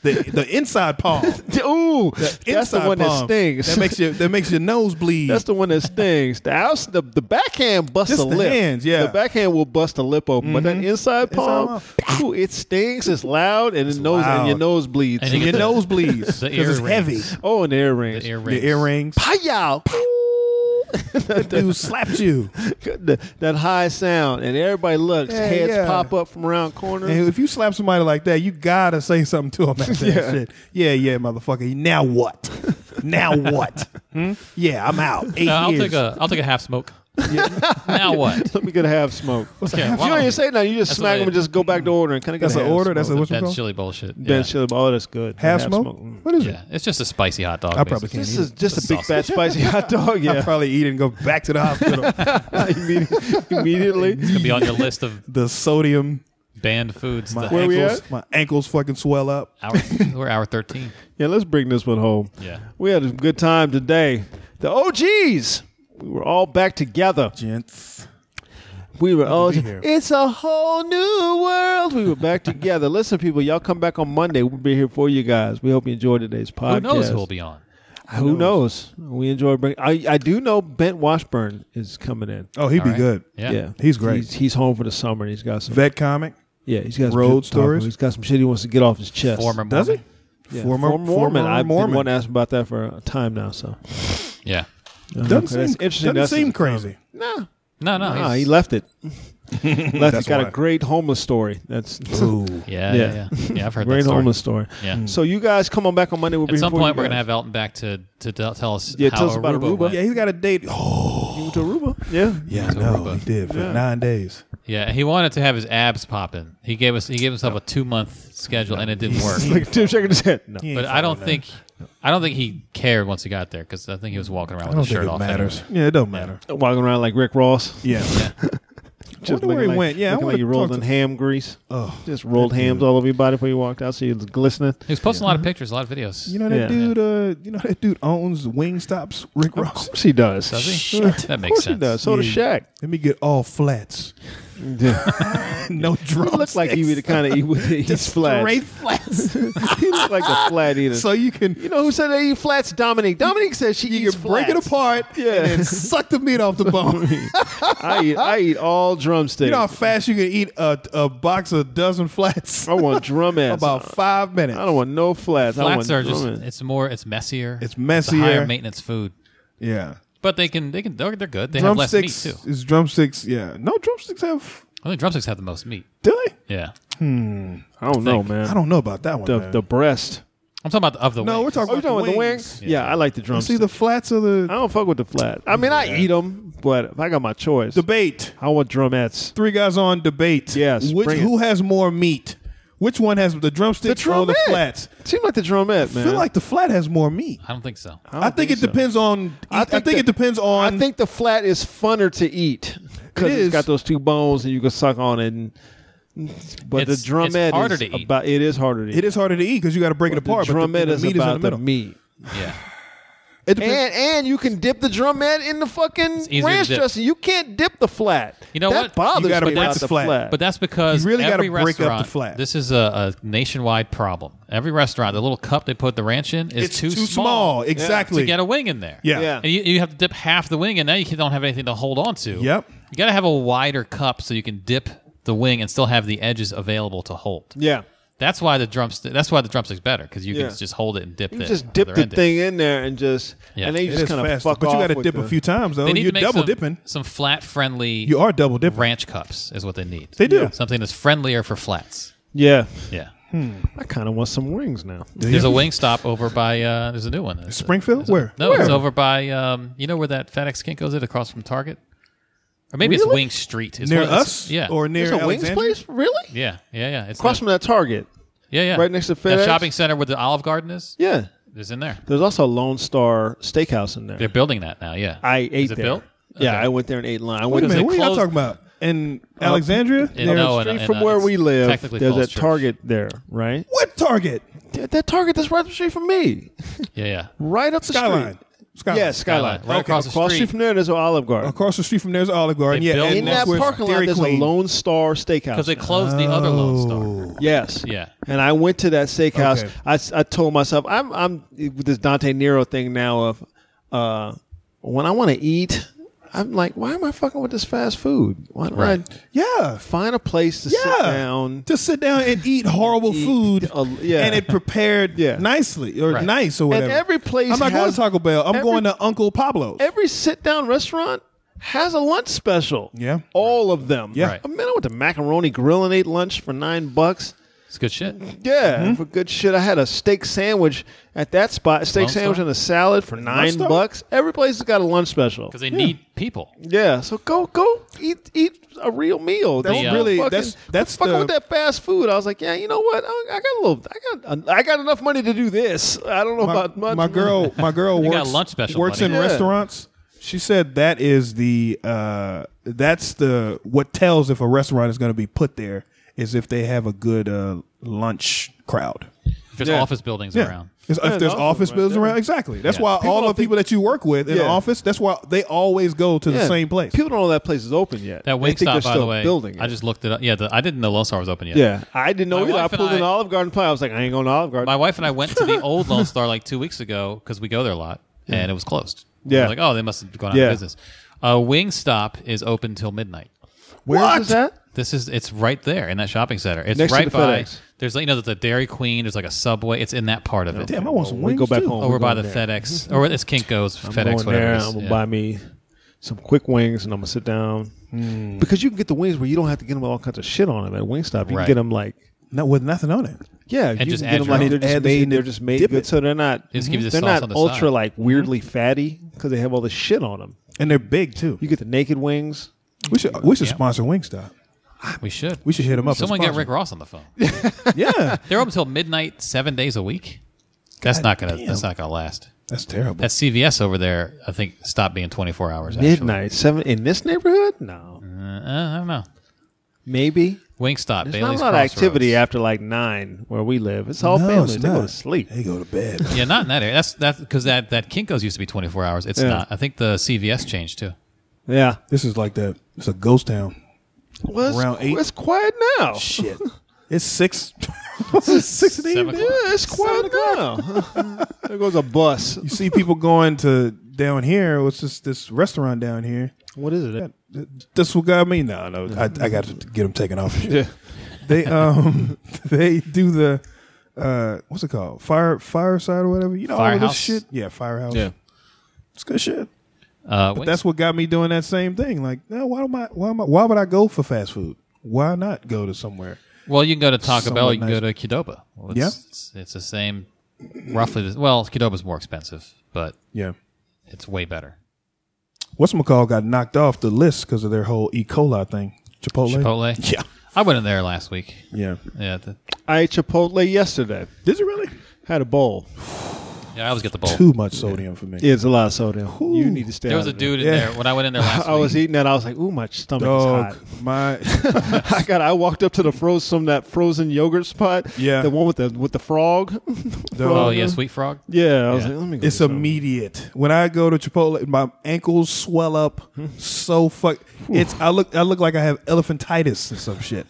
S4: The the inside palm.
S2: Ooh, that's the
S4: Inside
S2: one that
S4: palm.
S2: stings.
S4: That makes your that makes your nose bleed.
S2: That's the one that stings. The outs, the, the backhand busts
S4: Just
S2: a
S4: the
S2: lip.
S4: hands, yeah.
S2: The backhand will bust a lip open, but that inside palm,
S4: arm.
S2: ooh, it stings. It's loud, and it nose and your
S4: loud.
S2: nose bleeds.
S3: And
S4: and your
S3: The-
S4: nose bleeds
S3: the
S4: because it's
S3: earrings.
S4: heavy.
S2: oh, and the air rings.
S3: The ear
S4: The earrings.
S2: Pow!
S4: That dude slapped you.
S2: The- that high sound, and everybody looks.
S4: Yeah,
S2: heads
S4: yeah.
S2: pop up from around corners.
S4: And if you slap somebody like that, you gotta say something to them after that shit. Yeah, yeah, motherfucker. Now what? Now what? Hmm? Yeah, I'm out. Eight
S3: No, I'll
S4: years.
S3: take a. I'll take a half smoke. now what?
S2: Let me get a half smoke.
S3: Yeah,
S2: you
S3: wow.
S2: don't even say nothing. You just
S3: That's
S2: smack
S3: what
S2: them and
S3: I-
S2: just go back to ordering. Can I get
S4: Oh, That's
S2: a
S4: an
S2: half
S4: order.
S2: Smoke?
S4: That's a what's it
S3: Ben's
S4: called?
S3: chili bullshit.
S2: Ben
S3: yeah.
S2: chili. Oh, that's good.
S4: Half smoke. Mm. What is
S3: Yeah,
S4: it?
S3: it's just a spicy hot dog.
S4: I probably
S3: basically.
S4: can't
S2: This
S4: eat
S2: is
S4: it.
S2: just a big fat
S3: Sausage.
S2: spicy hot dog.
S4: I
S2: Yeah,
S4: probably eat it and go back to the hospital.
S2: Immedi- immediately.
S3: It's gonna be on your list of
S4: the sodium.
S3: banned foods.
S4: My
S3: that-
S2: Where we
S4: ankles.
S2: at?
S4: My ankles fucking swell up.
S3: hour, we're hour thirteen.
S2: Yeah, let's bring this one home.
S3: Yeah.
S2: we had a good time today. The OGs. We were all back together.
S4: Gents.
S2: We were all.
S4: be here.
S2: It's a whole new world. We were back together. Listen, people, y'all come back on Monday. We'll be here for you guys. We hope you enjoyed today's podcast.
S3: Who knows who will be on?
S2: Who knows? We enjoy bringing. I I do know Bent Washburn is coming in.
S4: Oh, he'd be
S3: right.
S4: good.
S3: Yeah.
S4: He's great.
S2: He's, he's home for the summer. and He's got some.
S4: Vet comic.
S2: yeah, he's got some shit
S4: Road
S2: to talk about.
S4: stories?
S2: He's got some shit he wants to get off his chest.
S3: Former
S4: Does
S3: Mormon.
S4: he?
S2: Yeah,
S4: Former,
S2: former Mormon. I've been
S4: Mormon.
S2: wanting to ask about that for a time now. So
S3: Yeah.
S4: Doesn't
S2: Okay, that's
S4: seem,
S2: interesting.
S4: doesn't
S2: That's
S4: seem
S2: a-
S4: crazy.
S2: nah,
S3: No, no.
S4: Ah,
S2: nah,
S3: he's-
S2: he left it. left. He's
S4: That's
S2: got a
S4: why.
S2: great homeless story. That's
S3: yeah,
S2: Yeah.
S3: yeah, yeah, yeah. I've heard
S2: great
S3: that story.
S2: homeless story.
S3: Yeah.
S2: So you guys come on back on Monday. We'll be
S3: At some
S2: here for
S3: point,
S2: you
S3: we're gonna
S2: guys.
S3: have Elton back to to tell, tell us
S2: Yeah,
S3: how
S2: tell us about
S3: Aruba
S2: Aruba.
S3: went.
S4: Yeah, he's got a date. Oh,
S2: You went to Aruba. Yeah.
S4: yeah,
S3: He's
S4: no,
S3: Aruba.
S4: he did for nine days.
S3: Yeah, he wanted to have his abs popping. He gave us he gave himself a two month schedule and it didn't work.
S2: Like Tim shaking his head. No.
S4: He ain't
S3: But I don't
S4: following
S3: think I don't think he cared once he got there because I think he was walking around
S4: that. I don't
S3: with his
S4: think
S3: shirt
S4: it
S3: off.
S4: matters.
S3: anyway.
S4: Yeah, it don't matter.
S2: Walking around like Rick Ross.
S4: Yeah,
S2: Just
S4: wonder where he
S2: looking like-
S4: went. Yeah, I
S2: looking like
S4: would've
S2: you rolled in oh.
S4: talked to-
S2: ham grease.
S4: Ugh.
S2: Just rolled hams all over your body before you walked out, so you was glistening.
S3: He was posting a lot of pictures, a lot of videos.
S4: You know that
S2: Yeah.
S4: dude. Uh, you know that dude owns Wingstops. Rick
S2: Of
S4: Ross.
S2: course he does.
S3: does he? That
S2: Of
S3: makes
S2: course
S3: sense.
S2: he does. So does
S4: Yeah.
S2: Shaq.
S4: Let me get all flats. no drums.
S2: He looks like he would the kind of eat with he eats flats.
S4: Straight flats.
S2: he looked like a flat eater.
S4: so you can
S2: you know who said they eat flats? Dominique. Dominique says she
S4: you
S2: eats
S4: can break it
S2: flats.
S4: apart
S2: Yeah.
S4: and then suck the meat off the bone.
S2: I eat, I eat all drumsticks.
S4: you know how fast you can eat a, a box of dozen flats?
S2: I want drum ass.
S4: About five minutes.
S2: Oh, I don't want no flats. I want
S3: Flats are
S2: drum
S3: just
S2: ass.
S3: it's more it's messier.
S4: It's
S3: It's a higher
S4: messier.
S3: maintenance food.
S4: yeah.
S3: But they can they can they're, they're good. They have less meat
S4: Drumsticks
S3: too.
S4: is drumsticks. Yeah. No drumsticks have.
S3: I think drumsticks have the most meat.
S4: Do they?
S3: Yeah.
S2: I don't know, man.
S4: I don't know about that one.
S2: the
S4: man.
S2: the breast.
S3: I'm talking about the, of the
S4: no,
S3: wings.
S4: we're talking
S2: Oh, you
S4: about
S2: talking about the
S4: wings.
S2: wings? Yeah, I like the drumsticks.
S4: See the flats of
S2: I
S4: the
S2: don't fuck with the flat. I mean, I eat them, but if I got my choice,
S4: debate.
S2: I want drumettes.
S4: Three guys on debate.
S2: Yes,
S4: Which,
S2: bring it.
S4: who has more meat? Which one has the drumsticks or the
S2: drumette.
S4: flats?
S2: Seems like the drumette, man.
S4: I feel like the flat has more meat.
S3: I don't think so.
S2: I
S4: I,
S2: don't
S4: think, it
S2: so.
S4: depends on. I think,
S2: that-
S4: it depends on.
S2: I think the flat is funner to eat because
S4: It
S2: it
S4: is.
S2: has got those two bones and you can suck on it. And, but
S3: It's- it's
S2: the drumette
S3: harder
S2: is
S3: to eat.
S2: about it is harder to eat.
S4: it is harder to eat because you got to break it
S2: the
S4: apart. but
S2: drumette
S4: the,
S2: is
S4: the meat
S2: about
S4: is in the middle.
S2: meat.
S3: Yeah.
S4: It depends.
S2: And and you can dip the drumette in the fucking
S3: easier to
S2: ranch
S3: dip.
S2: dressing. You can't dip the flat.
S3: You know
S2: that
S3: what?
S2: bothers
S4: You gotta
S2: me
S4: break
S2: about
S4: the
S2: the
S4: flat.
S2: flat.
S3: But that's because
S4: You really gotta
S3: every
S4: break up the
S3: restaurant.
S4: flat.
S3: This is a, a nationwide problem. Every restaurant, the little cup they put the ranch in is
S4: it's
S3: too,
S4: small.
S3: small
S4: Exactly.
S3: to get a wing in there.
S4: yeah.
S2: Yeah.
S3: And you, you have to dip half the wing, and now you can- don't have anything to hold on to.
S4: Yep.
S3: You got to have a wider cup so you can dip the wing and still have the edges available to hold.
S2: yeah,
S3: That's why the drumstick. That's why the drumstick's better because you
S2: Yeah.
S3: can just hold it and dip
S2: you
S3: it.
S2: just dip
S3: other
S2: the
S3: end in.
S2: thing in there and just
S3: Yeah.
S2: and then you
S4: It
S2: just
S4: is
S2: kind of
S4: fast,
S2: fuck
S4: but
S2: off.
S4: you got to
S2: with
S4: dip
S2: the-
S4: a few times though.
S3: They need
S4: Oh, You're
S3: to make
S4: double
S3: some,
S4: dipping.
S3: some flat friendly.
S4: You are double dipping.
S3: ranch cups is what they need.
S4: They do.
S3: something that's friendlier for flats.
S2: Yeah,
S3: Yeah.
S2: I kind of want some wings now.
S3: There's a wing stop over by. Uh, there's a new one. It's-
S4: Springfield? Where?
S3: No,
S4: Where?
S3: it's over by. Um, you know where that FedEx Kinko's is across from Target, or maybe it's
S2: Really?
S3: Wing Street. It's
S4: near
S3: one- it's-
S4: us?
S3: Yeah.
S4: Or near
S2: There's a wings
S4: Alexandria?
S2: place, really?
S3: yeah. Yeah. Yeah. It's
S2: Across
S3: the-
S2: from that Target.
S3: Yeah. Yeah.
S2: right next to
S3: That
S2: FedEx?
S3: shopping center where the Olive Garden is.
S2: Yeah,
S3: Is in there.
S2: there's also a Lone Star Steakhouse in there.
S3: They're building that now. Yeah.
S2: I ate
S3: is it
S2: there.
S3: built?
S2: Yeah,
S3: Okay.
S2: I went there and ate line. I
S4: Wait
S2: went
S4: a
S2: to
S4: minute. What are y'all
S3: closed?
S4: talking about? In Alexandria?
S3: in-
S4: There's-
S3: no, in-
S2: Street
S3: in-
S2: from
S3: uh,
S2: where
S3: it's
S2: we live,
S3: technically
S2: there's
S3: Falls
S2: that
S3: Church.
S2: Target there, right?
S4: What Target?
S2: Yeah, That Target that's right up the street from me,
S3: Yeah. Yeah.
S2: right up the
S4: Skyline.
S2: street.
S4: Skyline.
S2: Yeah, Skyline.
S3: Skyline, right across the
S2: Across the
S3: street.
S2: street from there, there's an Olive Garden.
S4: Across the street from there's Olive Garden.
S3: They
S4: yeah,
S3: built
S4: and
S2: in
S4: that's
S2: that
S4: where's
S2: parking lot,
S4: Dairy
S2: there's
S4: Queen.
S2: a Lone Star Steakhouse.
S3: Because they closed the other Lone Star.
S2: yes.
S3: Yeah.
S2: And I went to that steakhouse.
S4: Okay.
S2: I, s- I told myself, I'm I'm with this Dante Nero thing now of uh, when I want to eat, I'm like, why am I fucking with this fast food? Why don't
S3: Right.
S2: I
S4: Yeah.
S2: find a place to sit
S4: Yeah.
S2: down?
S4: To sit down and eat horrible
S2: Eat
S4: food
S2: a- yeah.
S4: and it prepared
S2: Yeah.
S4: nicely or
S3: Right.
S4: nice or whatever.
S2: every place
S4: I'm not going
S2: has-
S4: to Taco Bell. I'm
S2: every-
S4: going to Uncle Pablo's.
S2: Every sit down restaurant has a lunch special.
S4: Yeah.
S2: All of them.
S4: Yeah.
S3: Right.
S2: I mean, I went to Macaroni Grill and ate lunch for nine bucks.
S3: It's good shit.
S2: Yeah,
S4: Mm-hmm.
S2: for good shit. I had a steak sandwich at that spot. A steak
S3: Lone
S2: sandwich
S3: Star?
S2: and a salad for nine
S4: Star?
S2: bucks. Every place has got a lunch special.
S3: Because they need people.
S2: Yeah, so go go eat eat a real meal.
S4: That's
S2: Don't
S3: really-
S2: fucking,
S4: that's-
S2: quit
S4: that's
S2: fucking
S4: the-
S2: with that fast food. I was like, yeah, you know what? I, I got a little, I got, I got enough money to do this. I don't know
S4: my,
S2: about much.
S4: my girl my girl
S3: You
S4: works,
S3: got lunch special
S4: works
S3: money.
S4: in
S2: Yeah.
S4: restaurants she said that is the uh, that's the what tells if a restaurant is going to be put there is if they have a good uh, lunch crowd
S3: If there's
S2: Yeah.
S3: office buildings
S4: yeah
S3: around.
S4: It's-
S2: Yeah,
S4: if
S2: it's
S4: there's
S2: awesome
S4: office
S2: right
S4: buildings
S2: there.
S4: around exactly that's
S3: Yeah.
S4: why
S2: People
S4: all the
S2: don't think-
S4: people that you work with in the
S2: Yeah.
S4: office that's why they always go to the
S2: Yeah.
S4: same place
S2: People don't know that place is open yet.
S3: That
S2: They
S3: wing
S2: think they're
S3: stop, by the
S2: still
S3: way.
S2: building.
S3: I
S2: it.
S3: just looked it up. Yeah, the, I didn't know Lone Star was open yet.
S2: yeah, I didn't know
S3: My
S2: either. I
S3: wife and
S2: pulled an
S3: I-
S2: Olive Garden play. I was like, I ain't going to Olive Garden.
S3: My wife and I went to the old Lone Star like two weeks ago because we go there a lot, and it was closed. We
S2: Yeah.
S3: were like oh, they must have gone out
S2: Yeah.
S3: of business. Uh, Wingstop is open till midnight.
S2: Where is
S4: What?
S2: this at?
S3: This is it's right there in that shopping center. It's
S2: Next to
S3: right
S2: the
S3: by.
S2: FedEx.
S3: There's like you know there's a Dairy Queen. There's like a Subway. It's in that part of it.
S4: damn i want some
S2: We
S4: wings
S2: Oh, go back
S4: too.
S2: home.
S3: Over
S2: We're
S3: by the
S2: going there.
S3: FedEx or it's Kinko's
S2: I'm
S3: FedEx.
S2: going
S3: Whatever.
S2: there.
S3: it
S2: I'm
S3: is.
S2: gonna
S3: Yeah.
S2: buy me some quick wings, and I'm gonna sit down
S3: Hmm.
S2: because you can get the wings where you don't have to get them with all kinds of shit on them at Wingstop. You
S3: Right.
S2: can get them like
S4: no, with nothing on it
S2: yeah, you
S3: just
S2: can
S3: add
S2: get them
S3: your
S2: like
S3: own-
S2: they're just
S4: add this
S2: made.
S4: and
S2: They're just made
S4: dip
S2: good,
S4: it.
S2: so they're not. Mhm.
S3: Just give you the
S2: they're
S3: sauce
S2: not
S3: on the
S2: ultra
S3: side. Mm-hmm.
S2: like weirdly fatty because they have all the shit on them.
S4: and they're big too
S2: You get the naked wings.
S4: we should we should sponsor wingstop
S3: We should.
S4: we should hit them up and
S3: Someone get
S4: sponsor
S3: Rick Ross on the phone.
S4: them. yeah
S3: They're open till midnight, seven days a week. That's not gonna. That's not gonna last.
S4: that's terrible
S3: That CVS over there, I think, stopped being 24 hours. Actually.
S2: Midnight seven in this neighborhood? No,
S3: uh, I don't know.
S2: Maybe.
S3: Wingstop.
S2: There's
S3: Bailey's
S2: not a lot of
S3: Crossroads.
S2: activity after like nine where we live. It's all
S4: No,
S2: families.
S4: it's
S2: they go to
S4: not.
S2: sleep.
S4: They go to bed.
S3: Yeah, not in that area. That's that because that that Kinkos used to be twenty four hours. It's not. I think the CVS changed too.
S2: Yeah.
S4: this is like that. It's a ghost town.
S2: Well, it's,
S4: Around eight.
S2: it's quiet now.
S4: Shit. It's six. it's six in the
S3: Seven
S4: evening.
S2: Yeah, it's quiet now. there goes a bus.
S4: You see people going to down here. What's this? This restaurant down here.
S2: What is it?
S4: This what got me. No, no. I, I got to get them taken off.
S2: Yeah.
S4: They um they do the uh what's it called fire fireside or whatever. You know all of
S3: Firehouse?
S4: this shit. Yeah, firehouse.
S2: Yeah.
S4: it's good shit.
S3: Uh,
S4: But
S3: Wings-
S4: that's what got me doing that same thing. Like, no, why am I? Why am I? Why would I go for fast food? Why not go to somewhere?
S3: well, you can go to Taco
S4: somewhat
S3: Bell. You can
S4: nice.
S3: go to Qdoba. Well, it's,
S4: Yeah.
S3: it's, it's the same. Roughly, the- well, Qdoba's more expensive, but
S4: Yeah.
S3: it's way better.
S4: What's McCall got knocked off the list because of their whole E. coli thing? Chipotle.
S3: Chipotle.
S4: Yeah.
S3: I went in there last week.
S4: Yeah.
S3: Yeah, the,
S2: I ate Chipotle yesterday.
S4: Is it really?
S2: Had a bowl.
S3: yeah. I always get the bowl.
S4: Too much sodium for me.
S2: Oh, Yeah, it's a lot of sodium. You need to stay.
S3: There was
S2: out
S3: a
S2: of it.
S3: dude in
S4: Yeah.
S3: there when I went in there last
S2: I
S3: week.
S2: was eating that. I was like, "Ooh, my stomach
S4: Dog,
S2: is
S4: my
S2: hot." I got. I walked up to the frozen some of that frozen yogurt spot.
S4: Yeah.
S2: the one with the with the frog.
S3: oh
S4: dog,
S3: yeah, sweet frog.
S2: yeah, I was
S3: Yeah.
S2: like, "Let me." Go
S4: it's
S2: get some.
S4: immediate. When I go to Chipotle, my ankles swell up so fuck. It's I look I look like I have elephantitis or some shit.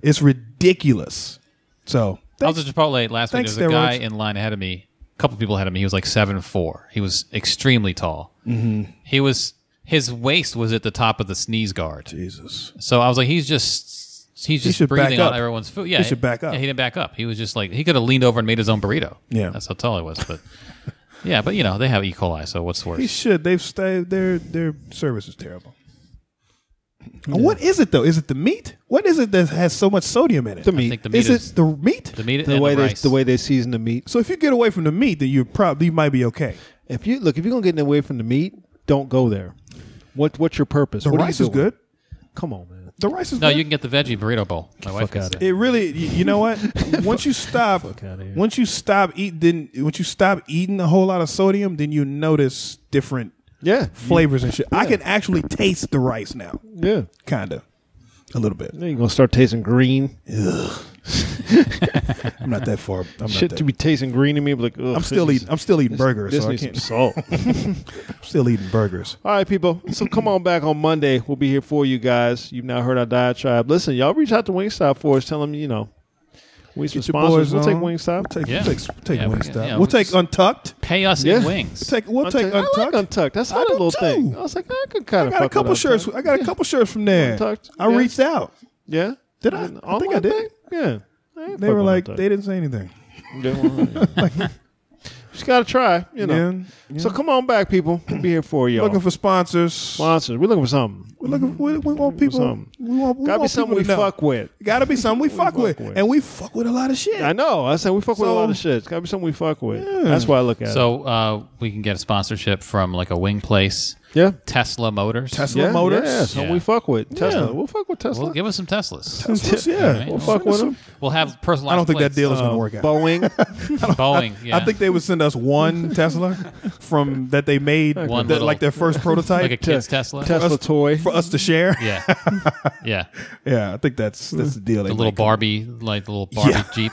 S4: it's ridiculous. So
S3: I was at Chipotle last week.
S4: Thanks,
S3: There was a guy
S4: steroids.
S3: in line ahead of me. A couple people ahead of me. He was like seven four. He was extremely tall. Mm-hmm. He was his waist was at the top of the sneeze guard.
S4: Jesus,
S3: So I was like, he's just he's just
S4: should back
S3: breathing on
S4: up.
S3: everyone's food. Yeah,
S4: He should back up.
S3: Yeah, he didn't back up. He was just like he could have leaned over and made his own burrito.
S4: Yeah.
S3: that's how tall he was. But yeah, but you know they have E. coli, so what's
S4: he
S3: worse?
S4: should. They've stayed. Their their service is terrible. What is it though? Is it the meat? What is it that has so much sodium in it?
S2: the meat.
S3: think the meat
S4: is
S3: is
S4: it the meat?
S3: the meat
S2: the
S3: and
S2: way they
S3: the rice.
S2: the way they season the meat.
S4: So if you get away from the meat, then you probably you might be okay.
S2: If you look, if you're gonna get away from the meat, don't go there. What what's your purpose?
S4: The
S2: what are you
S4: rice is
S2: doing?
S4: good.
S2: Come on, man.
S4: The rice is
S3: no,
S4: good.
S3: you can get the veggie burrito bowl. My wife
S2: fuck
S3: gets
S2: outta
S3: it.
S4: it really you, you know what? once you stop
S2: outta here.
S4: once you stop eat then once you stop eating a whole lot of sodium, then you notice different
S2: Yeah,
S4: flavors and shit. I can actually taste the rice now.
S2: yeah.
S4: Kinda. A little bit.
S2: Then you're gonna start tasting green.
S4: I'm not that far. I'm not
S2: Shit
S4: that.
S2: to be tasting green to me. I'm like, ugh,
S4: I'm
S2: this
S4: still
S2: needs-
S4: eating I'm still eating burgers,
S2: This
S4: so I
S2: needs some
S4: can't
S2: salt.
S4: I'm still eating burgers.
S2: All right, people. So come on back on Monday. We'll be here for you guys. You've now heard our diatribe. Listen, y'all reach out to Wingstop for us. Tell them, you know, we some
S4: Get your
S2: sponsors.
S4: boys
S2: We'll take
S4: on.
S2: Wingstop.
S4: Take
S3: Yeah.
S4: take, take
S3: Yeah, we
S4: Wingstop.
S3: can- yeah,
S4: we'll
S3: we
S4: take
S3: can-
S4: Untucked.
S3: Pay us
S2: Yeah.
S3: in wings.
S4: Take we'll take
S2: Untucked. I like
S4: Untucked.
S2: Untucked. That's
S4: I
S2: not a
S4: do
S2: little
S4: too.
S2: thing. I was like, I could kind
S4: I
S2: of
S4: got a couple shirts. I got a couple shirts from there.
S2: Untucked,
S4: I
S2: yeah.
S4: reached out.
S2: Yeah.
S4: Did I?
S2: An
S4: I think I
S2: online
S4: did.
S2: thing? Yeah. I ain't
S4: They
S2: fuck
S4: were
S2: with
S4: like,
S2: Untucked.
S4: they didn't say anything.
S2: Yeah, well, yeah. Just gotta try, you know.
S4: Yeah, yeah.
S2: So come on back, people. We'll be here for y'all.
S4: looking for sponsors.
S2: sponsors. We're looking for something.
S4: We're looking. We, we want people.
S2: Something.
S4: We want. We
S2: Gotta be
S4: want
S2: something
S4: people
S2: we
S4: to know.
S2: fuck with.
S4: Gotta be something we, fuck, with.
S2: with.
S4: and we fuck with a lot of shit.
S2: I know. I said we fuck with a lot of
S4: So-
S2: shit. It's gotta be something we fuck with. That's why I look at it.
S3: So uh, we can get a sponsorship from like a wing place,
S2: Yeah.
S3: Tesla Motors.
S4: Tesla
S2: Yeah,
S4: Motors.
S2: Yeah, something we
S3: Yeah.
S2: fuck with. Tesla.
S4: Yeah.
S2: We'll fuck with Tesla.
S3: Well, give us some Teslas.
S4: Tesla's- yeah,
S3: Alright.
S4: Well,
S3: We'll
S2: fuck
S4: send us
S2: with 'em.
S4: some-
S3: We'll have personalized.
S4: I don't think that
S3: plates. Uh,
S4: deal is gonna work out.
S2: Boeing.
S3: Boeing. Yeah.
S4: uh, I think they would send us one Tesla from that they made,
S3: One
S4: that,
S3: little-
S4: like their first prototype,
S3: like a kid's Tesla.
S2: Tesla toy.
S4: for us to share. Yeah,
S3: Yeah. Yeah.
S4: I think that's that's the deal.
S3: The little Barbie, like the little Barbie
S4: Yeah.
S3: Jeep,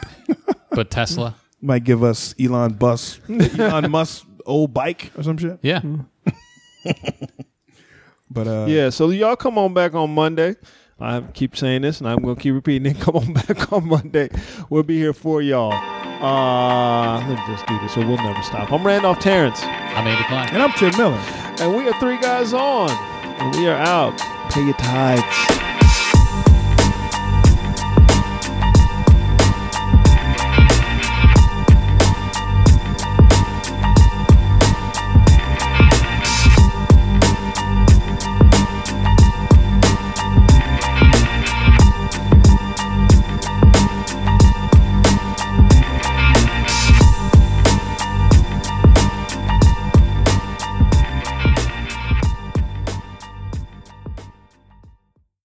S3: but Tesla.
S4: might give us Elon Bus, Elon Musk old bike or some shit.
S3: Yeah.
S4: But uh,
S2: Yeah, so y'all come on back on Monday. I keep saying this, and I'm gonna keep repeating it. Come on back on Monday. We'll be here for y'all. Uh, let me just do this, so we'll never stop. I'm Randolph Terrence,
S3: I'm Andy Klein.
S4: and I'm Tim Miller.
S2: and we are three guys on, and we are out. Pay your tithes.